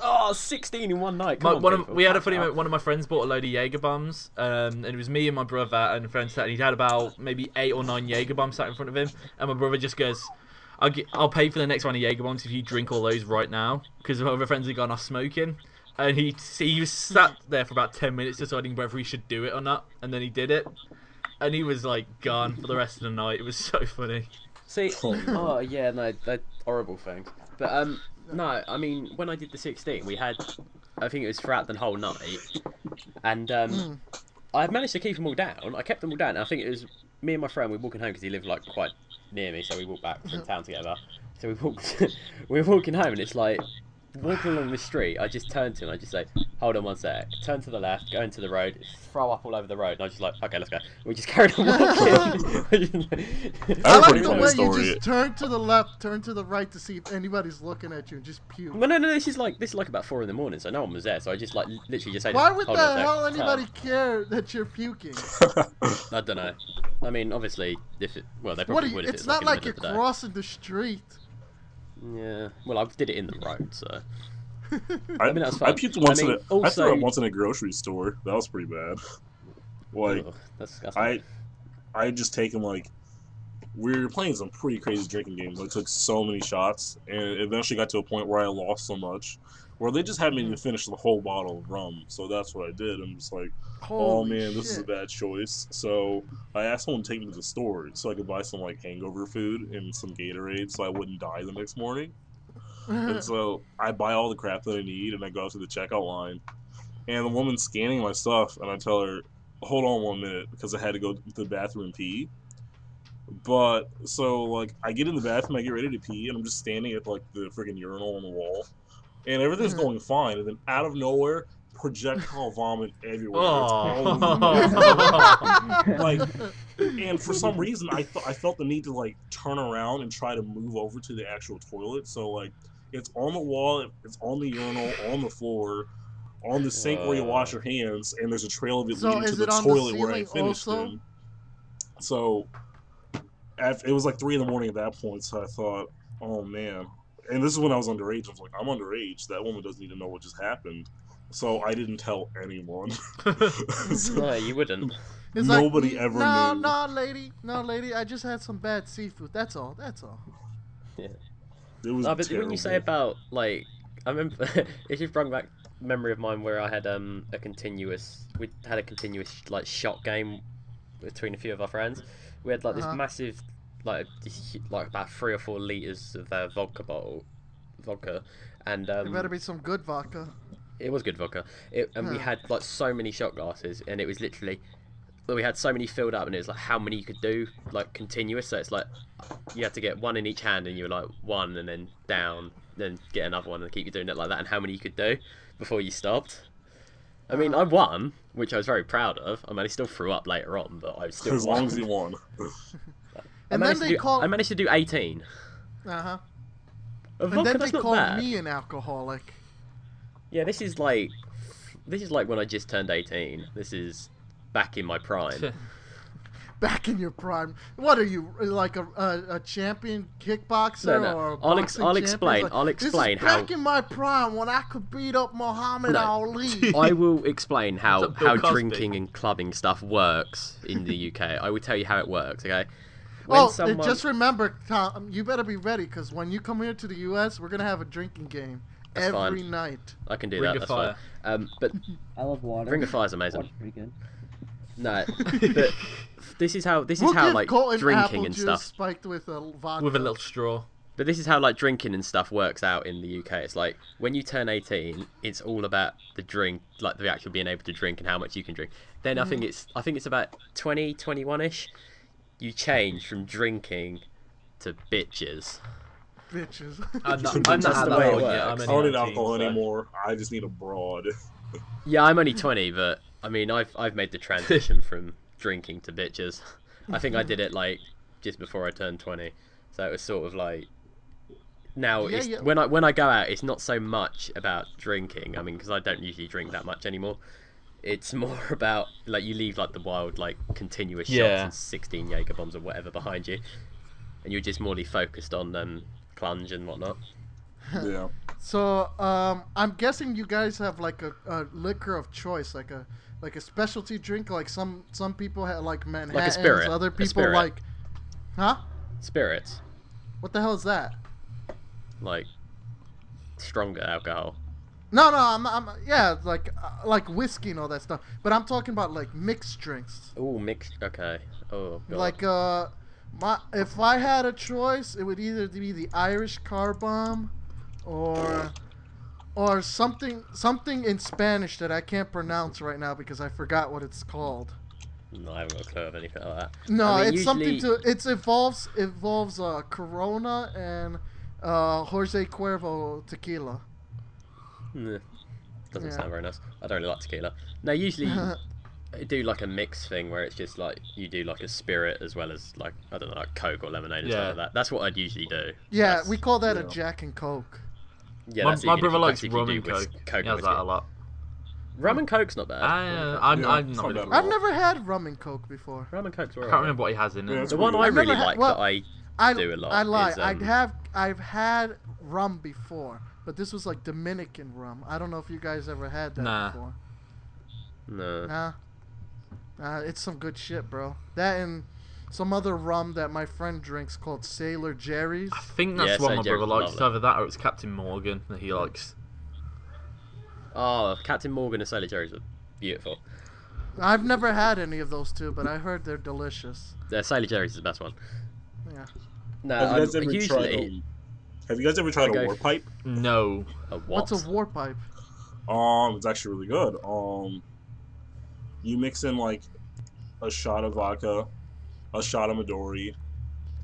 Speaker 5: Oh, 16 in one night.
Speaker 4: My,
Speaker 5: Come on,
Speaker 4: one of,
Speaker 5: people.
Speaker 4: we had a
Speaker 5: Fuck
Speaker 4: funny
Speaker 5: that.
Speaker 4: moment. One of my friends bought a load of Jaeger bombs, um, and it was me and my brother and a friend sat, and he'd had about maybe eight or nine Jaeger bombs sat in front of him, and my brother just goes, "I'll, gi- I'll pay for the next round of Jaeger bombs if you drink all those right now," because my other friends had gone off smoking, and he he was sat there for about ten minutes deciding whether he should do it or not, and then he did it, and he was like gone for the rest of the night. It was so funny.
Speaker 5: See,
Speaker 3: Oh.
Speaker 5: oh yeah, no, they're horrible things. But um, no, I mean, when I did the 16, we had, I think it was throughout the whole night, and um,
Speaker 2: Mm.
Speaker 5: I managed to keep them all down. I kept them all down. and I think it was me and my friend. We were walking home because he lived like quite near me, so we walked back from town together. So we walked, [laughs] we were walking home, and it's like walking along the street. I just turned to him. I just say, "Hold on one sec. Turn to the left. Go into the road. Throw up all over the road." And I was just like, "Okay, let's go." We just carried on walking. [laughs]
Speaker 2: I
Speaker 3: That's a
Speaker 2: like
Speaker 3: pretty
Speaker 2: the
Speaker 3: funny
Speaker 2: way
Speaker 3: story.
Speaker 2: you just turn to the left, turn to the right to see if anybody's looking at you, and just puke.
Speaker 5: Well, no, no, this is like this is like about four in the morning, so no one was there. So I just like literally just said,
Speaker 2: Why would
Speaker 5: "Hold
Speaker 2: the
Speaker 5: on a sec,
Speaker 2: hell
Speaker 5: turn."
Speaker 2: anybody care that you're puking?
Speaker 3: [laughs]
Speaker 5: I don't know. I mean, obviously, if it well, they
Speaker 2: What? Are
Speaker 5: probably
Speaker 2: you,
Speaker 5: would. if
Speaker 2: it's not
Speaker 5: like,
Speaker 2: like
Speaker 5: in
Speaker 2: you're
Speaker 5: the middle of
Speaker 2: crossing the street.
Speaker 5: the day. Yeah. Well, I did it in the road, so
Speaker 3: I,
Speaker 5: I mean, that's
Speaker 3: I
Speaker 5: fine.
Speaker 3: puked once
Speaker 5: I
Speaker 3: in
Speaker 5: mean,
Speaker 3: a, I threw
Speaker 5: also-
Speaker 3: up once in a grocery store. That was pretty bad. Like
Speaker 5: Ugh, that's disgusting.
Speaker 3: I I just take him like we were playing some pretty crazy drinking games. I took so many shots, and it eventually got to a point where I lost so much, where they just had
Speaker 5: Hmm.
Speaker 3: me to finish the whole bottle of rum. So that's what I did. I'm just like, oh
Speaker 2: Holy
Speaker 3: man, this is a
Speaker 2: shit.
Speaker 3: bad choice. So I asked someone to take me to the store so I could buy some like hangover food and some Gatorade, so I wouldn't die the next morning.
Speaker 2: Uh-huh.
Speaker 3: And so I buy all the crap that I need and I go out to the checkout line. And the woman's scanning my stuff and I tell her, hold on one minute because I had to go to the bathroom and pee. But so like I get in the bathroom, I get ready to pee, and I'm just standing at like the freaking urinal on the wall. And everything's going fine, and then out of nowhere, projectile vomit everywhere. It's all over the
Speaker 4: Oh.
Speaker 3: [laughs] like and
Speaker 2: [laughs]
Speaker 3: for some reason I, th- I felt the need to like turn around and try to move over to the actual toilet so like it's on the wall it's on the urinal on the floor on the sink where you wash your hands and there's a trail of it
Speaker 2: So
Speaker 3: leading to
Speaker 2: is
Speaker 3: the
Speaker 2: it on the
Speaker 3: toilet where i
Speaker 2: ceiling
Speaker 3: finished
Speaker 2: also?
Speaker 3: them so af it was like three in the morning at that point so i thought oh man and this is when i was underage i was like i'm underage that woman doesn't even know what just happened so i didn't tell
Speaker 2: [laughs]
Speaker 3: anyone [laughs] So-
Speaker 5: no, you wouldn't.
Speaker 2: It's
Speaker 3: Nobody
Speaker 2: like,
Speaker 3: ever
Speaker 2: No,
Speaker 3: knew."
Speaker 2: no, lady, no, lady. I just had some bad seafood. That's all. That's all.
Speaker 3: It was
Speaker 5: No, Oh, but when you say
Speaker 3: terrible.
Speaker 5: about like, I remember [laughs] it just brought back memory of mine where I had um a continuous we had a continuous like shot game between a few of our friends. We had like this
Speaker 2: Uh-huh.
Speaker 5: massive like this hu- like about three or four liters of uh, vodka bottle vodka, and
Speaker 2: It
Speaker 5: um,
Speaker 2: better be some good vodka.
Speaker 5: it was good vodka. It, and we
Speaker 2: Huh.
Speaker 5: had like so many shot glasses, and it was literally well, we had so many filled up, and it was like how many you could do like continuous. So it's like you had to get one in each hand, and you were like one, and then down, then get another one, and keep you doing it like that, and how many you could do before you stopped. I mean, I won, which I was very proud of. I mean, I still threw up later on, but I
Speaker 3: [laughs]
Speaker 5: still
Speaker 3: as
Speaker 5: won.
Speaker 3: long as you won.
Speaker 5: I
Speaker 2: And then
Speaker 5: managed to
Speaker 2: they
Speaker 5: do,
Speaker 2: call.
Speaker 5: I managed to do eighteen.
Speaker 2: Uh huh.
Speaker 5: Uh,
Speaker 2: And
Speaker 5: vodka,
Speaker 2: then they
Speaker 5: that's not
Speaker 2: call
Speaker 5: bad.
Speaker 2: me an alcoholic. [laughs]
Speaker 5: Yeah, this is like this is like when I just turned eighteen. This is back in my prime.
Speaker 2: Back in your prime. What are you like a a, a champion kickboxer
Speaker 5: No, no.
Speaker 2: or a
Speaker 5: I'll ex-
Speaker 2: boxing
Speaker 5: I'll
Speaker 2: champion?
Speaker 5: explain-
Speaker 2: Like,
Speaker 5: I'll explain
Speaker 2: this is Back
Speaker 5: how-
Speaker 2: in my prime when I could beat up Muhammad
Speaker 5: No. [laughs]
Speaker 4: [laughs]
Speaker 2: Ali.
Speaker 5: I will explain how,
Speaker 4: What's up, Bill
Speaker 5: how
Speaker 4: Cosby?
Speaker 5: drinking and clubbing stuff works in the UK. I will tell you how it works, okay?
Speaker 2: oh, and just remember, Tom, you better be ready because when you come here to the U.S., we're gonna have a drinking game
Speaker 5: That's fine.
Speaker 2: every night.
Speaker 5: I can do
Speaker 4: Ring
Speaker 5: that,
Speaker 4: of
Speaker 5: that's fine. Um, but
Speaker 1: I love water.
Speaker 5: Ring of Fire's amazing.
Speaker 1: Water's pretty good.
Speaker 4: [laughs]
Speaker 5: No, but this is how this is
Speaker 2: we'll
Speaker 5: how
Speaker 2: give
Speaker 5: like
Speaker 2: Colton apple
Speaker 5: drinking and
Speaker 2: juice
Speaker 5: stuff.
Speaker 2: spiked with a vodka.
Speaker 4: [laughs] with a little straw.
Speaker 5: But this is how like drinking and stuff works out in the UK. It's like when you turn 18, it's all about the drink, like the actual being able to drink and how much you can drink. Then I
Speaker 2: Mm.
Speaker 5: think it's I think it's about 20, 21ish. You change from drinking to bitches. [laughs]
Speaker 2: bitches.
Speaker 4: I'm not, I'm not
Speaker 5: That's
Speaker 4: at
Speaker 5: the
Speaker 4: that
Speaker 5: way it
Speaker 4: point yet. I'm
Speaker 5: works.
Speaker 3: I don't need
Speaker 4: only 19,
Speaker 3: alcohol
Speaker 4: so-
Speaker 3: anymore. I just need a [laughs] broad.
Speaker 5: Yeah, I'm only 20, but I mean, I've I've made
Speaker 2: [laughs]
Speaker 5: the transition from drinking to bitches. I think I did it like just before I turned 20, so it was sort of like now
Speaker 2: Yeah,
Speaker 5: it's,
Speaker 2: yeah.
Speaker 5: when I when I go out, it's not so much about drinking. I mean, because I don't usually drink that much anymore. It's more [laughs] about like you leave like the wild like continuous shots
Speaker 4: Yeah.
Speaker 5: and 16 Jaeger bombs or whatever behind you, and you're just morely focused on um, clunge and whatnot.
Speaker 3: yeah.
Speaker 2: so um, I'm guessing you guys have like a, a liquor of choice, like a like a specialty drink. Like some some people have like Manhattan,
Speaker 5: spirit,
Speaker 2: other
Speaker 5: a
Speaker 2: people
Speaker 5: spirit.
Speaker 2: like, huh?
Speaker 5: Spirits
Speaker 2: What the hell is that?
Speaker 5: like stronger alcohol.
Speaker 2: No, no, I'm, I'm yeah, like uh, like whiskey and all that stuff. But I'm talking about like mixed drinks.
Speaker 5: Oh, mixed. Okay. Oh, God.
Speaker 2: Like uh, my if I had a choice, it would either be the Irish car bomb, or or something something in Spanish that I can't pronounce right now because I forgot what it's called.
Speaker 5: No, I haven't got a clue of anything like that.
Speaker 2: uh, No,
Speaker 5: I mean,
Speaker 2: it's something to
Speaker 5: usually-
Speaker 2: it's evolves involves uh Corona and uh Jose Cuervo tequila.
Speaker 5: [laughs] Nah, doesn't
Speaker 2: Yeah.
Speaker 5: sound very nice. I don't really like tequila. No,
Speaker 2: [laughs]
Speaker 5: usually I do like a mix thing where it's just like you do like a spirit as well as like I don't know, like Coke or lemonade and
Speaker 4: Yeah.
Speaker 5: stuff like that. That's what I'd usually do.
Speaker 2: Yeah,
Speaker 5: That's-
Speaker 2: we call that a
Speaker 3: yeah.
Speaker 2: Jack and Coke.
Speaker 5: yeah.
Speaker 4: my
Speaker 5: that's
Speaker 4: my
Speaker 5: even if
Speaker 4: brother
Speaker 5: you-
Speaker 4: likes
Speaker 5: that's if you
Speaker 4: rum
Speaker 5: do
Speaker 4: and coke.
Speaker 5: whis-
Speaker 4: He
Speaker 5: Coke and
Speaker 4: has that a
Speaker 5: whiskey.
Speaker 4: lot.
Speaker 5: Rum and Coke's not bad.
Speaker 4: I, uh, I'm,
Speaker 3: Yeah,
Speaker 4: I'm
Speaker 3: it's
Speaker 4: not
Speaker 3: not
Speaker 4: really.
Speaker 3: bad.
Speaker 2: I've never had rum and Coke before.
Speaker 5: Rum and Coke's
Speaker 4: I
Speaker 5: alright.
Speaker 4: can't remember what he has in
Speaker 3: Yeah,
Speaker 4: it.
Speaker 3: it's
Speaker 5: The one I
Speaker 2: I've never
Speaker 5: really
Speaker 2: had-
Speaker 5: like
Speaker 2: well-
Speaker 5: that I
Speaker 2: I,
Speaker 5: do a lot
Speaker 2: I lie.
Speaker 5: is,
Speaker 2: I'd
Speaker 5: um,
Speaker 2: have I've had rum before, but this was like Dominican rum. I don't know if you guys ever had that
Speaker 4: Nah.
Speaker 2: before.
Speaker 5: no.
Speaker 2: Nah. Uh, it's some good shit, bro. That and some other rum that my friend drinks called Sailor Jerry's.
Speaker 4: I think that's
Speaker 5: Yeah,
Speaker 4: what
Speaker 5: Saint
Speaker 4: my brother
Speaker 5: Jared's
Speaker 4: likes. It's
Speaker 5: lovely.
Speaker 4: either that or it's Captain Morgan that he likes.
Speaker 5: Oh, Captain Morgan and Sailor Jerry's are beautiful.
Speaker 2: I've never had any of those two, but I heard they're delicious.
Speaker 5: Yeah, Sailor Jerry's is the best one.
Speaker 2: Yeah.
Speaker 5: No,
Speaker 3: Have you guys
Speaker 5: I'm-
Speaker 3: ever tried?
Speaker 5: usually
Speaker 3: Um, have you guys ever tried
Speaker 5: Okay.
Speaker 3: a war pipe?
Speaker 4: No.
Speaker 5: a what?
Speaker 2: What's a war
Speaker 5: [laughs]
Speaker 2: pipe?
Speaker 3: Um, it's actually really good. Um, you mix in like a shot of vodka, a shot of Midori,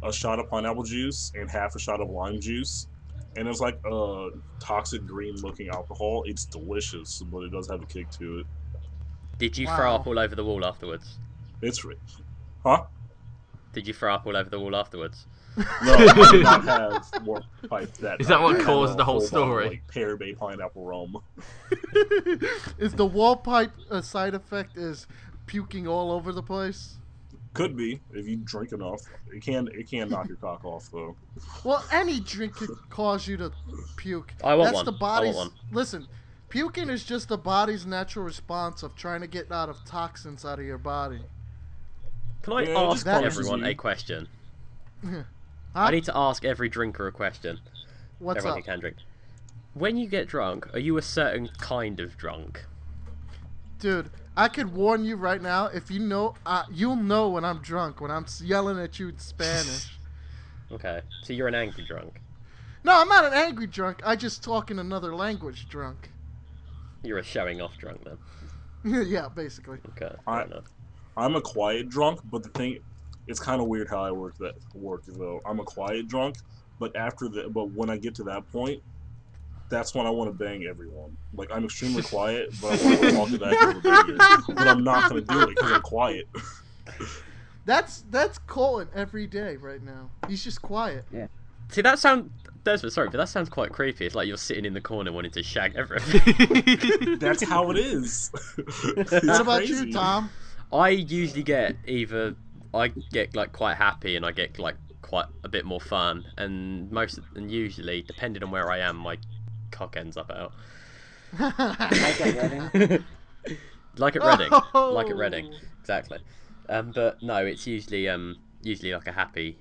Speaker 3: a shot of pineapple juice, and half a shot of lime juice, and it's like a toxic green-looking alcohol. It's delicious, but it does have a kick to it.
Speaker 5: Did you throw up
Speaker 2: Wow.
Speaker 5: all over the wall afterwards?
Speaker 3: It's, re- huh?
Speaker 5: Did you throw up all over the wall afterwards?
Speaker 3: No, [laughs] I did not have more pipe that.
Speaker 4: Is that
Speaker 3: night.
Speaker 4: what
Speaker 3: I had
Speaker 4: caused
Speaker 3: a
Speaker 4: the whole
Speaker 3: full bottle,
Speaker 4: story?
Speaker 3: Like pear bay pineapple rum.
Speaker 2: is the war pipe a side effect? Is puking all over the place?
Speaker 3: Could be if you drink enough. It can it can knock your cock off though.
Speaker 2: Well, any drink could cause you to puke.
Speaker 5: I want
Speaker 2: That's
Speaker 5: one.
Speaker 2: the
Speaker 5: I want
Speaker 2: body's.
Speaker 5: one.
Speaker 2: Listen, puking is just the body's natural response of trying to get out of toxins out of your body.
Speaker 5: Can I
Speaker 3: Yeah, it
Speaker 5: ask
Speaker 3: just Ah. punishes
Speaker 5: everyone
Speaker 3: you.
Speaker 5: a question?
Speaker 2: Huh?
Speaker 5: I need to ask every drinker a question.
Speaker 2: What's
Speaker 5: everyone
Speaker 2: up?
Speaker 5: who can drink. When you get drunk, are you a certain kind of drunk?
Speaker 2: Dude, I could warn you right now. If you know, uh, you'll know when I'm drunk when I'm s- yelling at you in
Speaker 5: [laughs]
Speaker 2: Spanish.
Speaker 5: Okay, so you're an angry drunk.
Speaker 2: no, I'm not an angry drunk. I just talk in another language drunk. [laughs]
Speaker 5: You're a showing off drunk then.
Speaker 2: yeah, basically.
Speaker 5: Okay,
Speaker 3: I-
Speaker 5: fair enough.
Speaker 3: I'm a quiet drunk, but the thing, it's kind of weird how I work that work though. I'm a quiet drunk, but after the but when I get to that point, that's when I want to bang everyone. Like I'm
Speaker 4: [laughs]
Speaker 3: extremely quiet, but I want to talk to that girl banger. But I'm not gonna do it because I'm quiet.
Speaker 2: That's that's Colin every day right now. He's just quiet.
Speaker 5: See, that sound. Desmond, sorry, but that sounds quite creepy. It's like you're sitting in the corner wanting to shag everyone.
Speaker 3: [laughs] That's how it is. [laughs] It's
Speaker 2: what about
Speaker 3: crazy.
Speaker 2: you,
Speaker 5: [laughs]
Speaker 2: Tom? [laughs]
Speaker 5: I usually get either I get like quite happy and I get like quite a bit more fun, and most and usually, depending on where I am, my cock ends up out.
Speaker 1: Like at Reading?
Speaker 5: [laughs] like at Reading.
Speaker 2: Oh.
Speaker 5: Like at Reading. Exactly. Um, but no, it's usually um usually like a happy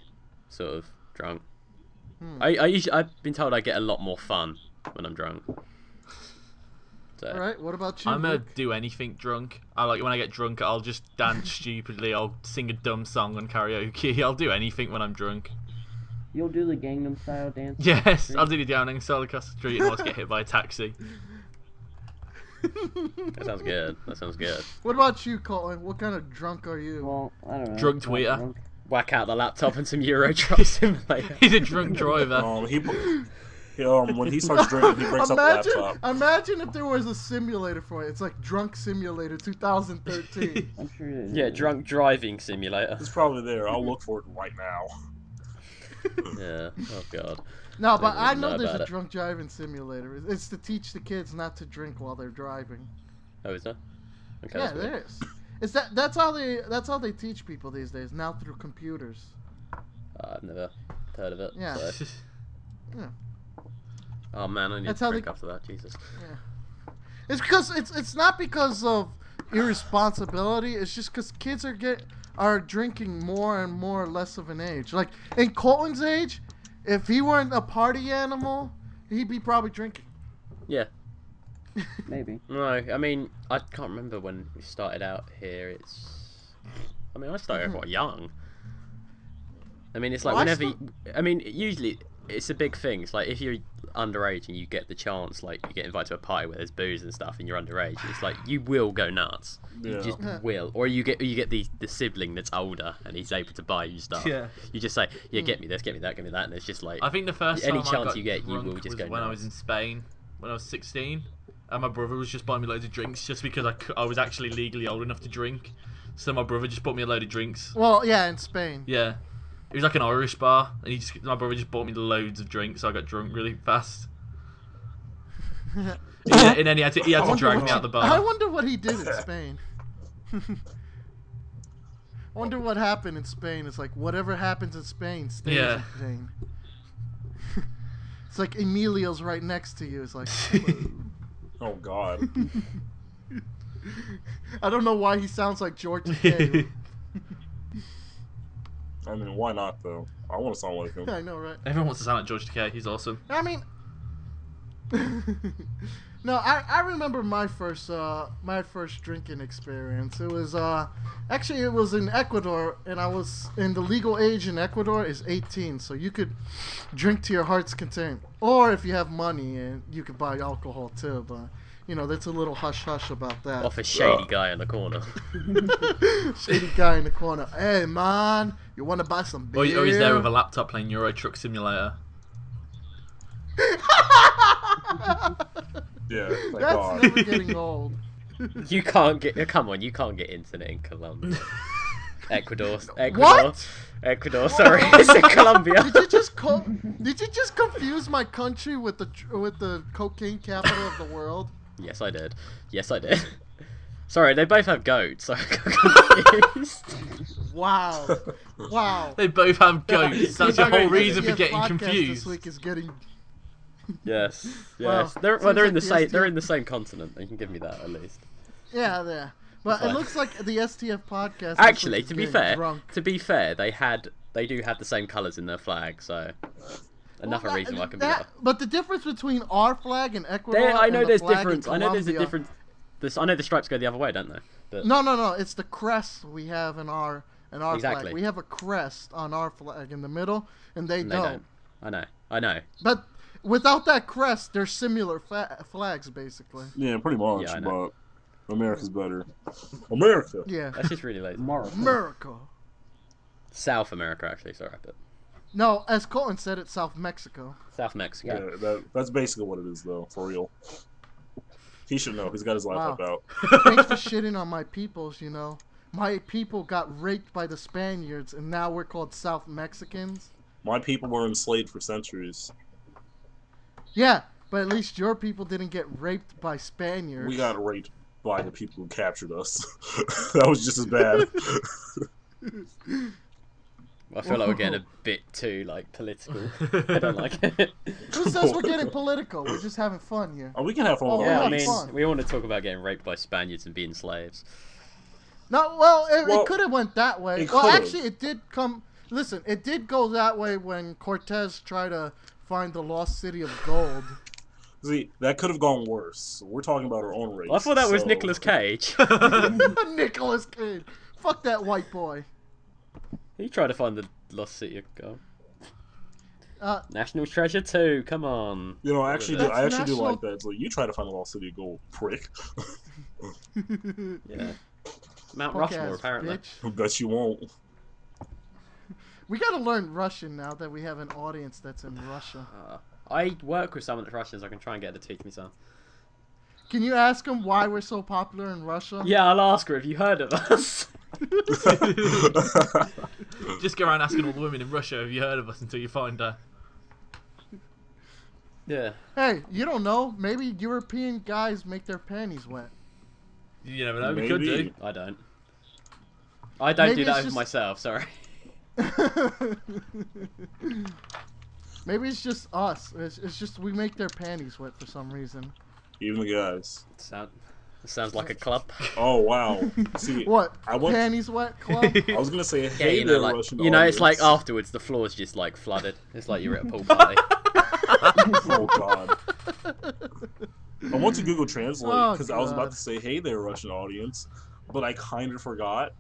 Speaker 5: sort of drunk.
Speaker 2: Hmm.
Speaker 5: I, I usually I've been told I get a lot more fun when I'm drunk. So
Speaker 2: All right. What about you?
Speaker 4: I'm a
Speaker 2: Luke?
Speaker 4: do anything drunk. I like when I get drunk, I'll just
Speaker 3: [laughs]
Speaker 4: dance stupidly. I'll sing a dumb song on karaoke. [laughs] I'll do anything when I'm drunk. [laughs]
Speaker 1: You'll do the Gangnam Style dance.
Speaker 4: Yes, I'll do the Downing Style across the street and I'll just get hit by a
Speaker 5: [laughs]
Speaker 4: taxi.
Speaker 5: that sounds good. That sounds good.
Speaker 2: What about you, Colin? What kind of drunk are you?
Speaker 1: Well, I don't know.
Speaker 4: Drug
Speaker 1: I'm
Speaker 4: tweeter.
Speaker 1: drunk.
Speaker 5: Whack out the laptop and some Oh, Euro [laughs] Truck
Speaker 2: [laughs]
Speaker 5: Simulator.
Speaker 4: [laughs] He's a
Speaker 5: [laughs]
Speaker 4: drunk driver.
Speaker 3: Um, he, he, um, when he starts drinking, he breaks up the
Speaker 2: imagine,
Speaker 3: laptop.
Speaker 2: imagine if there was a simulator for it. It's like Drunk Simulator
Speaker 3: [laughs]
Speaker 2: 2013.
Speaker 1: I'm sure. it
Speaker 5: Yeah,
Speaker 1: is.
Speaker 5: drunk driving simulator.
Speaker 3: It's probably there. I'll look for it right now.
Speaker 5: [laughs] Yeah. Oh god.
Speaker 2: no, but
Speaker 5: Don't
Speaker 2: I
Speaker 5: even
Speaker 2: know
Speaker 5: know
Speaker 2: there's
Speaker 5: about
Speaker 2: a
Speaker 5: it.
Speaker 2: drunk driving simulator. It's- It's to teach the kids not to drink while they're driving.
Speaker 5: Oh, is that? Okay.
Speaker 2: yeah,
Speaker 5: that's weird.
Speaker 2: there is. Is that that's how they that's how they teach people these days now through computers.
Speaker 5: Uh, I've never heard of it.
Speaker 2: Yeah.
Speaker 5: [laughs] so- Oh man, I need
Speaker 2: That's
Speaker 5: to
Speaker 2: how
Speaker 5: drink
Speaker 2: they-
Speaker 5: after that. Jesus.
Speaker 2: It's because it's it's not because of irresponsibility. It's just because kids are get are drinking more and more less of an age. Like in Colton's age, if he weren't a party animal, he'd be probably drinking.
Speaker 1: Maybe.
Speaker 5: No, I mean I can't remember when we started out here. It's, I mean I started
Speaker 2: Mhm.
Speaker 5: quite young. I mean it's like
Speaker 2: Well, I
Speaker 5: whenever. you- I mean usually it's a big thing. It's like if you're underage and you get the chance, like you get invited to a party where there's booze and stuff, and you're underage, it's like you will go nuts.
Speaker 3: Yeah.
Speaker 5: You just
Speaker 2: Yeah.
Speaker 5: will, or you get you get the the sibling that's older and he's able to buy you stuff.
Speaker 4: Yeah.
Speaker 5: You just say, yeah,
Speaker 2: Hmm.
Speaker 5: get me this, get me that, get me that, and it's just like
Speaker 4: I think the first
Speaker 5: Any
Speaker 4: time I
Speaker 5: chance
Speaker 4: got
Speaker 5: you get, you
Speaker 4: drunk
Speaker 5: will just
Speaker 4: was
Speaker 5: go
Speaker 4: when I
Speaker 5: nuts.
Speaker 4: was in Spain when I was 16, and my brother was just buying me loads of drinks just because I, cou- I was actually legally old enough to drink. So my brother just bought me a load of drinks.
Speaker 2: Well, yeah, in Spain.
Speaker 4: Yeah, it was like an Irish bar, and he just my brother just bought me loads of drinks, so I got drunk really
Speaker 5: [laughs]
Speaker 4: fast. and, then- and then he had to he had
Speaker 3: I
Speaker 4: to
Speaker 3: wonder
Speaker 4: drag
Speaker 3: what
Speaker 4: me out the
Speaker 3: you-
Speaker 2: I
Speaker 4: bar.
Speaker 2: wonder what he did in Spain. [laughs] wonder what happened in Spain. It's like whatever happens in Spain stays
Speaker 4: Yeah.
Speaker 2: in Spain. [laughs] it's like
Speaker 4: [laughs]
Speaker 2: Emilio's right next to you. It's like
Speaker 3: Oh God.
Speaker 2: I don't know why he sounds like
Speaker 4: [laughs]
Speaker 2: George Takei.
Speaker 3: I mean, why not though? I want to sound
Speaker 2: [laughs]
Speaker 3: like him.
Speaker 2: I know, right?
Speaker 4: Everyone wants to sound like George Takei. He's awesome.
Speaker 2: I mean, [laughs] no, I, I remember my first uh my first drinking experience. It was uh actually it was in Ecuador, and I was and the legal age in Ecuador is 18, so you could drink to your heart's content, or if you have money and you could buy alcohol too. But you know that's a little hush hush about that. [laughs]
Speaker 4: [laughs]
Speaker 5: [laughs] Off a shady guy in the [laughs] corner.
Speaker 2: Shady guy in the corner. Hey man, you want to buy some beer?
Speaker 4: Or, or he's there with a laptop playing Euro Truck Simulator.
Speaker 2: [laughs]
Speaker 3: Yeah, thank
Speaker 2: That's
Speaker 3: God.
Speaker 2: never getting
Speaker 5: [laughs]
Speaker 2: old.
Speaker 5: You can't get. oh, Come on, you can't get internet in [laughs] Colombia. Ecuador. Ecuador.
Speaker 2: What? [laughs]
Speaker 5: Ecuador. Sorry, it's in Colombia.
Speaker 2: Did you just co- did you just confuse my country with the tr- with the cocaine capital of the world?
Speaker 5: Yes, I did. Yes, I did. [laughs] Sorry, they both have goats. So [laughs] I got confused. [laughs]
Speaker 2: Wow, wow.
Speaker 4: They both have goats. [laughs] That's the
Speaker 2: You're not gonna
Speaker 4: whole reason
Speaker 2: get
Speaker 4: for
Speaker 2: the
Speaker 4: getting
Speaker 2: podcast This [laughs]
Speaker 4: confused.
Speaker 2: week is getting
Speaker 5: yes.
Speaker 2: Wow.
Speaker 5: Yes. They're, well, they're in the
Speaker 2: Seems like the
Speaker 5: same. They're
Speaker 2: SDF
Speaker 5: in the same continent. You can give me that at least.
Speaker 2: yeah there. But it
Speaker 5: Fine.
Speaker 2: looks like the STF podcast. this
Speaker 5: Actually,
Speaker 2: week is
Speaker 5: to be
Speaker 2: getting
Speaker 5: fair,
Speaker 2: drunk.
Speaker 5: to be fair, they had. They do have the same colours in their flag, so another
Speaker 2: Well, that-
Speaker 5: reason why I can
Speaker 2: that-
Speaker 5: be.
Speaker 2: But the difference between our flag and Ecuador.
Speaker 5: There, I
Speaker 2: and
Speaker 5: know
Speaker 2: the
Speaker 5: there's
Speaker 2: flag in
Speaker 5: difference. I know there's a
Speaker 2: Colombia-
Speaker 5: difference. This, I know the stripes go the other way, don't they? But
Speaker 2: No, no, no. It's the crest we have in our in our
Speaker 5: Exactly.
Speaker 2: flag. We have a crest on our flag in the middle, and they,
Speaker 5: they
Speaker 2: don't.
Speaker 5: don't. I know. I know.
Speaker 2: But without that crest, they're similar fa- flags, basically.
Speaker 3: Yeah, pretty much.
Speaker 5: Yeah, I know.
Speaker 3: but America's better. America.
Speaker 2: Yeah.
Speaker 5: That's just really lazy.
Speaker 1: Mark.
Speaker 2: America.
Speaker 5: South America, actually. Sorry, but
Speaker 2: No, as Colton said, it's South Mexico.
Speaker 5: South
Speaker 3: Yeah,
Speaker 5: Mexico.
Speaker 3: that, that's basically what it is though, for real. He should know. He's got his laptop
Speaker 2: Wow.
Speaker 3: out.
Speaker 2: Thanks for shitting on my peoples, you know. My people got raped by the Spaniards, and now we're called South Mexicans.
Speaker 3: My people were enslaved for centuries.
Speaker 2: Yeah, but at least your people didn't get raped by Spaniards.
Speaker 3: We got raped by the people who captured us. [laughs] that was just
Speaker 2: [laughs]
Speaker 3: as bad.
Speaker 5: I feel like we're
Speaker 2: [laughs]
Speaker 5: getting a bit too like political. I don't like it.
Speaker 2: Who says we're
Speaker 5: [laughs]
Speaker 2: getting political? We're just having fun here.
Speaker 3: oh, we can have fun
Speaker 2: Oh,
Speaker 3: with our
Speaker 5: yeah, I
Speaker 2: that's
Speaker 5: mean,
Speaker 3: race.
Speaker 2: fun.
Speaker 5: we want to talk about getting raped by Spaniards and being slaves.
Speaker 2: No, well, it,
Speaker 3: Well,
Speaker 2: it could have went that way.
Speaker 3: it
Speaker 2: well,
Speaker 3: could've.
Speaker 2: actually, it did come. Listen, it did go that way when Cortez tried to find the lost city of gold. [laughs]
Speaker 3: See, that could have gone worse. We're talking about our own race.
Speaker 5: I thought that was
Speaker 3: so-
Speaker 5: Nicolas Cage.
Speaker 2: Nicholas Cage, fuck that white boy.
Speaker 5: he tried to find the lost city of gold.
Speaker 2: Uh, [laughs]
Speaker 5: National Treasure 2, come on.
Speaker 3: You know, I actually, do,
Speaker 2: That's
Speaker 3: I actually do
Speaker 2: national-
Speaker 3: like that. It's like, you try to find the lost city of gold, prick. [laughs]
Speaker 5: Yeah. Mount
Speaker 2: Punk
Speaker 5: Rushmore,
Speaker 2: ass
Speaker 5: apparently.
Speaker 2: bitch.
Speaker 3: I bet you
Speaker 5: [laughs]
Speaker 3: won't.
Speaker 2: We gotta learn Russian now that we have an audience that's in Russia.
Speaker 5: Uh, I work with someone that's Russian, so I can try and get her to teach me some.
Speaker 2: Can you ask them why we're so popular in Russia?
Speaker 5: Yeah, I'll ask her. Have you heard of us? [laughs]
Speaker 4: Just go around asking all the women in Russia, have you heard of us until you find her?
Speaker 5: yeah.
Speaker 2: Hey, you don't know. Maybe European guys make their panties wet.
Speaker 4: You never know, we could
Speaker 3: Maybe.
Speaker 4: do.
Speaker 5: I don't. I don't
Speaker 2: Maybe
Speaker 5: do
Speaker 2: it's
Speaker 5: that over
Speaker 2: just-
Speaker 5: myself, sorry. [laughs]
Speaker 2: [laughs] Maybe it's just us. It's, it's just we make their panties wet for some reason.
Speaker 3: Even the guys.
Speaker 5: Sound, sounds like a club.
Speaker 3: Oh, wow. See,
Speaker 2: What?
Speaker 3: I want-
Speaker 2: Panties wet club?
Speaker 4: [laughs]
Speaker 2: [laughs]
Speaker 3: I was gonna say, hey
Speaker 5: [laughs] Yeah, you know,
Speaker 3: there,
Speaker 5: like,
Speaker 3: Russian
Speaker 5: you know it's like
Speaker 3: audience.
Speaker 5: afterwards the floor's just like flooded. It's like you're at a pool
Speaker 2: [laughs]
Speaker 5: party.
Speaker 3: [laughs] oh god. I want to Google Translate
Speaker 2: Oh,
Speaker 3: because I was
Speaker 2: God.
Speaker 3: about to say, hey there, Russian audience, but I kind of forgot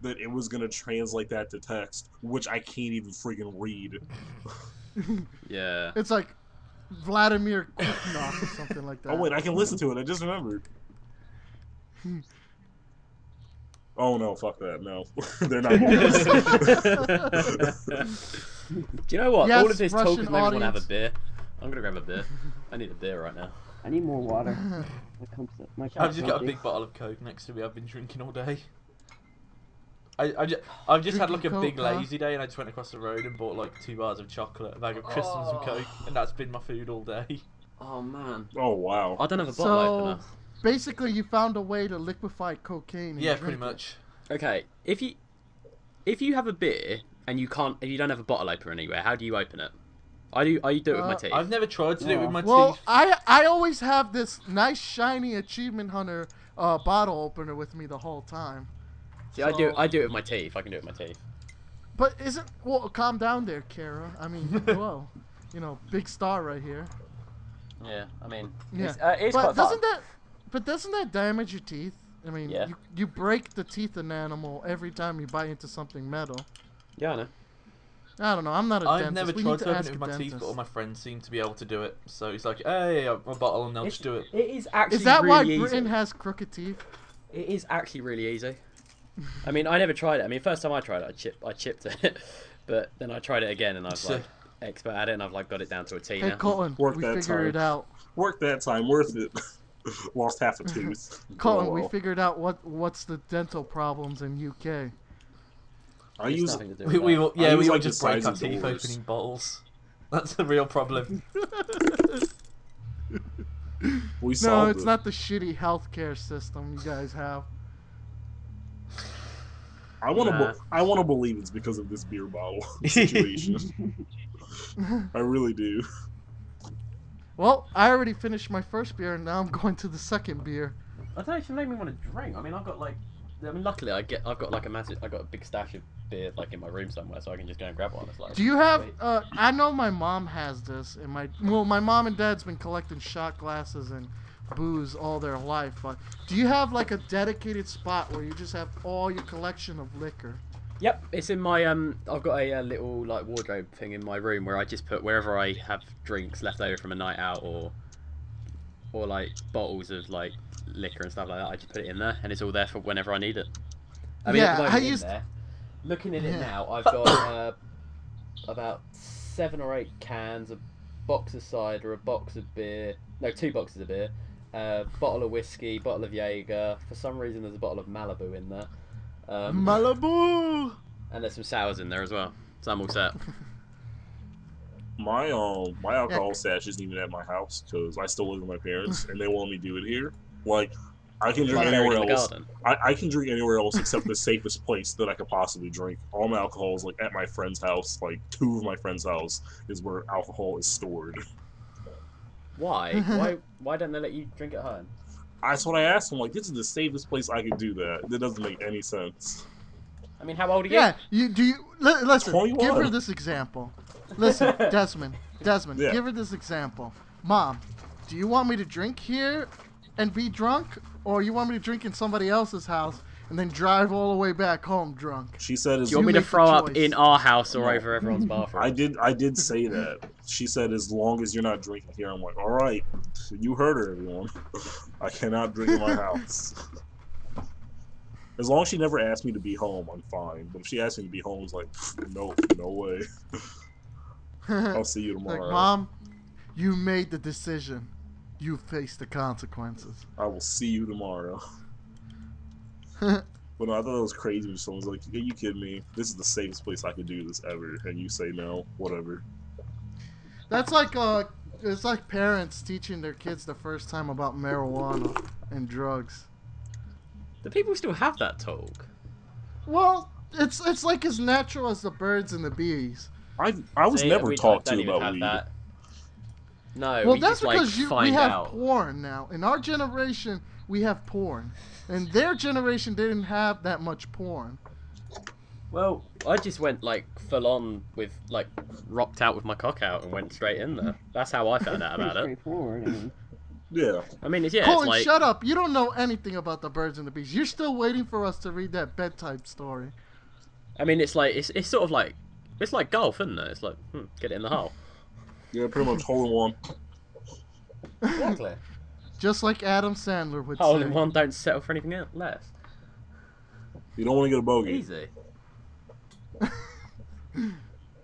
Speaker 3: that it was gonna translate that to text, which I can't even friggin' read.
Speaker 2: [laughs]
Speaker 5: yeah.
Speaker 2: it's like Vladimir Kuknov or something
Speaker 4: [laughs]
Speaker 2: like that.
Speaker 3: Oh wait, I can listen to it. I just remembered. Oh no, fuck that. No, [laughs] they're
Speaker 2: [laughs]
Speaker 3: not. Gonna listen.
Speaker 5: Do you know what?
Speaker 2: Yes,
Speaker 5: All of this talk
Speaker 2: Russian
Speaker 5: has made me want to have a
Speaker 2: audience.
Speaker 5: beer. I'm gonna grab a beer. I need a beer right now.
Speaker 1: I need more water. My cup's my cup's
Speaker 4: I've just got a
Speaker 1: empty.
Speaker 4: big bottle of Coke next to me. I've been drinking all day. I, I just, I've just had like a
Speaker 2: Drinking
Speaker 4: big
Speaker 2: Coke, huh?
Speaker 4: lazy day and I just went across the road and bought like two bars of chocolate, a bag of crisps and some Coke,
Speaker 2: Oh.
Speaker 4: and that's been my food all day.
Speaker 5: Oh man.
Speaker 3: Oh wow.
Speaker 5: I don't have a bottle
Speaker 2: so
Speaker 5: opener.
Speaker 2: [laughs] basically, you found a way to liquefy cocaine. And
Speaker 4: [laughs] Yeah,
Speaker 2: drink
Speaker 4: pretty
Speaker 2: it.
Speaker 4: much.
Speaker 5: Okay, if you if you have a beer and you can't, if you don't have a bottle opener anywhere, how do you open it? I do. I do it with my
Speaker 2: Uh,
Speaker 5: teeth.
Speaker 4: I've never tried to do it with my
Speaker 2: Well,
Speaker 4: teeth.
Speaker 2: I I always have this nice shiny achievement hunter uh, bottle opener with me the whole time.
Speaker 5: See, I do.
Speaker 2: so-
Speaker 5: I do it with my teeth. I can do it with my teeth.
Speaker 2: But isn't well? Calm down there, Kara. I
Speaker 4: [laughs]
Speaker 2: mean, whoa, you know, big star right here.
Speaker 5: Yeah, I mean,
Speaker 2: Yeah.
Speaker 5: it's, uh, it's
Speaker 2: but
Speaker 5: quite fun.
Speaker 2: doesn't that but doesn't that damage your teeth? I mean,
Speaker 5: Yeah.
Speaker 2: you, you break the teeth of an animal every time you bite into something metal.
Speaker 5: Yeah, I know.
Speaker 2: I don't know. I'm not a
Speaker 4: I've
Speaker 2: dentist.
Speaker 4: never
Speaker 2: we
Speaker 4: tried
Speaker 2: need
Speaker 4: to,
Speaker 2: to,
Speaker 4: open
Speaker 2: ask
Speaker 4: it
Speaker 2: a
Speaker 4: with my teeth,
Speaker 2: dentist.
Speaker 4: but all my friends seem to be able to do it. So it's like, hey, I've got a bottle and they'll just do it.
Speaker 5: It is actually
Speaker 2: Is that why
Speaker 5: really
Speaker 2: Britain
Speaker 5: easy.
Speaker 2: has crooked teeth?
Speaker 5: It is actually really easy. [laughs] I mean, I never tried it. I mean, first time I tried it, I chipped, I chipped it, [laughs] but then I tried it again, and I was
Speaker 4: So-
Speaker 5: like expert at it, and I've like got it down to a T
Speaker 2: Hey,
Speaker 5: now.
Speaker 2: Colton,
Speaker 3: Work
Speaker 2: we
Speaker 3: that
Speaker 2: figured
Speaker 3: time.
Speaker 2: it out.
Speaker 3: Work that time, worth it. [laughs] Lost half
Speaker 2: [laughs]
Speaker 3: a tooth.
Speaker 2: Colton,
Speaker 3: Oh,
Speaker 2: we
Speaker 3: well.
Speaker 2: figured out what what's the dental problems in
Speaker 3: [laughs]
Speaker 2: UK.
Speaker 3: I
Speaker 5: It's
Speaker 3: use
Speaker 5: nothing to do
Speaker 4: We,
Speaker 5: with
Speaker 4: we
Speaker 5: that.
Speaker 4: all,
Speaker 3: I
Speaker 4: yeah,
Speaker 3: use,
Speaker 4: we all
Speaker 3: like, the
Speaker 4: just break
Speaker 3: size
Speaker 4: our
Speaker 3: of
Speaker 4: teeth
Speaker 3: doors.
Speaker 4: opening bottles. [laughs] That's a real problem.
Speaker 3: we solved
Speaker 2: No, it's
Speaker 3: it.
Speaker 2: not the shitty healthcare system you guys have. [laughs]
Speaker 3: I want to.
Speaker 5: Nah.
Speaker 3: I want to believe it's because of this
Speaker 2: [laughs]
Speaker 3: beer bottle situation. I really do.
Speaker 2: Well, I already finished my first beer, and now I'm going to the second beer.
Speaker 5: I don't know if it made me want to drink. I mean, I've got like, I mean, luckily I get, I've got like a massive, I've got a big stash of beer like in my room somewhere, so I can just go and grab one. It's like,
Speaker 2: Do you have?
Speaker 5: Wait.
Speaker 2: Uh, I know my mom has this, and my well, my mom and dad's been collecting shot glasses and booze all their life. But do you have like a dedicated spot where you just have all your collection of liquor?
Speaker 5: Yep, it's in my um. I've got a, uh little like wardrobe thing in my room where I just put wherever I have drinks left over from a night out or, or like bottles of like liquor and stuff like that. I just put it in there, and it's all there for whenever I need it. I mean,
Speaker 2: Yeah,
Speaker 5: at the
Speaker 2: I
Speaker 5: moment in
Speaker 2: used-
Speaker 5: there, looking at it
Speaker 2: Yeah.
Speaker 5: now, I've got uh, about seven or eight cans, a box of cider, a box of beer, no, two boxes of beer, a bottle of whiskey, bottle of Jaeger. For some reason, there's a bottle of Malibu in there. Um,
Speaker 2: Malibu.
Speaker 5: and there's some sours in there as well. So I'm all set.
Speaker 3: My um, my alcohol stash isn't even at my house because I still live with my parents, and they want me to do it here. Like, I can drink
Speaker 5: Buried
Speaker 3: anywhere
Speaker 5: in the
Speaker 3: else.
Speaker 5: garden.
Speaker 3: I, I can drink anywhere else except the [laughs] safest place that I could possibly drink. All my alcohol is like at my friend's house. Like two of my friends' house is where alcohol is stored.
Speaker 2: [laughs]
Speaker 5: Why? why? Why don't they let you drink at home?
Speaker 3: That's what I asked him. Like, this is the safest place I could do that. That doesn't make any sense.
Speaker 5: I mean, how old are you?
Speaker 2: Yeah. You do you li- listen? Give her
Speaker 3: 21.
Speaker 2: this example. Listen, Desmond. Desmond,
Speaker 3: Yeah.
Speaker 2: give her this example. Mom, do you want me to drink here and be drunk, or you want me to drink in somebody else's house and then drive all the way back home drunk? [laughs]
Speaker 3: She said,
Speaker 5: Do
Speaker 3: as
Speaker 5: you want me
Speaker 2: You
Speaker 5: to
Speaker 2: make the
Speaker 5: throw up
Speaker 2: choice.
Speaker 5: in our house or
Speaker 3: No.
Speaker 5: over everyone's bathroom?
Speaker 3: I did. I did say that. She said, "As long as you're not drinking here." I'm like, "All right, you heard her, everyone. I cannot drink in my house." As long as she never asked me to be home, I'm fine. But if she asks me to be home, it's like, no, no way. I'll
Speaker 2: like,
Speaker 3: see you tomorrow.
Speaker 2: mom, you made the decision. You face the consequences.
Speaker 3: I will see
Speaker 2: [laughs]
Speaker 3: you tomorrow. But no, I thought that was crazy when someone's like, "Are you kidding me? This is the safest place I could do this ever," and you say no, whatever.
Speaker 2: That's like uh, it's like parents teaching their kids the first time about marijuana and drugs.
Speaker 5: Do people still have that talk?
Speaker 2: Well, it's it's like as natural as the birds and the bees.
Speaker 3: I I was
Speaker 5: See,
Speaker 3: never
Speaker 5: we
Speaker 3: talked
Speaker 5: don't
Speaker 3: to
Speaker 5: even
Speaker 3: about
Speaker 5: have
Speaker 3: weed.
Speaker 5: that. No,
Speaker 2: well,
Speaker 5: we
Speaker 2: that's
Speaker 5: just like
Speaker 2: because you, we
Speaker 5: find
Speaker 2: have
Speaker 5: out.
Speaker 2: porn now. In our generation, we have porn, and their generation didn't have that much porn.
Speaker 5: Well, I just went like full on with like rocked out with my cock out and went straight in there. That's how I found out
Speaker 1: Pretty
Speaker 5: about
Speaker 2: [laughs]
Speaker 5: it.
Speaker 1: straightforward. I mean,
Speaker 3: Yeah,
Speaker 5: I mean, it's, yeah,
Speaker 2: Colton,
Speaker 5: it's like
Speaker 2: shut up! You don't know anything about the birds and the bees. You're still waiting for us to read that bedtime story.
Speaker 5: I mean, it's like it's, it's sort of like it's like golf, isn't it? It's like hmm, get it in the hole.
Speaker 3: yeah, pretty much hole in one.
Speaker 5: Exactly.
Speaker 2: Just like Adam Sandler would
Speaker 5: hole
Speaker 2: say.
Speaker 5: in Oh, one. Don't settle for anything el- less.
Speaker 3: You don't want to get a bogey.
Speaker 5: Easy.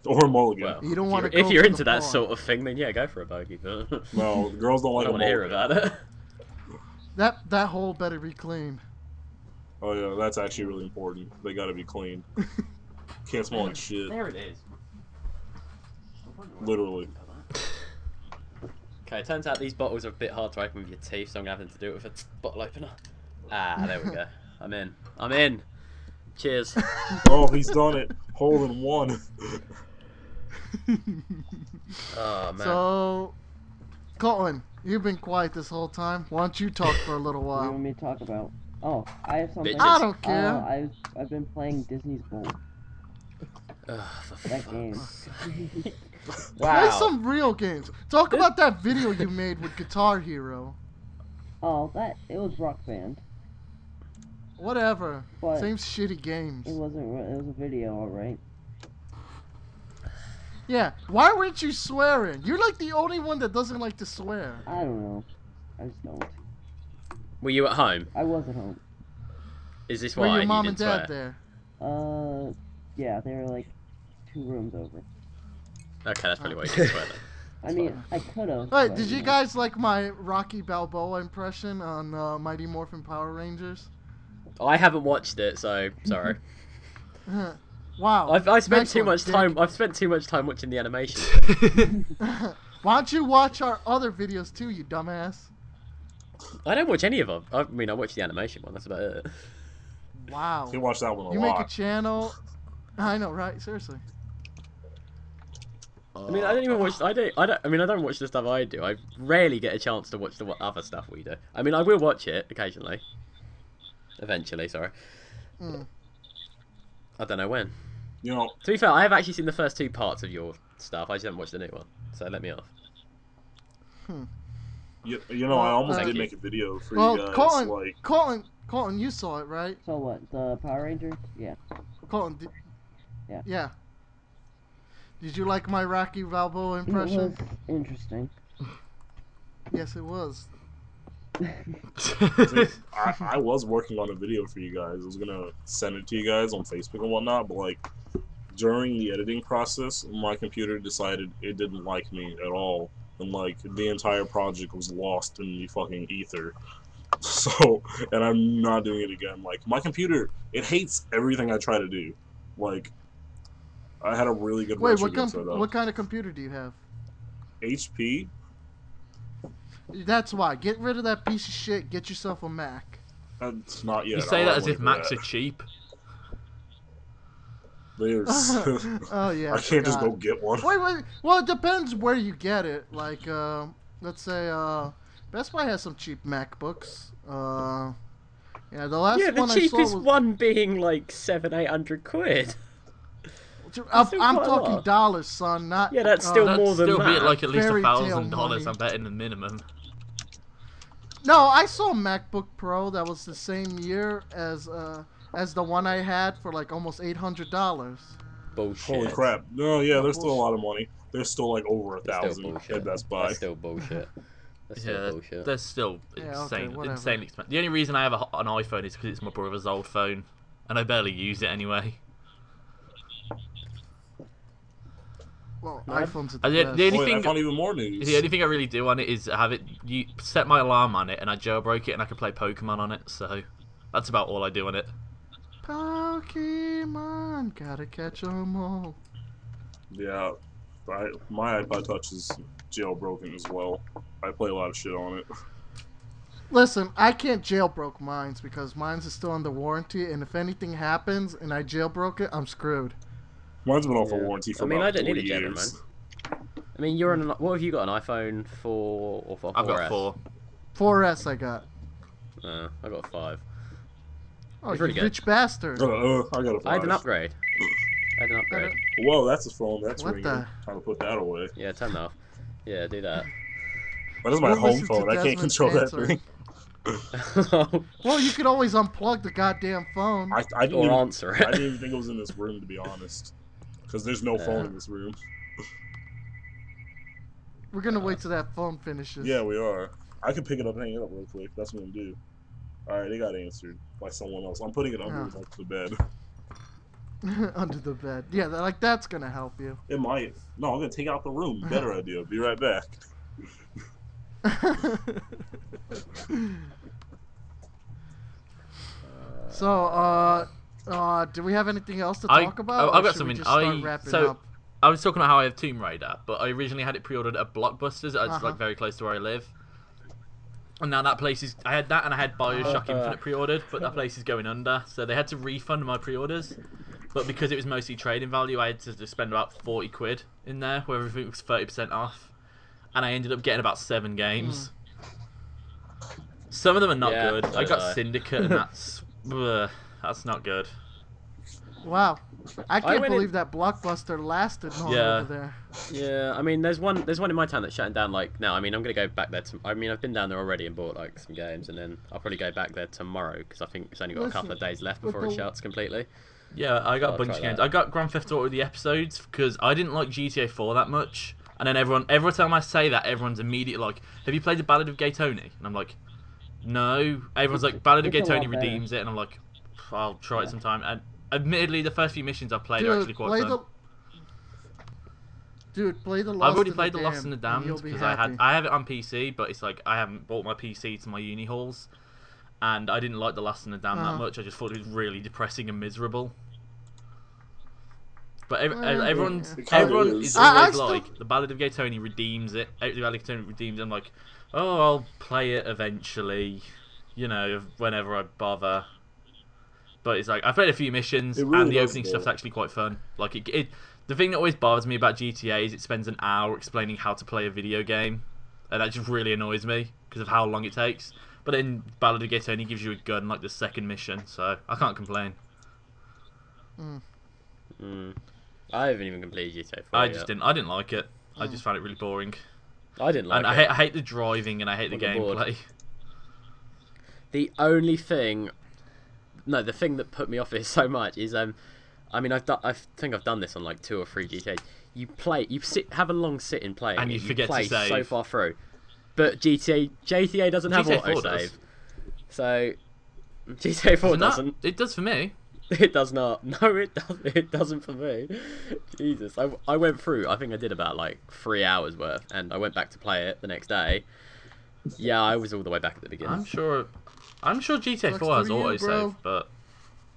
Speaker 3: Or a mulligan.
Speaker 5: Well,
Speaker 2: You don't
Speaker 5: if
Speaker 2: wanna
Speaker 5: you're- If
Speaker 2: go
Speaker 5: you're
Speaker 2: to
Speaker 5: into
Speaker 2: the
Speaker 5: that
Speaker 2: pond.
Speaker 5: sort of thing, then yeah, go for a bogey. But [laughs] I
Speaker 3: no, the girls don't like
Speaker 5: don't
Speaker 3: a
Speaker 5: want to hear
Speaker 3: mulligan.
Speaker 5: about it.
Speaker 2: That that hole better be clean.
Speaker 3: Oh yeah, that's actually really important. They gotta be clean. Can't smell like shit.
Speaker 5: [laughs] There it is.
Speaker 3: Literally.
Speaker 5: Okay, turns out these bottles are a bit hard to open with your teeth, so I'm gonna have to do it with a bottle opener. Ah, there
Speaker 2: [laughs]
Speaker 5: we go. I'm in. I'm in. Cheers.
Speaker 3: Oh, he's done it. Hole in one.
Speaker 5: Oh man.
Speaker 2: so, Colin, you've been quiet this whole time. Why don't you talk for a little
Speaker 1: What do you
Speaker 2: while?
Speaker 1: want me to talk about? Oh, I have something.
Speaker 5: Bitches.
Speaker 2: I don't
Speaker 1: Oh,
Speaker 2: care.
Speaker 1: I've, I've been playing Disney's Bolt.
Speaker 5: Ugh, for
Speaker 1: That
Speaker 5: fuck's
Speaker 1: game. [laughs]
Speaker 5: [laughs] sake.
Speaker 2: Play
Speaker 5: [laughs] wow.
Speaker 2: some real games. Talk about that video you made with Guitar Hero.
Speaker 1: Oh, that it was Rock Band,
Speaker 2: Whatever.
Speaker 1: but
Speaker 2: Same shitty
Speaker 1: it
Speaker 2: games.
Speaker 1: wasn't. re- It was a video, all right.
Speaker 2: Yeah. Why weren't you swearing? You're like the only one that doesn't like to swear.
Speaker 1: I don't know. I just don't.
Speaker 5: Were you at home?
Speaker 1: I was at home.
Speaker 5: Is this
Speaker 2: Were
Speaker 5: why
Speaker 2: your mom
Speaker 5: you
Speaker 2: and
Speaker 5: didn't
Speaker 2: dad
Speaker 5: swear?
Speaker 2: there?
Speaker 1: Uh, yeah, they were like two rooms over.
Speaker 5: Okay, that's probably
Speaker 2: [laughs]
Speaker 5: why you didn't swear. Then.
Speaker 1: I mean, I could have.
Speaker 2: Alright, did you guys like my Rocky Balboa impression on uh, Mighty Morphin Power Rangers?
Speaker 5: I haven't watched it, so
Speaker 2: [laughs]
Speaker 5: sorry.
Speaker 2: wow.
Speaker 5: I've, I spent
Speaker 2: Nice
Speaker 5: too
Speaker 2: one,
Speaker 5: much
Speaker 2: Dick.
Speaker 5: time. I've spent too much time watching the animation.
Speaker 2: Why don't you watch our other videos too, you dumbass?
Speaker 5: I don't watch any of them. I mean, I watch the animation one. That's about it.
Speaker 2: Wow.
Speaker 3: He watched that one a
Speaker 2: You make a
Speaker 3: lot.
Speaker 2: channel. I know, right? Seriously.
Speaker 5: I mean, I don't
Speaker 2: Uh,
Speaker 5: even watch. I don't. I don't. I mean, I don't watch the stuff I do. I rarely get a chance to watch the what other stuff we do. I mean, I will watch it occasionally. Eventually, sorry.
Speaker 2: Mm.
Speaker 5: I don't know when.
Speaker 3: You know,
Speaker 5: To be fair, I have actually seen the first two parts of your stuff. I just haven't watched the new one, so let me off.
Speaker 3: you, you know, I almost
Speaker 2: Thank
Speaker 3: did
Speaker 5: you.
Speaker 3: make a video for
Speaker 2: uh, Well,
Speaker 3: you guys.
Speaker 2: Colin-
Speaker 3: Like,
Speaker 2: Colin, Colin, you saw it, right?
Speaker 1: So what? The Power Rangers? Yeah.
Speaker 2: Colin, did...
Speaker 1: Yeah.
Speaker 2: Yeah. Did you like my Rocky Balboa
Speaker 1: It was
Speaker 2: impression?
Speaker 1: interesting.
Speaker 2: Yes, it was.
Speaker 3: I, I was working on a video for you guys. I was gonna send it to you guys on Facebook and whatnot, but like during the editing process, my computer decided it didn't like me at all, and like the entire project was lost in the fucking ether. [laughs] So, and I'm not doing it again. Like my computer, it hates everything I try to do. Like, I had a really good
Speaker 2: Wait,
Speaker 3: retro
Speaker 2: what,
Speaker 3: game
Speaker 2: com-
Speaker 3: set up.
Speaker 2: what kind of computer do you have?
Speaker 3: HP.
Speaker 2: That's why. Get rid of that piece of shit. Get yourself a
Speaker 3: [laughs]
Speaker 2: Mac.
Speaker 3: That's Uh, not yet.
Speaker 4: you
Speaker 3: I
Speaker 4: say that
Speaker 3: don't
Speaker 4: as if
Speaker 3: wanna
Speaker 4: Macs
Speaker 3: do
Speaker 4: are cheap.
Speaker 3: that.
Speaker 2: [laughs]
Speaker 3: There's. [laughs]
Speaker 2: oh yeah.
Speaker 3: I can't just
Speaker 2: forgot.
Speaker 3: go get one.
Speaker 2: Wait, wait. Well, it depends where you get it. Like, uh, let's say uh, Best Buy has some cheap MacBooks. Uh, yeah, the last
Speaker 5: yeah, the
Speaker 2: one I
Speaker 5: cheapest
Speaker 2: saw was.
Speaker 5: one being like seven, eight hundred quid.
Speaker 2: I'm,
Speaker 5: still
Speaker 2: I'm
Speaker 5: quite a
Speaker 2: talking
Speaker 5: lot.
Speaker 2: dollars, son. Not
Speaker 5: Yeah, that's
Speaker 2: uh,
Speaker 5: still
Speaker 4: That'd
Speaker 5: more than
Speaker 4: still be
Speaker 5: that.
Speaker 4: at like at least a
Speaker 2: Fairy tale
Speaker 4: thousand dollars.
Speaker 2: money.
Speaker 4: I'm betting the minimum.
Speaker 2: No, I saw a MacBook Pro that was the same year as uh, as the one I had for like almost eight hundred dollars.
Speaker 5: bullshit.
Speaker 3: Holy crap! No, yeah, there's still a
Speaker 2: Bullshit.
Speaker 3: lot of money. There's still like over a
Speaker 5: That's still
Speaker 3: thousand
Speaker 5: bullshit.
Speaker 3: at Best Buy.
Speaker 5: That's still bullshit.
Speaker 2: [laughs]
Speaker 5: That's still
Speaker 4: Yeah,
Speaker 5: bullshit.
Speaker 4: that's still
Speaker 2: Yeah, okay,
Speaker 4: insane,
Speaker 2: whatever.
Speaker 4: insanely expensive. The only reason I have a, an iPhone is because it's my brother's old phone, and I barely use it anyway. [laughs]
Speaker 2: Well,
Speaker 5: Man.
Speaker 2: iPhones are
Speaker 4: I
Speaker 2: the
Speaker 4: did-
Speaker 2: best.
Speaker 4: did-
Speaker 3: Oh, Wait, I
Speaker 4: Anything-
Speaker 3: found even more news.
Speaker 4: The only thing I really do on it is have it you set my alarm on it, and I jailbroke it, and I can play Pokemon on it. So that's about all I do on it.
Speaker 2: Pokemon, gotta catch 'em all.
Speaker 3: Yeah, I, my iPod Touch is jailbroken as well. I play a lot of shit on it.
Speaker 2: Listen, I can't jailbroke mines because mines is still under warranty, and if anything happens and I jailbroke it, I'm screwed.
Speaker 3: Mine's been off a
Speaker 5: Yeah.
Speaker 3: warranty for
Speaker 5: I mean,
Speaker 3: about
Speaker 5: I don't
Speaker 3: three
Speaker 5: need a jailbroken,
Speaker 3: years.
Speaker 5: I mean, you're on. An, what have you got? An iPhone four or 4
Speaker 4: I've got
Speaker 5: 4S?
Speaker 4: four.
Speaker 2: 4S I got.
Speaker 5: Uh, I got a five.
Speaker 2: Oh,
Speaker 5: It's
Speaker 2: you
Speaker 5: pretty good.
Speaker 2: rich bastard.
Speaker 3: [laughs] Uh, uh, I got a
Speaker 5: I had an
Speaker 3: five.
Speaker 5: upgrade. I had an upgrade.
Speaker 3: Whoa, that's a phone. That's
Speaker 2: What
Speaker 3: ringing.
Speaker 2: the-
Speaker 3: How to put that away?
Speaker 5: Yeah, turn that off. Yeah, do that.
Speaker 3: That is my
Speaker 2: Don't
Speaker 3: home
Speaker 2: listen to
Speaker 3: phone. I can't
Speaker 2: Desmond's
Speaker 3: control that
Speaker 2: answer.
Speaker 3: thing.
Speaker 2: Well, you could always unplug the goddamn phone.
Speaker 3: I, I didn't.
Speaker 5: [laughs] or
Speaker 3: Even,
Speaker 5: answer
Speaker 3: I
Speaker 5: it.
Speaker 3: didn't even think it was in this room to be honest, because there's no
Speaker 5: [laughs] Yeah.
Speaker 3: phone in this room.
Speaker 2: We're gonna wait till that phone finishes.
Speaker 3: Yeah, we are. I can pick it up and hang it up real quick. That's what I'm gonna do. All right, it got answered by someone else. I'm putting it under
Speaker 2: Yeah.
Speaker 3: the bed.
Speaker 2: [laughs]
Speaker 3: [laughs]
Speaker 2: under the bed. Yeah, that, like that's gonna help you. [laughs]
Speaker 3: It might. No, I'm gonna take out the room. Better idea. Be right back.
Speaker 2: so, uh, uh, do we have anything else to
Speaker 4: I-
Speaker 2: talk about?
Speaker 4: I- I've
Speaker 2: or
Speaker 4: got
Speaker 2: should we
Speaker 4: something.
Speaker 2: just start
Speaker 4: I-
Speaker 2: wrapping
Speaker 4: so-
Speaker 2: up?
Speaker 4: I was talking about how I have Tomb Raider, but I originally had it pre-ordered at Blockbusters. It's
Speaker 2: Uh-huh.
Speaker 4: like very close to where I live. And now that place is. I had that, and I had Bioshock
Speaker 5: Uh-huh.
Speaker 4: Infinite pre-ordered, but that place is going under. So they had to refund my pre-orders. But because it was mostly trading value, I had to just spend about 40 quid in there where everything was 30% off. And I ended up getting about seven games. Some of them are not
Speaker 5: Yeah,
Speaker 4: good.
Speaker 5: so
Speaker 4: I
Speaker 5: did I.
Speaker 4: got Syndicate, and
Speaker 5: [laughs]
Speaker 4: that's. bleh, that's not good.
Speaker 2: Wow, I can't
Speaker 5: went in-
Speaker 2: believe that blockbuster lasted long
Speaker 4: Yeah.
Speaker 2: over there.
Speaker 5: [laughs] Yeah, I mean, there's one, there's one in my town that's shutting down. Like now, I mean, I'm gonna go back there. To, I mean, I've been down there already and bought like some games, and then I'll probably go back there tomorrow because I think it's only got a couple
Speaker 2: Listen,
Speaker 5: of days left
Speaker 2: but
Speaker 5: before it
Speaker 2: the-
Speaker 5: shuts completely.
Speaker 4: Yeah, I got
Speaker 5: I'll
Speaker 4: a bunch
Speaker 5: try
Speaker 4: of games.
Speaker 5: that.
Speaker 4: I got Grand Theft Auto the episodes because I didn't like GTA 4 that much. And then everyone, every time I say that, everyone's immediately like, "Have you played the Ballad of Gay Tony?" And I'm like, "No." Everyone's like, "Ballad of Gay
Speaker 1: It's a lot
Speaker 4: Tony
Speaker 1: better.
Speaker 4: redeems it," and I'm like, "I'll try it sometime." And admittedly, the first few missions I played are actually quite
Speaker 2: play
Speaker 4: fun.
Speaker 2: the. Dude, play the Lost
Speaker 4: I've already
Speaker 2: and
Speaker 4: played The Lost
Speaker 2: Damned,
Speaker 4: and the Damned
Speaker 2: you'll be
Speaker 4: because I had
Speaker 2: happy.
Speaker 4: I have it on PC, but it's like I haven't bought my PC to my uni halls, and I didn't like The Lost and the Damned
Speaker 2: Uh-huh.
Speaker 4: that much. I just thought it was really depressing and miserable. But ev- ev-
Speaker 2: Well,
Speaker 4: everyone's
Speaker 3: yeah. It kinda
Speaker 4: everyone
Speaker 3: is.
Speaker 4: is
Speaker 2: I- I
Speaker 4: always
Speaker 2: still-
Speaker 4: like The Ballad of Gay Tony redeems it. The Ballad of Gay Tony redeems. It. I'm like, oh, I'll play it eventually, you know, whenever I bother. But it's like I've played a few missions,
Speaker 3: It really
Speaker 4: and the
Speaker 3: does
Speaker 4: opening
Speaker 3: though.
Speaker 4: stuff's actually quite fun. Like it, it, the thing that always bothers me about GTA is it spends an hour explaining how to play a video game, and that just really annoys me because of how long it takes. But in Ballad of Gay Tony gives you a gun like the second mission, so I can't complain.
Speaker 5: Mm. I haven't even completed GTA 4
Speaker 4: I
Speaker 5: yet.
Speaker 4: just didn't. I didn't like it. I
Speaker 3: Hmm.
Speaker 4: just found it really boring,
Speaker 5: I didn't like
Speaker 4: and I,
Speaker 5: it.
Speaker 4: hate, I hate the driving and I hate the
Speaker 5: I'm bored.
Speaker 4: gameplay.
Speaker 5: The only thing, no, the thing that put me off it [laughs] so much is um, I mean, I've done, I think I've done this on like two or three GTA's. You play, you sit, have a long sit in playing,
Speaker 4: And you
Speaker 5: it,
Speaker 4: forget to
Speaker 5: play so
Speaker 4: save.
Speaker 5: far through. But GTA, GTA doesn't have
Speaker 4: GTA 4
Speaker 5: autosave,
Speaker 4: does.
Speaker 5: so [laughs] GTA
Speaker 4: Does
Speaker 5: Four
Speaker 4: it not?
Speaker 5: doesn't. [laughs]
Speaker 4: It does for me.
Speaker 5: It does [laughs] not. No, it doesn't. It doesn't for me. Jesus, I, I went through. I think I did about like three hours worth, and I went back to play it the next day. Yeah, I was all the way back at the beginning.
Speaker 4: I'm sure. I'm sure GTA
Speaker 2: Sucks
Speaker 4: 4 has
Speaker 2: for you,
Speaker 4: autosave,
Speaker 2: bro.
Speaker 4: but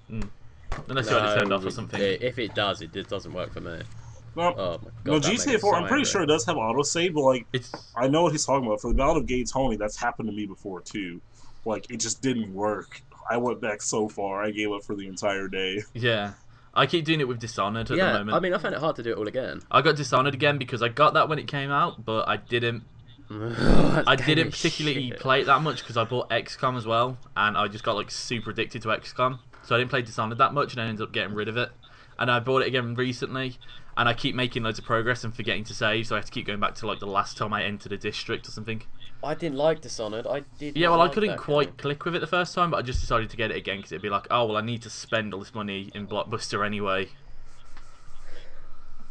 Speaker 4: mm, unless you already turned
Speaker 5: No,
Speaker 4: off or something.
Speaker 5: it- Um, if it does, it, it doesn't work for me.
Speaker 3: No,
Speaker 5: Oh my god.
Speaker 3: no
Speaker 5: that makes
Speaker 3: GTA
Speaker 5: me
Speaker 3: 4,
Speaker 5: so
Speaker 3: I'm pretty
Speaker 5: angry.
Speaker 3: sure it does have autosave, but like,
Speaker 4: It's
Speaker 3: I know what he's talking about. For the Battle of Gay Tony, that's happened to me before too. Like, it just didn't work. I went back so far, I gave up for the entire day.
Speaker 4: yeah. I keep doing it with Dishonored at
Speaker 5: yeah,
Speaker 4: the moment.
Speaker 5: I mean, I found it hard to do it
Speaker 3: [laughs]
Speaker 5: all again. [laughs]
Speaker 4: I got Dishonored again because I got that when it came out, but I didn't. I didn't particularly play it that much because I bought XCOM as well, and I just got like super addicted to XCOM, so I didn't play Dishonored that much, and I ended up getting rid of it. And I bought it again recently, and I keep making loads of progress and forgetting to save, so I have to keep going back to like the last time I entered a district or something.
Speaker 5: I didn't like Dishonored. I did.
Speaker 4: Yeah,
Speaker 5: not
Speaker 4: well, I
Speaker 5: like
Speaker 4: couldn't
Speaker 5: that
Speaker 4: quite
Speaker 5: game.
Speaker 4: click with it the first time, but I just decided to get it again because it'd be like, oh, well, I need to spend all this money in Blockbuster anyway.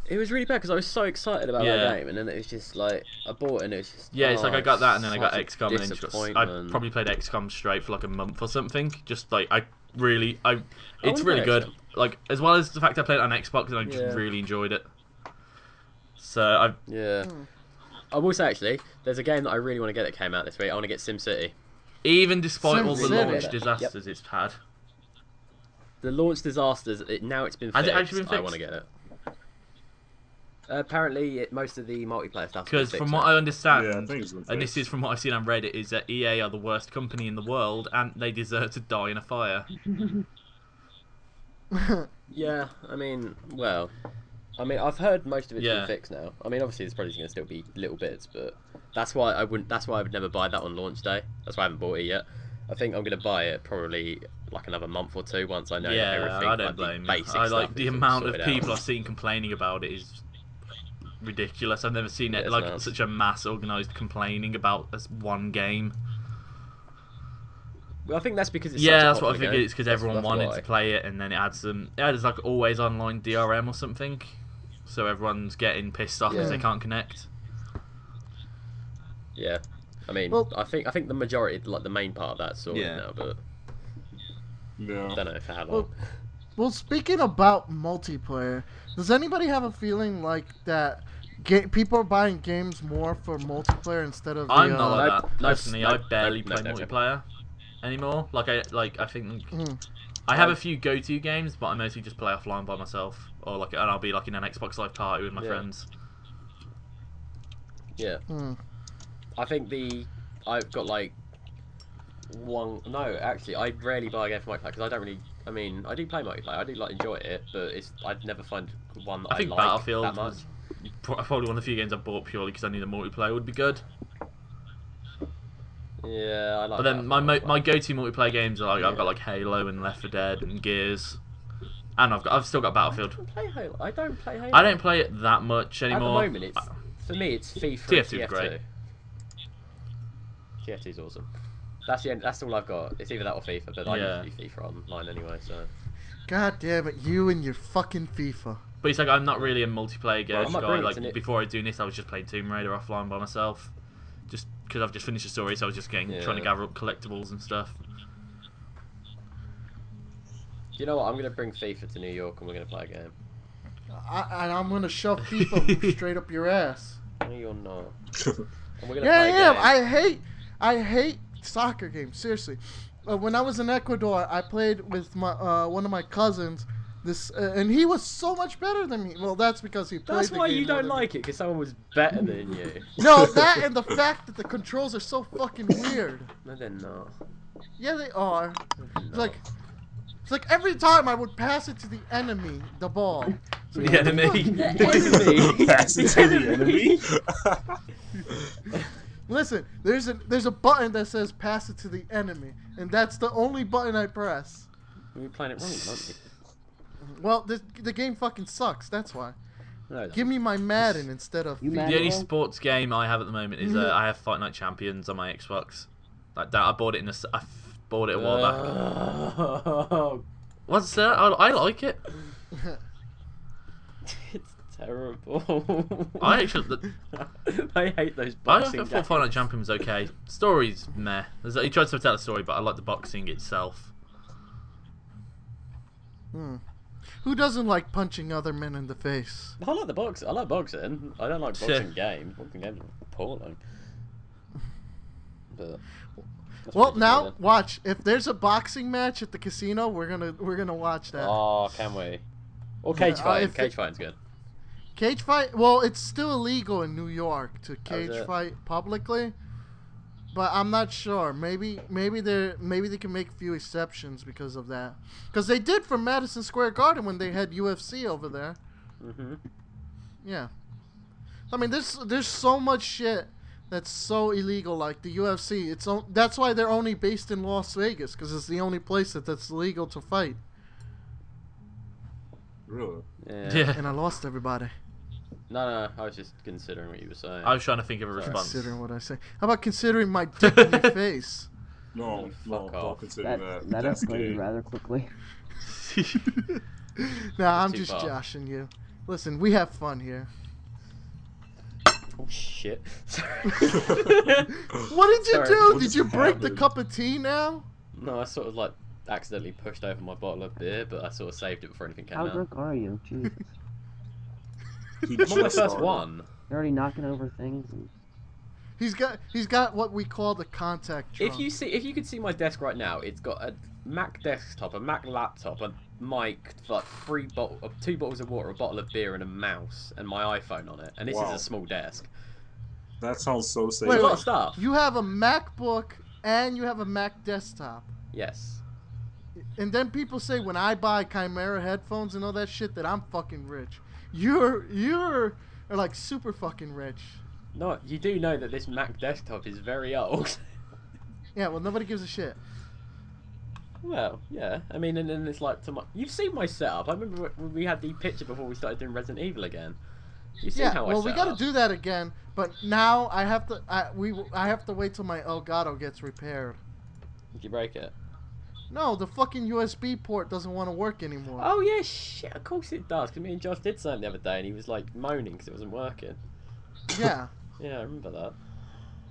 Speaker 5: It was really bad because I was so excited about that
Speaker 4: Yeah.
Speaker 5: game, and then it was just like I bought it, and it was just.
Speaker 4: Yeah, it's like
Speaker 5: oh,
Speaker 4: I got that, and then I got
Speaker 5: such a
Speaker 4: XCOM, and then just got, I
Speaker 5: disappointment.
Speaker 4: probably played XCOM straight for like a month or something. Just like I really, I, it's
Speaker 5: wanna
Speaker 4: really
Speaker 5: play
Speaker 4: good.
Speaker 5: XCOM.
Speaker 4: Like as well as the fact I played it on Xbox, and I just
Speaker 5: Yeah.
Speaker 4: really enjoyed it. So I,
Speaker 5: Yeah.
Speaker 2: Hmm.
Speaker 5: I will say actually, there's a game that I really want to get that came out this week. I want to get SimCity.
Speaker 4: even despite
Speaker 2: Sim
Speaker 4: all the
Speaker 2: City.
Speaker 4: launch
Speaker 5: Yep.
Speaker 4: disasters it's had,
Speaker 5: The launch disasters. It, now it's been fixed.
Speaker 4: Has it actually been
Speaker 5: I want to get it. apparently, it, most of the multiplayer stuff.
Speaker 4: because from what I understand,
Speaker 3: yeah, I think it's been
Speaker 4: and
Speaker 3: fixed.
Speaker 4: this is from what I've seen on Reddit, is that EA are the worst company in the world, and they deserve to die in a fire.
Speaker 5: Yeah, I mean, well, I mean, I've heard most of it's
Speaker 4: Yeah.
Speaker 5: been fixed now. I mean, obviously, there's probably going to still be little bits, but that's why I wouldn't. That's why I would never buy that on launch day. That's why I haven't bought it yet. I think I'm going to buy it probably like another month or two once I know
Speaker 4: yeah,
Speaker 5: everything.
Speaker 4: I
Speaker 5: like,
Speaker 4: don't
Speaker 5: the
Speaker 4: blame you.
Speaker 5: basic
Speaker 4: I
Speaker 5: stuff
Speaker 4: like the
Speaker 5: is all
Speaker 4: amount of
Speaker 5: sorted out.
Speaker 4: people I've seen complaining about it is ridiculous. I've never seen
Speaker 5: Yeah,
Speaker 4: it
Speaker 5: it's
Speaker 4: like
Speaker 5: nuts.
Speaker 4: such a mass organised complaining about this one game.
Speaker 5: Well, I think that's because it's
Speaker 4: yeah,
Speaker 5: such a
Speaker 4: that's what I
Speaker 5: popular
Speaker 4: figured.
Speaker 5: game.
Speaker 4: It's because
Speaker 5: That's-
Speaker 4: everyone
Speaker 5: that's
Speaker 4: wanted
Speaker 5: why.
Speaker 4: to play it, and then it had some. It had like always online DRM or something, so everyone's getting pissed off because
Speaker 2: Yeah.
Speaker 4: they can't connect.
Speaker 5: Yeah, I mean,
Speaker 2: Well-
Speaker 5: I think I think the majority, like the main part of that, sorted
Speaker 4: Yeah.
Speaker 5: now, but I [laughs]
Speaker 3: yeah. [laughs]
Speaker 5: don't know for how long.
Speaker 2: Well- Well, speaking about multiplayer, does anybody have a feeling like that? Ga- people are buying games more for multiplayer instead of. The,
Speaker 4: I'm
Speaker 2: uh,
Speaker 4: not
Speaker 5: no,
Speaker 4: like that
Speaker 5: no,
Speaker 4: personally.
Speaker 5: no,
Speaker 4: I barely
Speaker 5: no,
Speaker 4: play
Speaker 5: no, no.
Speaker 4: multiplayer anymore. Like I like I think
Speaker 2: Mm.
Speaker 4: I have
Speaker 5: I-
Speaker 4: a few go-to games, but I mostly just play offline by myself, or like and I'll be like in an Xbox Live party with my
Speaker 5: Yeah.
Speaker 4: friends.
Speaker 5: yeah.
Speaker 2: mm.
Speaker 5: I think the I've got like one. No, actually, I rarely buy a game for multiplayer because I don't really I mean, I do play multiplayer. I do like enjoy it, but it's I'd never find one that
Speaker 4: I
Speaker 5: I,
Speaker 4: think
Speaker 5: like
Speaker 4: Battlefield
Speaker 5: that much.
Speaker 4: was- Pro- Probably one of the few games I bought purely because I knew the multiplayer would be good.
Speaker 5: Yeah, I like.
Speaker 4: But then my mo-
Speaker 5: Battlefield,
Speaker 4: my go-to multiplayer games are like I've
Speaker 5: Yeah.
Speaker 4: got like Halo and Left 4 Dead and Gears, and I've got I've still got
Speaker 5: but- I
Speaker 4: Battlefield.
Speaker 5: don't play Halo. I don't play Halo.
Speaker 4: I don't play it that much
Speaker 5: At the
Speaker 4: anymore. Uh,
Speaker 5: moment, it's for me, it's FIFA.
Speaker 4: TF2
Speaker 5: and
Speaker 4: is great.
Speaker 5: TF2 is awesome. That's the end. That's all I've got. It's either that or FIFA, but I
Speaker 4: Yeah.
Speaker 5: usually FIFA online anyway. So
Speaker 2: God damn it, you and your fucking FIFA.
Speaker 4: But it's like I'm not really a multiplayer
Speaker 3: Well,
Speaker 4: games
Speaker 5: I'm not
Speaker 4: guy.
Speaker 5: brilliant,
Speaker 4: Like
Speaker 5: isn't it?
Speaker 4: before I do this, I was just playing Tomb Raider offline by myself, just because I've just finished the story, so I was just getting trying to
Speaker 5: Yeah.
Speaker 4: gather up collectibles and stuff.
Speaker 5: do you know what? I'm gonna bring FIFA to New York and we're gonna play a game.
Speaker 2: I, and I'm gonna shove
Speaker 4: [laughs]
Speaker 2: FIFA straight up your ass.
Speaker 5: No, you're not. And
Speaker 2: [laughs]
Speaker 5: we're gonna
Speaker 2: Yeah, I
Speaker 5: play a
Speaker 2: am.
Speaker 5: game.
Speaker 2: I hate, I hate soccer games. Seriously, uh, when I was in Ecuador, I played with my uh, one of my cousins. This uh, and he was so much better than me. Well, that's because he played.
Speaker 5: That's
Speaker 2: the
Speaker 5: why
Speaker 2: game
Speaker 5: you
Speaker 2: more
Speaker 5: don't
Speaker 2: than me.
Speaker 5: like it, because someone was better than you. [laughs]
Speaker 2: No, that and the fact that the controls are so fucking weird.
Speaker 5: No, they're not.
Speaker 2: Yeah, they are.
Speaker 5: They're
Speaker 2: It's
Speaker 5: not.
Speaker 2: like, it's like every time I would pass it to the enemy, the ball.
Speaker 4: The enemy.
Speaker 5: [laughs]
Speaker 3: [laughs]
Speaker 5: enemy.
Speaker 3: Pass it to the [laughs] enemy.
Speaker 2: Listen, there's a there's a button that says pass it to the enemy, and that's the only button I press.
Speaker 5: we were playing it wrong, weren't we?
Speaker 2: Well, the the game fucking sucks. That's why.
Speaker 5: No,
Speaker 2: Give me my Madden instead of.
Speaker 1: You
Speaker 2: FIFA.
Speaker 4: The
Speaker 1: mad?
Speaker 4: only sports game I have at the moment is uh, I have Fight Night Champions on my Xbox. Like that, I bought it in a s I f- bought it a while
Speaker 5: Uh,
Speaker 4: back.
Speaker 5: Oh,
Speaker 4: What's that? I, I like it.
Speaker 5: [laughs] it's terrible. [laughs]
Speaker 4: I actually,
Speaker 2: [laughs]
Speaker 4: the,
Speaker 5: I hate those
Speaker 4: I
Speaker 5: boxing
Speaker 4: actually thought
Speaker 5: games.
Speaker 4: Fight Night Champions was okay. Story's meh. There's, he tries to tell a story, but I like the boxing itself.
Speaker 2: Hmm. [laughs] Who doesn't like punching other men in the face?
Speaker 5: I like the box. I like boxing. I don't like
Speaker 4: Sure.
Speaker 5: boxing games. Boxing games are appalling. But that's
Speaker 2: Well,
Speaker 5: what
Speaker 2: now
Speaker 5: you do
Speaker 2: watch. If there's a boxing match at the casino, we're gonna we're gonna watch
Speaker 5: then.
Speaker 2: that.
Speaker 5: oh, can we? Or cage
Speaker 2: Yeah, I-
Speaker 5: fight.
Speaker 2: if
Speaker 5: Cage
Speaker 2: it-
Speaker 5: fighting's good.
Speaker 2: Cage fight? Well, it's still illegal in New York to cage
Speaker 5: it?
Speaker 2: fight publicly, but I'm not sure. Maybe maybe they maybe they can make a few exceptions because of that. Because they did for Madison Square Garden when they had UFC over there.
Speaker 5: Mm-hmm.
Speaker 2: Yeah, I mean there's there's so much shit that's so illegal. Like the UFC, it's on, that's why they're only based in Las Vegas because it's the only place that that's legal to fight.
Speaker 3: Really?
Speaker 5: Yeah.
Speaker 4: Yeah.
Speaker 2: And I lost everybody.
Speaker 5: No, no, I was just considering what you were saying.
Speaker 4: I was trying to think of a response.
Speaker 2: Considering what I say, how about considering my dick in
Speaker 5: [laughs]
Speaker 2: your face?
Speaker 3: [laughs] No,
Speaker 5: Fuck
Speaker 3: no, don't
Speaker 5: off.
Speaker 3: consider
Speaker 1: That,
Speaker 3: that.
Speaker 1: that
Speaker 3: That's
Speaker 1: escalated
Speaker 3: gay.
Speaker 1: rather quickly.
Speaker 2: Nah, I'm
Speaker 5: too
Speaker 2: just
Speaker 5: far.
Speaker 2: joshing you. Listen, we have fun
Speaker 5: [gasps]
Speaker 2: here.
Speaker 5: Oh shit! [laughs]
Speaker 4: [laughs]
Speaker 2: What did you
Speaker 5: Sorry,
Speaker 2: do?
Speaker 3: what
Speaker 2: Did you
Speaker 3: just
Speaker 2: break the
Speaker 3: happened?
Speaker 2: cup of tea now?
Speaker 5: no, I sort of like accidentally pushed over my bottle of beer, but I sort of saved it before anything came
Speaker 1: How
Speaker 5: out.
Speaker 1: drunk are you? Jesus.
Speaker 3: He
Speaker 5: I'm on my
Speaker 3: just
Speaker 5: first
Speaker 3: started.
Speaker 5: one.
Speaker 1: You're already knocking over things. And...
Speaker 2: He's got he's got what we call the contact drunk.
Speaker 5: If you see, if you could see my desk right now, it's got a Mac desktop, a Mac laptop, a mic, like three bottle, uh, two bottles of water, a bottle of beer, and a mouse, and my iPhone on it. And this
Speaker 3: Wow.
Speaker 5: is a small desk.
Speaker 3: That sounds so safe.
Speaker 2: Wait,
Speaker 5: There's a
Speaker 3: [laughs]
Speaker 5: lot
Speaker 2: wait.
Speaker 5: of stuff.
Speaker 2: You have a MacBook and you have a Mac desktop.
Speaker 5: Yes.
Speaker 2: And then people say when I buy Chimera headphones and all that shit that I'm fucking rich. You're you're are like super fucking rich.
Speaker 5: No, you do know that this Mac desktop is very old. [laughs]
Speaker 2: Yeah, well nobody gives a shit.
Speaker 5: well, yeah. I mean, and then it's like to my. You've seen my setup. I remember when we had the picture before we started doing Resident Evil again. You've seen
Speaker 2: Yeah,
Speaker 5: how I
Speaker 2: well we
Speaker 5: set
Speaker 2: got to
Speaker 5: up.
Speaker 2: do that again, but now I have to I we I have to wait till my Elgato gets repaired.
Speaker 5: Did you break it?
Speaker 2: No, the fucking USB port doesn't want to work anymore.
Speaker 5: Oh yeah, shit. Of course it does. Because me and Josh did something the other day, and he was like moaning because it wasn't working.
Speaker 2: [laughs] Yeah,
Speaker 5: Yeah, I remember that.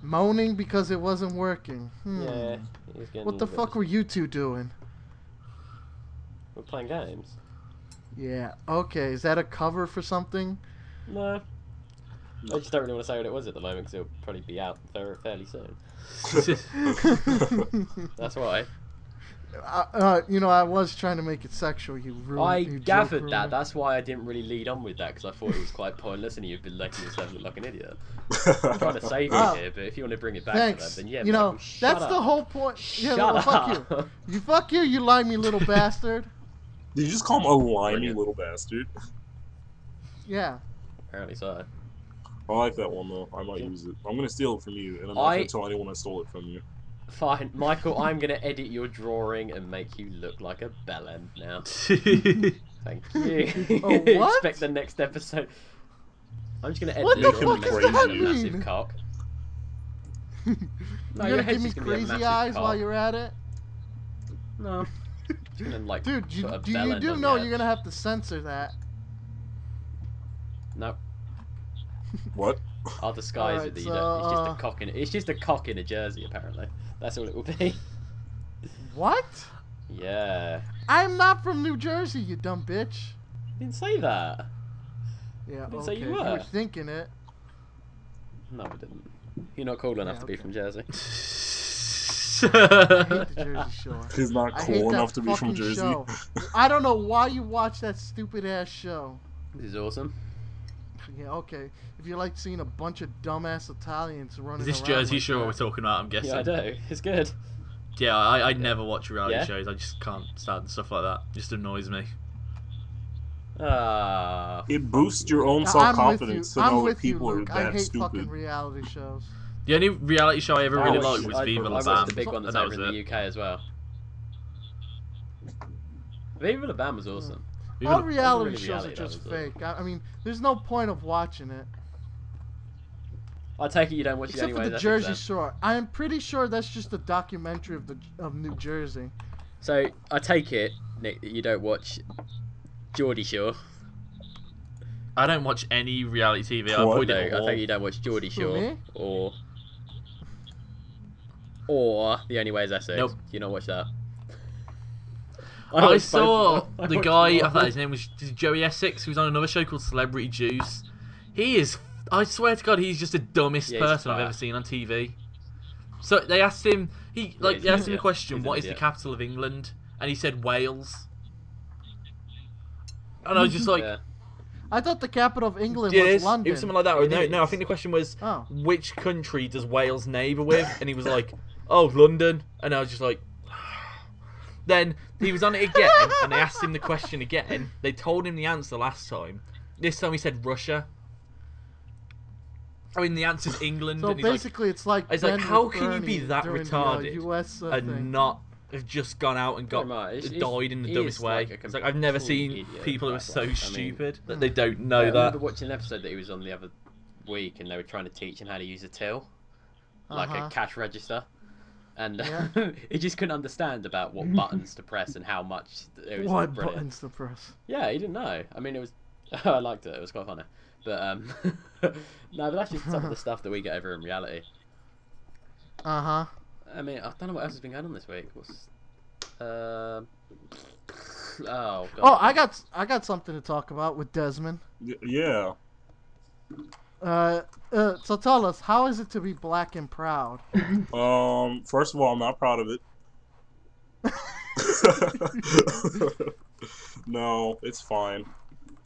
Speaker 2: moaning because it wasn't working. Hmm.
Speaker 5: Yeah, he's getting.
Speaker 2: What the fuck were you two doing?
Speaker 5: We're playing games.
Speaker 2: Yeah. Okay, is that a cover for
Speaker 5: [laughs]
Speaker 2: something? [laughs]
Speaker 5: No. I just don't really want to say what it was at the moment because it'll probably be out fair- fairly soon. That's why.
Speaker 2: Uh, uh, you know, I was trying to make it sexual. You ruined.
Speaker 5: I
Speaker 2: you joke
Speaker 5: gathered
Speaker 2: ruiner.
Speaker 5: that. That's why I didn't really lead on with that because I thought it was quite pointless, and you've been letting yourself look like an idiot. I'm trying to save you
Speaker 2: Ah.
Speaker 5: here, but if you want to bring it back to
Speaker 2: Thanks.
Speaker 5: that, then yeah,
Speaker 2: you know,
Speaker 5: Michael, shut
Speaker 2: that's the
Speaker 5: up.
Speaker 2: whole point. Yeah,
Speaker 5: Shut
Speaker 2: well, fuck
Speaker 5: up. [laughs]
Speaker 2: you. You fuck you. You lie me, little bastard.
Speaker 3: Did you just call him a limey
Speaker 5: Brilliant.
Speaker 3: little bastard?
Speaker 2: Yeah.
Speaker 5: Apparently so.
Speaker 3: I like that one though. I might use it. I'm gonna steal it from you, and I'm not
Speaker 5: I-
Speaker 3: gonna tell anyone I stole it from you.
Speaker 5: Fine, Michael, I'm gonna edit your drawing and make you look like a bell end now.
Speaker 2: [laughs]
Speaker 5: Thank you.
Speaker 2: Oh,
Speaker 5: [laughs]
Speaker 2: what?
Speaker 5: Expect the next episode. I'm just gonna edit
Speaker 2: What
Speaker 5: your
Speaker 3: the
Speaker 5: drawing
Speaker 3: fuck
Speaker 5: and
Speaker 3: does
Speaker 5: make
Speaker 3: that
Speaker 5: you a
Speaker 2: mean?
Speaker 5: massive
Speaker 2: [laughs]
Speaker 5: cock. No,
Speaker 2: you're
Speaker 5: your
Speaker 2: gonna
Speaker 5: head's
Speaker 2: give me
Speaker 5: just gonna be a
Speaker 2: crazy
Speaker 5: massive
Speaker 2: eyes
Speaker 5: cock.
Speaker 2: while you're at it,
Speaker 5: No. Just gonna,
Speaker 2: [laughs]
Speaker 5: like,
Speaker 2: dude. You,
Speaker 5: put a
Speaker 2: do
Speaker 5: bell
Speaker 2: you
Speaker 5: end
Speaker 2: do
Speaker 5: on
Speaker 2: know
Speaker 5: the
Speaker 2: you're gonna have to censor that?
Speaker 5: end. No,
Speaker 3: What?
Speaker 5: I'll disguise
Speaker 2: Alright,
Speaker 5: it that you
Speaker 2: so,
Speaker 5: don't. It's just
Speaker 2: uh,
Speaker 5: a cock in. It's just a cock in a jersey, apparently. That's all it will be. [laughs]
Speaker 2: What?
Speaker 5: yeah.
Speaker 2: I'm not from New Jersey, you dumb bitch.
Speaker 5: You didn't say that.
Speaker 2: Yeah.
Speaker 5: didn't
Speaker 2: okay.
Speaker 5: say you
Speaker 2: you
Speaker 5: were.
Speaker 2: were thinking it.
Speaker 5: No, I didn't. You're not cool enough
Speaker 2: Yeah,
Speaker 5: to be
Speaker 2: okay.
Speaker 5: from Jersey.
Speaker 2: I hate the Jersey Shore.
Speaker 3: He's not
Speaker 2: I hate
Speaker 3: cool
Speaker 2: that
Speaker 3: enough to be from
Speaker 2: fucking
Speaker 3: Jersey. [laughs]
Speaker 2: show. I don't know why you watch that stupid ass show.
Speaker 5: [laughs] This is awesome.
Speaker 2: Yeah, okay. If you like seeing a bunch of dumbass Italians running
Speaker 4: [laughs] Is this
Speaker 2: around
Speaker 4: Jersey
Speaker 2: like
Speaker 4: Shore we're
Speaker 2: that.
Speaker 4: talking about? I'm guessing.
Speaker 5: Yeah, I do. It's good.
Speaker 4: Yeah, I, I never watch reality
Speaker 5: Yeah?
Speaker 4: shows. I just can't stand stuff like that. It just annoys me.
Speaker 5: Ah.
Speaker 3: It boosts your own
Speaker 2: Now,
Speaker 3: self
Speaker 2: I'm with
Speaker 3: confidence
Speaker 2: you.
Speaker 3: to
Speaker 2: I'm
Speaker 3: know
Speaker 2: with
Speaker 3: that people
Speaker 2: you,
Speaker 3: are
Speaker 2: Luke. I
Speaker 3: that
Speaker 2: hate fucking
Speaker 3: stupid.
Speaker 2: reality shows.
Speaker 4: The only reality show I ever
Speaker 5: Oh, I
Speaker 4: really
Speaker 5: watched-
Speaker 4: liked was
Speaker 5: I-
Speaker 4: Viva
Speaker 5: I
Speaker 4: La
Speaker 5: watched
Speaker 4: Bam,
Speaker 5: the big one that's
Speaker 4: and that
Speaker 5: over
Speaker 4: was
Speaker 5: in the
Speaker 4: it.
Speaker 5: UK as well. Viva La Bam was awesome.
Speaker 4: Viva
Speaker 2: All
Speaker 4: La-
Speaker 2: reality
Speaker 5: really
Speaker 2: shows are
Speaker 5: reality,
Speaker 2: just
Speaker 5: that was
Speaker 2: fake. I, I mean, there's no point of watching it.
Speaker 5: I take it you don't watch
Speaker 2: Except
Speaker 5: it
Speaker 2: for
Speaker 5: anyway.
Speaker 2: the Jersey Shore. I am pretty sure that's just a documentary of the of New Jersey.
Speaker 5: So I take it, Nick, that you don't watch Geordie Shore.
Speaker 4: I don't watch any reality TV. I
Speaker 3: What?
Speaker 4: avoid
Speaker 5: No,
Speaker 4: it
Speaker 5: I
Speaker 4: all.
Speaker 5: take it you don't watch Geordie Shore
Speaker 2: me?
Speaker 5: or or the only way is Essex.
Speaker 4: Nope.
Speaker 5: You not watch that. [laughs] watched
Speaker 4: I
Speaker 5: both
Speaker 4: saw
Speaker 5: of them. I
Speaker 4: the
Speaker 5: watched
Speaker 4: guy.
Speaker 5: them
Speaker 4: I
Speaker 5: all.
Speaker 4: thought his name was Joey Essex, who's on another show called Celebrity Juice. He is. I swear to God, he's just the dumbest
Speaker 5: Yeah, he's
Speaker 4: person I've
Speaker 5: fat.
Speaker 4: ever seen on TV. So they asked him. He like
Speaker 5: he's
Speaker 4: they
Speaker 5: an
Speaker 4: asked him
Speaker 5: idiot.
Speaker 4: a question.
Speaker 5: He's an
Speaker 4: What is
Speaker 5: idiot.
Speaker 4: the capital of England? And he said Wales. And I was just like,
Speaker 5: yeah.
Speaker 2: I thought the capital of England
Speaker 4: yeah, it
Speaker 2: was
Speaker 4: is.
Speaker 2: London.
Speaker 4: It was something like that. Or
Speaker 5: It
Speaker 4: no, no, I
Speaker 5: is.
Speaker 4: think the question was,
Speaker 2: Oh.
Speaker 4: which country does Wales neighbour with? And he was like, oh, London. And I was just like, [sighs] then he was on it again, and they asked him the question again. They told him the answer last time. This time he said Russia. I mean, the answer's England.
Speaker 2: So
Speaker 4: and he's like,
Speaker 2: basically, it's like
Speaker 4: it's like,
Speaker 2: Ben with
Speaker 4: how can you be
Speaker 2: Bernie
Speaker 4: that
Speaker 2: during the, uh,
Speaker 4: retarded
Speaker 2: US, uh, thing.
Speaker 4: and not have just gone out and got
Speaker 5: Pretty much. It's- it's-
Speaker 4: died in the
Speaker 5: he
Speaker 4: dumbest
Speaker 5: is
Speaker 4: way.
Speaker 5: like a
Speaker 4: it's like I've never
Speaker 5: complete
Speaker 4: seen
Speaker 5: idiot,
Speaker 4: people who are
Speaker 5: that
Speaker 4: so
Speaker 5: bloke. I mean-
Speaker 4: stupid that they don't know
Speaker 5: I
Speaker 4: that.
Speaker 5: remember watching an episode that he was on the other week, and they were trying to teach him how to use a till, like
Speaker 2: Uh-huh.
Speaker 5: a cash register, and
Speaker 2: Yeah.
Speaker 5: [laughs] he just couldn't understand about
Speaker 2: [laughs]
Speaker 5: what buttons to press and how much. It was
Speaker 2: What
Speaker 5: brilliant.
Speaker 2: buttons to press?
Speaker 5: Yeah, he didn't know. I mean, it was. [laughs] I liked it. It was quite funny. But um, [laughs] no, but that's just
Speaker 2: [laughs]
Speaker 5: some of the stuff that we get over in reality.
Speaker 2: Uh huh.
Speaker 5: I mean, I don't know what else has been going on this week. What's [sniffs] um? oh god.
Speaker 2: Oh, I got I got something to talk about with Desmond.
Speaker 3: Y- Yeah.
Speaker 2: Uh, uh, so tell us, how is it to be black and proud? [laughs]
Speaker 3: Um. First of all, I'm not proud of it. [laughs] no, it's fine.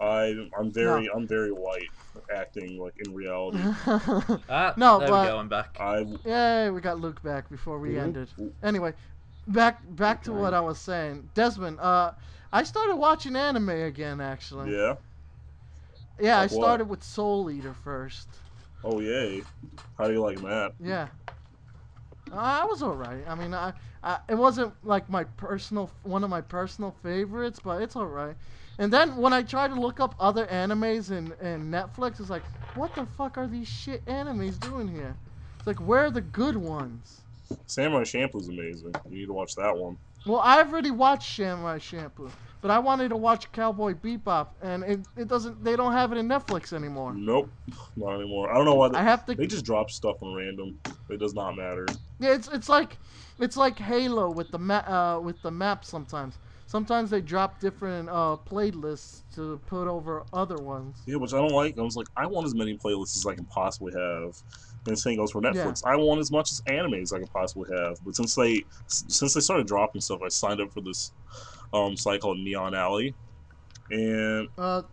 Speaker 3: I I'm very I'm very white acting like in reality.
Speaker 2: Mm-hmm.
Speaker 4: Ah,
Speaker 2: No,
Speaker 4: there
Speaker 2: but-
Speaker 4: we go. I'm back.
Speaker 3: I
Speaker 2: Yay, we got Luke back before we
Speaker 1: Mhm.
Speaker 2: ended. Anyway, back back to what I was saying. Desmond, uh, I started watching anime again, actually.
Speaker 3: yeah.
Speaker 2: Yeah, I
Speaker 3: Like what?
Speaker 2: started with Soul Eater first.
Speaker 3: Oh yay. How do you like that?
Speaker 2: Yeah. I was alright. I mean, I, I it wasn't like my personal one of my personal favorites, but it's alright. And then when I try to look up other animes and and Netflix, it's like, what the fuck are these shit animes doing here? It's like, where are the good ones?
Speaker 3: Samurai Shampoo's amazing. You need to watch that one.
Speaker 2: Well, I've already watched Samurai Shampoo, but I wanted to watch Cowboy Bebop, and it, it doesn't. They don't have it in Netflix anymore.
Speaker 3: Nope, not anymore. I don't know why they,
Speaker 2: I have to
Speaker 3: they just drop stuff on random. It does not matter.
Speaker 2: Yeah, it's it's like it's like Halo with the ma- uh, with the map sometimes. Sometimes they drop different uh, playlists to put over other ones.
Speaker 3: Yeah, which I don't like. I was like, I want as many playlists as I can possibly have. And the same goes for Netflix. I want as much as anime as I can possibly have. But since they s- since they started dropping stuff, I signed up for this um, site called Neon Alley, and
Speaker 2: Uh,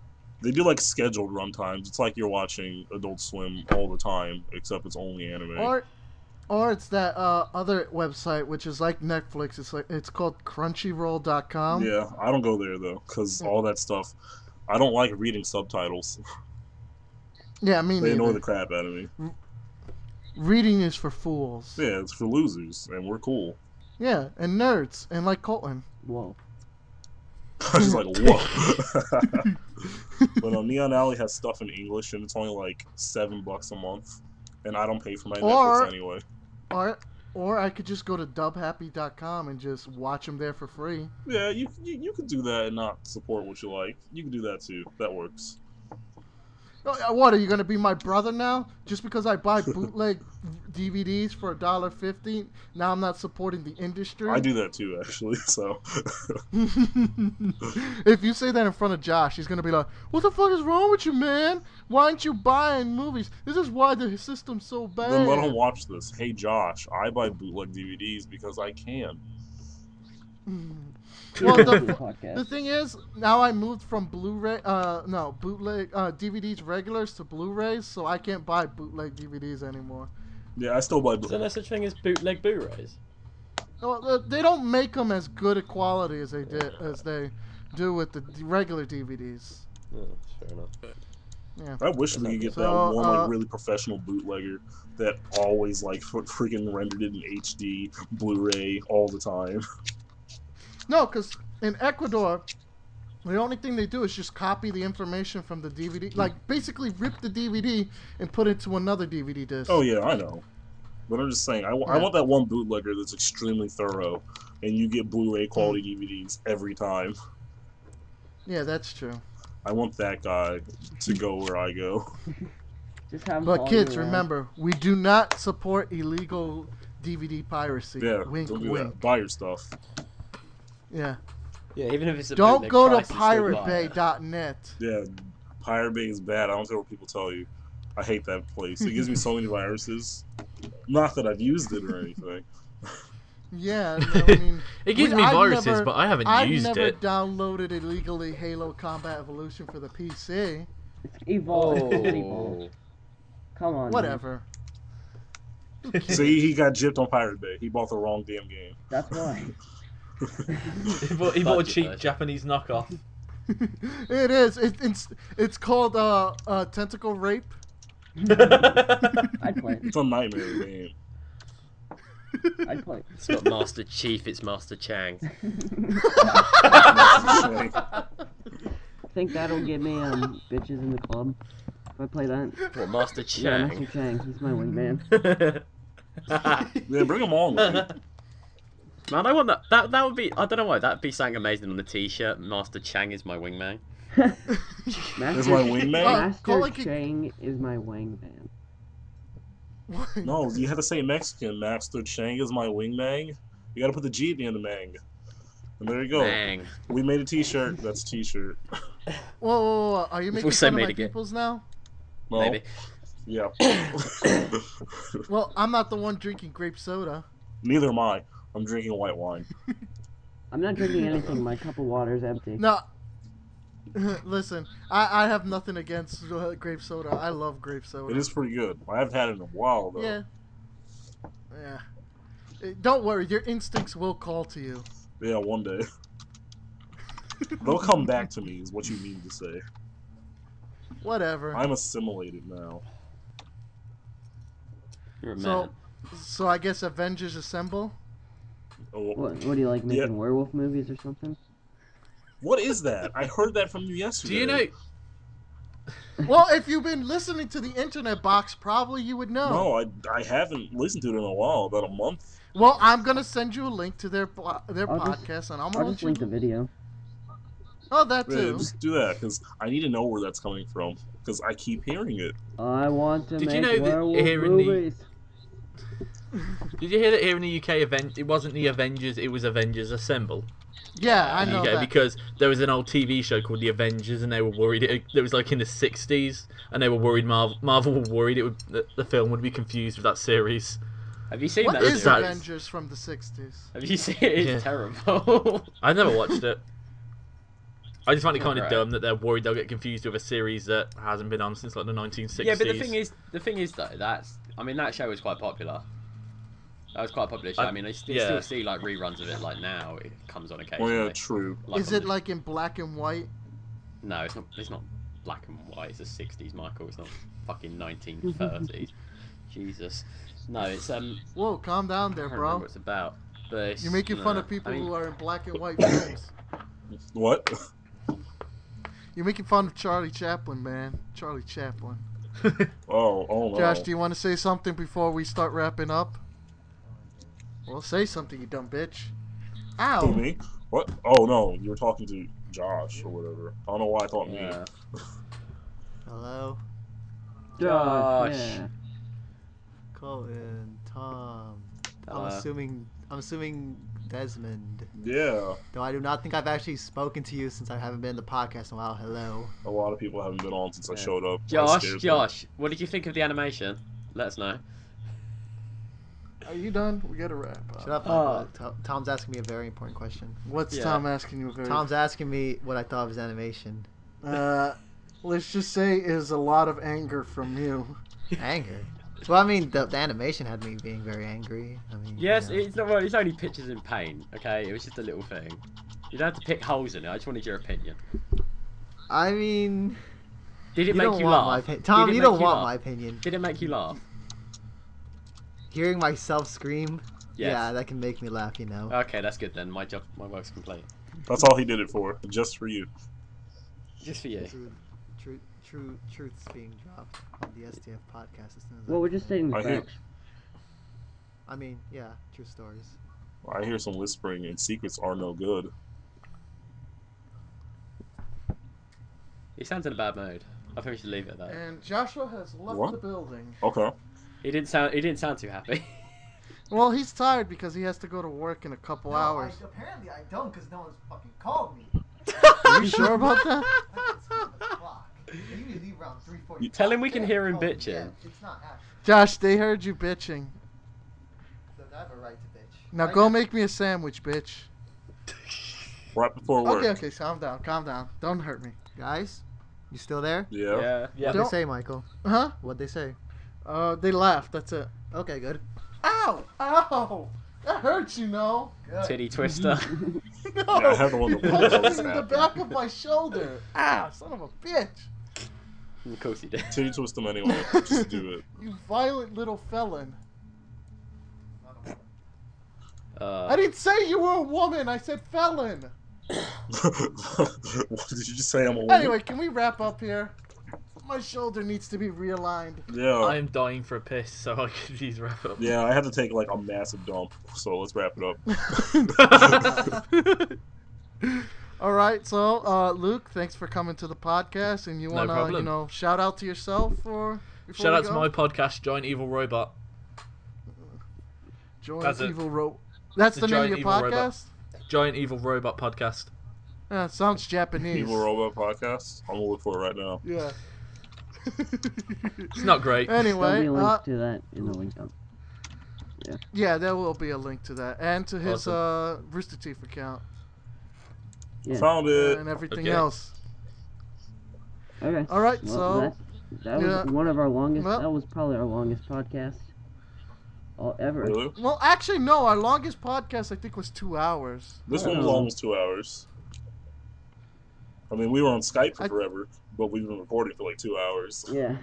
Speaker 3: they do like scheduled runtimes. It's like you're watching Adult Swim all the time, except it's only anime.
Speaker 2: or, or it's that uh, other website which is like Netflix. It's like it's called Crunchyroll.com.
Speaker 3: yeah, I don't go there though, because all that stuff. I don't like reading subtitles. [laughs]
Speaker 2: Yeah, I mean,
Speaker 3: They annoy the crap out of me.
Speaker 2: reading is for fools.
Speaker 3: Yeah, it's for losers, and we're cool.
Speaker 2: Yeah, and nerds, and like Colton.
Speaker 1: Whoa.
Speaker 3: I was just like, whoa.
Speaker 2: [laughs]
Speaker 3: but um, Neon Alley has stuff in English, and it's only like seven bucks a month, and I don't pay for my
Speaker 2: Or-
Speaker 3: Netflix anyway.
Speaker 2: Or, or I could just go to dubhappy.com and just watch them there for free.
Speaker 3: Yeah, you, you you could do that and not support what you like. You can do that too. That works.
Speaker 2: Oh, What are you gonna be my brother now? Just because I
Speaker 3: [laughs]
Speaker 2: buy bootleg DVDs for a dollar fifty, now I'm not supporting the industry.
Speaker 3: I do that too, actually. [laughs] So
Speaker 2: [laughs] if you say that in front of Josh, he's gonna be like, "What the fuck is wrong with you, man? Why aren't you buying movies? This is why the system's so bad."
Speaker 3: then let them watch this. Hey, Josh, I buy bootleg DVDs because I can.
Speaker 2: [laughs] Well,
Speaker 1: You're
Speaker 2: the-
Speaker 1: doing a podcast.
Speaker 2: The thing is, now I moved from Blu-ray, uh, no bootleg uh, DVDs regulars to Blu-rays, so I can't buy bootleg DVDs anymore.
Speaker 3: Yeah, I still buy
Speaker 5: Is there no
Speaker 3: bootleg.
Speaker 5: such thing as bootleg Blu-rays?
Speaker 2: No, th- Oh, uh, they don't make them as good a quality as they did as they do with the d- regular DVDs.
Speaker 5: No, fair enough.
Speaker 3: I wish we could get that
Speaker 2: So,
Speaker 3: one
Speaker 2: uh,
Speaker 3: like really professional bootlegger that always like fr- freaking rendered it in HD, Blu-ray all the time.
Speaker 2: No, because in Ecuador, the only thing they do is just copy the information from the
Speaker 3: Hmm.
Speaker 2: DVD, like basically rip the DVD and put it to another DVD disc.
Speaker 3: Oh yeah, I know. But I'm just saying, I wa- I
Speaker 2: Yeah.
Speaker 3: want that one bootlegger that's extremely thorough, and you get Blu-ray
Speaker 2: Mm.
Speaker 3: quality DVDs every time.
Speaker 2: yeah, that's true.
Speaker 3: I want that guy to go where I go.
Speaker 1: Just have 'em
Speaker 2: But
Speaker 1: follow you
Speaker 2: kids,
Speaker 1: around.
Speaker 2: remember, we do not support illegal DVD piracy.
Speaker 3: Yeah,
Speaker 2: wink,
Speaker 3: don't do
Speaker 2: wink.
Speaker 3: that. Buy your stuff.
Speaker 2: Yeah.
Speaker 5: Yeah, even if it's a
Speaker 2: Don't
Speaker 5: bootleg
Speaker 2: go
Speaker 5: price,
Speaker 2: to
Speaker 5: you still buy it.
Speaker 2: piratebay.net.
Speaker 3: Yeah, Pirate Bay is bad. I don't care what people tell you. I hate that place. It gives me so
Speaker 2: [laughs]
Speaker 3: many viruses. Not that I've used it or anything.
Speaker 2: Yeah, no, I mean,
Speaker 4: It gives
Speaker 2: we-
Speaker 4: me
Speaker 2: I've
Speaker 4: viruses,
Speaker 2: never-
Speaker 4: but I haven't
Speaker 2: I
Speaker 4: used
Speaker 2: never
Speaker 4: it.
Speaker 2: downloaded illegally Halo Combat Evolution for the PC.
Speaker 1: It's evolved. It's evolved.
Speaker 5: [laughs] Oh,
Speaker 1: Come on. man.
Speaker 2: Whatever. [laughs]
Speaker 4: [laughs]
Speaker 3: See, he got gypped on Pirate Bay. He bought the wrong damn game.
Speaker 1: That's why.
Speaker 4: He bought, he bought a
Speaker 5: Budget
Speaker 4: cheap
Speaker 5: version.
Speaker 4: Japanese knockoff.
Speaker 2: it is. It, it's it's called uh, uh tentacle rape. [laughs]
Speaker 1: I'd play it.
Speaker 3: It's a nightmare game.
Speaker 2: [laughs]
Speaker 1: I'd play it.
Speaker 5: [laughs] it's not Master Chief, it's Master Chang.
Speaker 2: [laughs]
Speaker 1: think that'll get me um bitches in the club. If I play that. Yeah,
Speaker 5: What, [laughs] Master
Speaker 1: Master
Speaker 5: Chang?
Speaker 1: Chang. He's my
Speaker 2: [laughs]
Speaker 1: wingman.
Speaker 3: Yeah, bring them on. man.
Speaker 5: [laughs] Man, I want that. That that would be. I don't know why. That'd be something amazing on the T-shirt. Master Chang is my wingman.
Speaker 1: Master,
Speaker 3: Is my
Speaker 2: Oh,
Speaker 3: wingman?
Speaker 1: Master
Speaker 2: Colin can-
Speaker 1: Chang is my wingman.
Speaker 3: No, you had to say Mexican. Master Chang is my wingman. You got to put the G at the end of Mang. And there you go.
Speaker 5: Bang.
Speaker 3: We made a T-shirt. That's a T-shirt.
Speaker 2: Whoa, whoa, whoa, Are you making
Speaker 5: also
Speaker 2: fun
Speaker 5: made
Speaker 2: of my
Speaker 5: a game.
Speaker 2: peoples now?
Speaker 3: Well,
Speaker 5: Maybe.
Speaker 3: Yeah.
Speaker 2: Well, I'm not the one drinking grape soda.
Speaker 3: Neither am I. I'm drinking white wine.
Speaker 1: I'm not
Speaker 2: [laughs]
Speaker 1: drinking anything. My cup of water's empty.
Speaker 2: No. [laughs] Listen, I, I have nothing against uh, grape soda. I love grape soda.
Speaker 3: It is pretty good. I haven't had it in a while though.
Speaker 2: Yeah. Yeah. Eh, Don't worry, your instincts will call to you.
Speaker 3: Yeah, one day. They'll come back to me. Is what you mean to say?
Speaker 2: Whatever.
Speaker 3: I'm assimilated now.
Speaker 5: You're a man.
Speaker 2: so, so I guess Avengers Assemble.
Speaker 3: Oh,
Speaker 1: What, what do you like making
Speaker 3: Yeah.
Speaker 1: werewolf movies or something?
Speaker 3: What is that? I heard that from you yesterday.
Speaker 4: Do you know?
Speaker 2: Well, if you've been listening to the internet box, probably you would know.
Speaker 3: No, I, I haven't listened to it in a while. About a month.
Speaker 2: Well, I'm gonna send you a link to their blo- their
Speaker 1: I'll
Speaker 2: podcast,
Speaker 1: just-
Speaker 2: and I'm gonna
Speaker 1: I'll
Speaker 2: let
Speaker 1: just
Speaker 2: you.
Speaker 1: link the video.
Speaker 2: Oh, that
Speaker 3: Yeah,
Speaker 2: too.
Speaker 3: just do that because I need to know where that's coming from because I keep hearing it.
Speaker 1: I want to
Speaker 4: Did
Speaker 1: make
Speaker 4: you know that
Speaker 1: werewolf
Speaker 4: here in the-
Speaker 1: movies.
Speaker 4: Did you hear that here in the UK, event it wasn't the Avengers, it was Avengers Assemble?
Speaker 2: Yeah, I
Speaker 4: in the
Speaker 2: know
Speaker 4: UK
Speaker 2: that.
Speaker 4: because there was an old TV show called The Avengers, and they were worried it, it was like in the '60s, and they were worried Marvel, Marvel were worried it would that the film would be confused with that series.
Speaker 5: Have you seen
Speaker 2: What
Speaker 5: that?
Speaker 2: is
Speaker 5: series?
Speaker 2: Avengers from the 60s?
Speaker 5: Have you seen it? It's
Speaker 4: Yeah.
Speaker 5: [laughs] terrible.
Speaker 4: I never watched it. I just find it kind of
Speaker 5: Right.
Speaker 4: dumb that they're worried they'll get confused with a series that hasn't been on since like the 1960s.
Speaker 5: Yeah, but the thing is, the thing is though, that's I mean that show was quite popular. That was quite a popular show. I,
Speaker 4: I-
Speaker 5: mean, I still,
Speaker 4: yeah.
Speaker 5: still see like reruns of it. Like now, it comes on
Speaker 3: Well,
Speaker 5: occasionally.
Speaker 3: Oh, yeah, true.
Speaker 2: is
Speaker 5: on
Speaker 2: it
Speaker 5: the-
Speaker 2: like in black and white?
Speaker 5: No, it's not. It's not black and white. It's the '60s, Michael. It's not fucking 1930s. Jesus. No, it's um.
Speaker 2: Whoa, calm down there,
Speaker 5: I can't remember
Speaker 2: bro.
Speaker 5: what it's about. But it's,
Speaker 2: You're making fun
Speaker 5: nah,
Speaker 2: of people
Speaker 5: I mean,
Speaker 2: who are in black and white films.
Speaker 3: What? [laughs]
Speaker 2: You're making fun of Charlie Chaplin, man. Charlie
Speaker 3: [laughs]
Speaker 2: Chaplin.
Speaker 3: Oh, oh no.
Speaker 2: Josh, do you want to say something before we start wrapping up? Well, say something, you dumb bitch.
Speaker 3: Who,
Speaker 2: Ow!
Speaker 3: me? What? Oh no, you were talking to Josh or whatever. I don't know why I thought me.
Speaker 5: Yeah.
Speaker 2: Hello?
Speaker 5: Gosh.
Speaker 1: Yeah.
Speaker 6: Call in Tom. I'm
Speaker 5: Uh,
Speaker 6: assuming I'm assuming Desmond.
Speaker 3: Yeah,
Speaker 6: Though I do not think I've actually spoken to you since I haven't been in the podcast in a while. Hello.
Speaker 3: a lot of people haven't been on since I
Speaker 5: Yeah.
Speaker 3: showed up. I
Speaker 5: Josh,
Speaker 3: scared them.
Speaker 5: Josh, what did you think of the animation? Let us know.
Speaker 2: Are you done? We gotta wrap
Speaker 6: Shut
Speaker 2: up.
Speaker 6: up.
Speaker 5: Uh,
Speaker 6: Mike. To- Tom's asking me a very important question.
Speaker 2: What's
Speaker 5: Yeah.
Speaker 2: Tom asking you? a Very...
Speaker 6: Tom's asking me what I thought of
Speaker 5: [laughs]
Speaker 6: his animation.
Speaker 2: Uh, let's just say is a lot of anger from you.
Speaker 6: Anger. Well, I mean, the, the animation had me being very angry. I mean, you
Speaker 5: Yes,
Speaker 6: know.
Speaker 5: it's not. Well, it's only pictures in paint. Okay, it was just a little thing. You don't have to pick holes in it. I just wanted your opinion.
Speaker 6: I mean,
Speaker 5: Did
Speaker 6: you
Speaker 5: it make
Speaker 6: don't
Speaker 5: you
Speaker 6: want
Speaker 5: laugh?
Speaker 6: my opinion.
Speaker 5: Did
Speaker 6: Tom,
Speaker 5: it
Speaker 6: you
Speaker 5: make
Speaker 6: don't want
Speaker 5: laugh?
Speaker 6: my opinion.
Speaker 5: Did it make you laugh?
Speaker 6: Hearing myself scream,
Speaker 5: Yes.
Speaker 6: yeah, that can make me laugh. You know.
Speaker 5: Okay, that's good then. My job, my work's complete.
Speaker 3: That's all he did it for, just for you.
Speaker 5: Just for you.
Speaker 6: Truth, truth, true, truths being dropped on the STF podcast as soon as I
Speaker 1: Well, we're
Speaker 6: can.
Speaker 1: just stating the
Speaker 3: I think-
Speaker 1: facts.
Speaker 6: I mean, yeah, true stories.
Speaker 3: I hear some whispering, and secrets are no good.
Speaker 5: He sounds in a bad mood. I think we should leave it at that.
Speaker 2: And Joshua has left
Speaker 3: What?
Speaker 2: the building.
Speaker 3: Okay.
Speaker 5: He didn't sound. He didn't sound too happy.
Speaker 2: Well, he's tired because he has to go to work in a couple hours.
Speaker 6: apparently, I don't because no one's fucking called me.
Speaker 2: Are you sure about that? [laughs]
Speaker 6: [laughs]
Speaker 5: Tell him we can hear him bitching.
Speaker 6: It's not actually.
Speaker 2: Josh, they heard you bitching.
Speaker 6: So I have a right to bitch.
Speaker 2: Now go make me a sandwich, bitch.
Speaker 3: Right before work.
Speaker 2: Okay, okay, calm down, calm down. Don't hurt me.
Speaker 6: Guys, you still there?
Speaker 3: Yeah.
Speaker 5: [laughs] Yeah.
Speaker 6: What'd
Speaker 2: Don't-
Speaker 6: they say, Michael?
Speaker 2: Huh?
Speaker 6: What'd they say?
Speaker 2: Uh-huh. Uh, they laughed. That's it.
Speaker 6: Okay, good.
Speaker 2: Ow! Ow! That hurts, you know.
Speaker 5: Titty twister.
Speaker 2: [laughs]
Speaker 5: [laughs]
Speaker 2: No,
Speaker 3: Yeah, I had
Speaker 2: [laughs]
Speaker 3: the one that
Speaker 2: you
Speaker 3: really
Speaker 2: punched
Speaker 3: was
Speaker 2: me in the
Speaker 3: happening.
Speaker 2: back of my shoulder. Ah, son of a bitch!
Speaker 5: of course he did.
Speaker 3: Titty twist them anyway. Just do it. [laughs]
Speaker 2: You violent little felon. I
Speaker 5: Uh,
Speaker 2: didn't say you were a woman. I said felon.
Speaker 3: what did you just say? I'm a woman.
Speaker 2: Anyway, can we wrap up here? My shoulder needs to be realigned.
Speaker 3: Yeah.
Speaker 5: Oh.
Speaker 4: I'm dying for a piss, so I could use wrap [laughs]
Speaker 5: [laughs]
Speaker 4: up.
Speaker 3: Yeah, I had to take like a massive dump, so let's wrap it up.
Speaker 2: [laughs] All right, so uh, Luke, thanks for coming to the podcast, and you
Speaker 4: No
Speaker 2: want to, you
Speaker 4: problem.
Speaker 2: know, shout out to yourself or before
Speaker 4: Shout
Speaker 2: we
Speaker 4: out to
Speaker 2: go?
Speaker 4: my podcast, Giant Evil Robot.
Speaker 2: Join
Speaker 4: That's it.
Speaker 2: Evil Ro- That's
Speaker 4: The
Speaker 2: the name of your
Speaker 4: Giant Evil Robot.
Speaker 2: podcast.
Speaker 4: Giant Evil Robot podcast.
Speaker 2: Yeah, it sounds Japanese.
Speaker 3: Evil Robot Podcast. I'm gonna look for it right now.
Speaker 2: Yeah.
Speaker 4: It's not great.
Speaker 1: There'll be
Speaker 2: [laughs] anyway,
Speaker 1: a link
Speaker 2: uh,
Speaker 1: to that in the link down.
Speaker 2: yeah, there will be a link to that and to his uh, Rooster Teeth account Hmm.
Speaker 1: Yeah.
Speaker 3: Found it.
Speaker 2: and everything
Speaker 4: Uh, Okay.
Speaker 2: else.
Speaker 1: Okay.
Speaker 2: All right,
Speaker 1: Well,
Speaker 2: so
Speaker 1: that's, that was
Speaker 2: yeah.
Speaker 1: one of our longest.
Speaker 2: Well-
Speaker 1: that was probably our longest podcast, all ever.
Speaker 3: Really?
Speaker 2: well, actually, no, our longest podcast I think was two hours.
Speaker 3: This one was
Speaker 1: Oh.
Speaker 3: almost two hours. I mean, we were on Skype for
Speaker 2: I-
Speaker 3: forever, but we've been recording for like two hours.
Speaker 1: Yeah.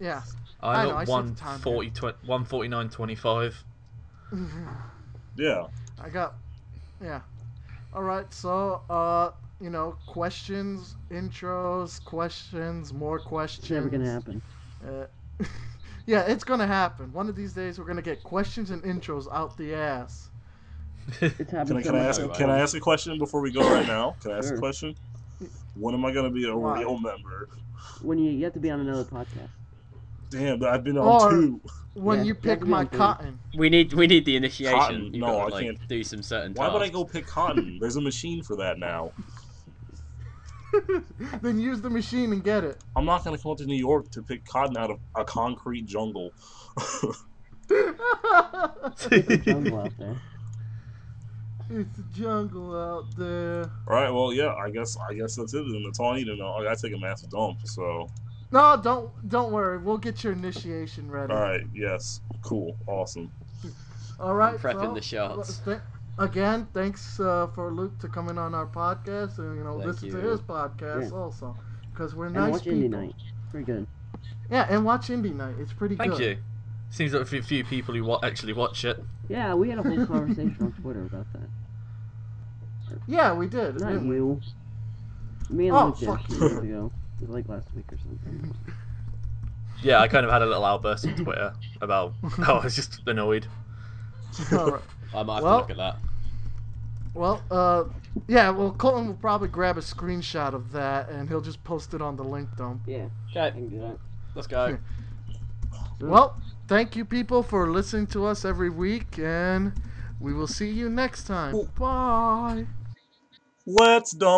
Speaker 2: Yeah. [laughs] I
Speaker 4: I'm
Speaker 2: know, I
Speaker 4: at
Speaker 2: see the time
Speaker 4: 140, 149.25.
Speaker 3: Yeah.
Speaker 2: I got, yeah. All right, so uh, you know, questions, intros, questions, more questions.
Speaker 1: It's never gonna
Speaker 3: [laughs]
Speaker 1: happen.
Speaker 2: Uh, [laughs] yeah, it's gonna happen. One of these days, we're gonna get questions and intros out the ass.
Speaker 1: It's happened.
Speaker 3: Can I,
Speaker 1: so
Speaker 3: can I
Speaker 1: much.
Speaker 3: ask? Can I ask a question before we go right now? Can I ask
Speaker 1: Sure.
Speaker 3: a question? When am I gonna be a
Speaker 2: Why?
Speaker 3: real member? [laughs]
Speaker 1: When you, you have to be on another podcast.
Speaker 3: Damn, I've been
Speaker 2: Or-
Speaker 3: on two.
Speaker 2: When
Speaker 1: Yeah,
Speaker 2: you
Speaker 1: you have
Speaker 2: pick
Speaker 1: to be
Speaker 2: my
Speaker 1: on three.
Speaker 2: cotton.
Speaker 5: We need we need the initiation.
Speaker 3: Cotton.
Speaker 5: You've
Speaker 3: No,
Speaker 5: got to,
Speaker 3: I
Speaker 5: like,
Speaker 3: can't.
Speaker 5: Do some certain.
Speaker 3: Why would I
Speaker 5: tasks.
Speaker 3: go pick cotton? There's a machine for that now.
Speaker 2: [laughs] then use the machine and get it. [laughs]
Speaker 3: I'm not gonna come up to New York to pick cotton out of a concrete jungle. [laughs]
Speaker 2: [laughs]
Speaker 1: There's a jungle out there.
Speaker 2: it's a jungle out there.
Speaker 3: All right, well, yeah, I guess I guess that's it. And that's all I need to know. I gotta take a massive dump. So, all
Speaker 2: No, don't don't worry. We'll get your initiation ready.
Speaker 3: right, yes, cool, awesome.
Speaker 2: All right,
Speaker 5: Prepping
Speaker 2: so, uh,
Speaker 5: the shots.
Speaker 2: th- again, thanks uh, for Luke to coming on our podcast and you know
Speaker 5: Thank
Speaker 2: listen to
Speaker 5: you.
Speaker 2: his podcast
Speaker 1: Yeah.
Speaker 2: also because we're
Speaker 1: and
Speaker 2: nice
Speaker 1: watch
Speaker 2: people.
Speaker 1: Indie Night. Pretty good.
Speaker 2: Yeah, and watch Indie Night. It's pretty
Speaker 4: Thank
Speaker 2: good.
Speaker 4: you. Seems like a few- few people who wa- actually watch it.
Speaker 1: Yeah, we had a whole conversation on Twitter about
Speaker 2: [laughs]
Speaker 1: that.
Speaker 2: Yeah, we did.
Speaker 1: Good night, [laughs]
Speaker 2: didn't we?
Speaker 1: Will. Me and
Speaker 2: Oh,
Speaker 1: Luke did
Speaker 2: fuck
Speaker 1: a few
Speaker 2: you.
Speaker 1: years ago. It was like last week or something.
Speaker 4: Yeah, I kind of had a little outburst on Twitter about [laughs] how I was just annoyed.
Speaker 2: All right.
Speaker 5: I might have
Speaker 2: Well-
Speaker 5: to look at that.
Speaker 2: Well, uh, yeah. Well, Colton will probably grab a screenshot of that and he'll just post it on the link dump.
Speaker 1: Yeah, I
Speaker 5: Okay,
Speaker 1: can do that.
Speaker 5: let's go.
Speaker 2: Well, thank you people for listening to us every week, and we will see you next time.
Speaker 3: Ooh.
Speaker 2: Bye.
Speaker 3: Let's dump.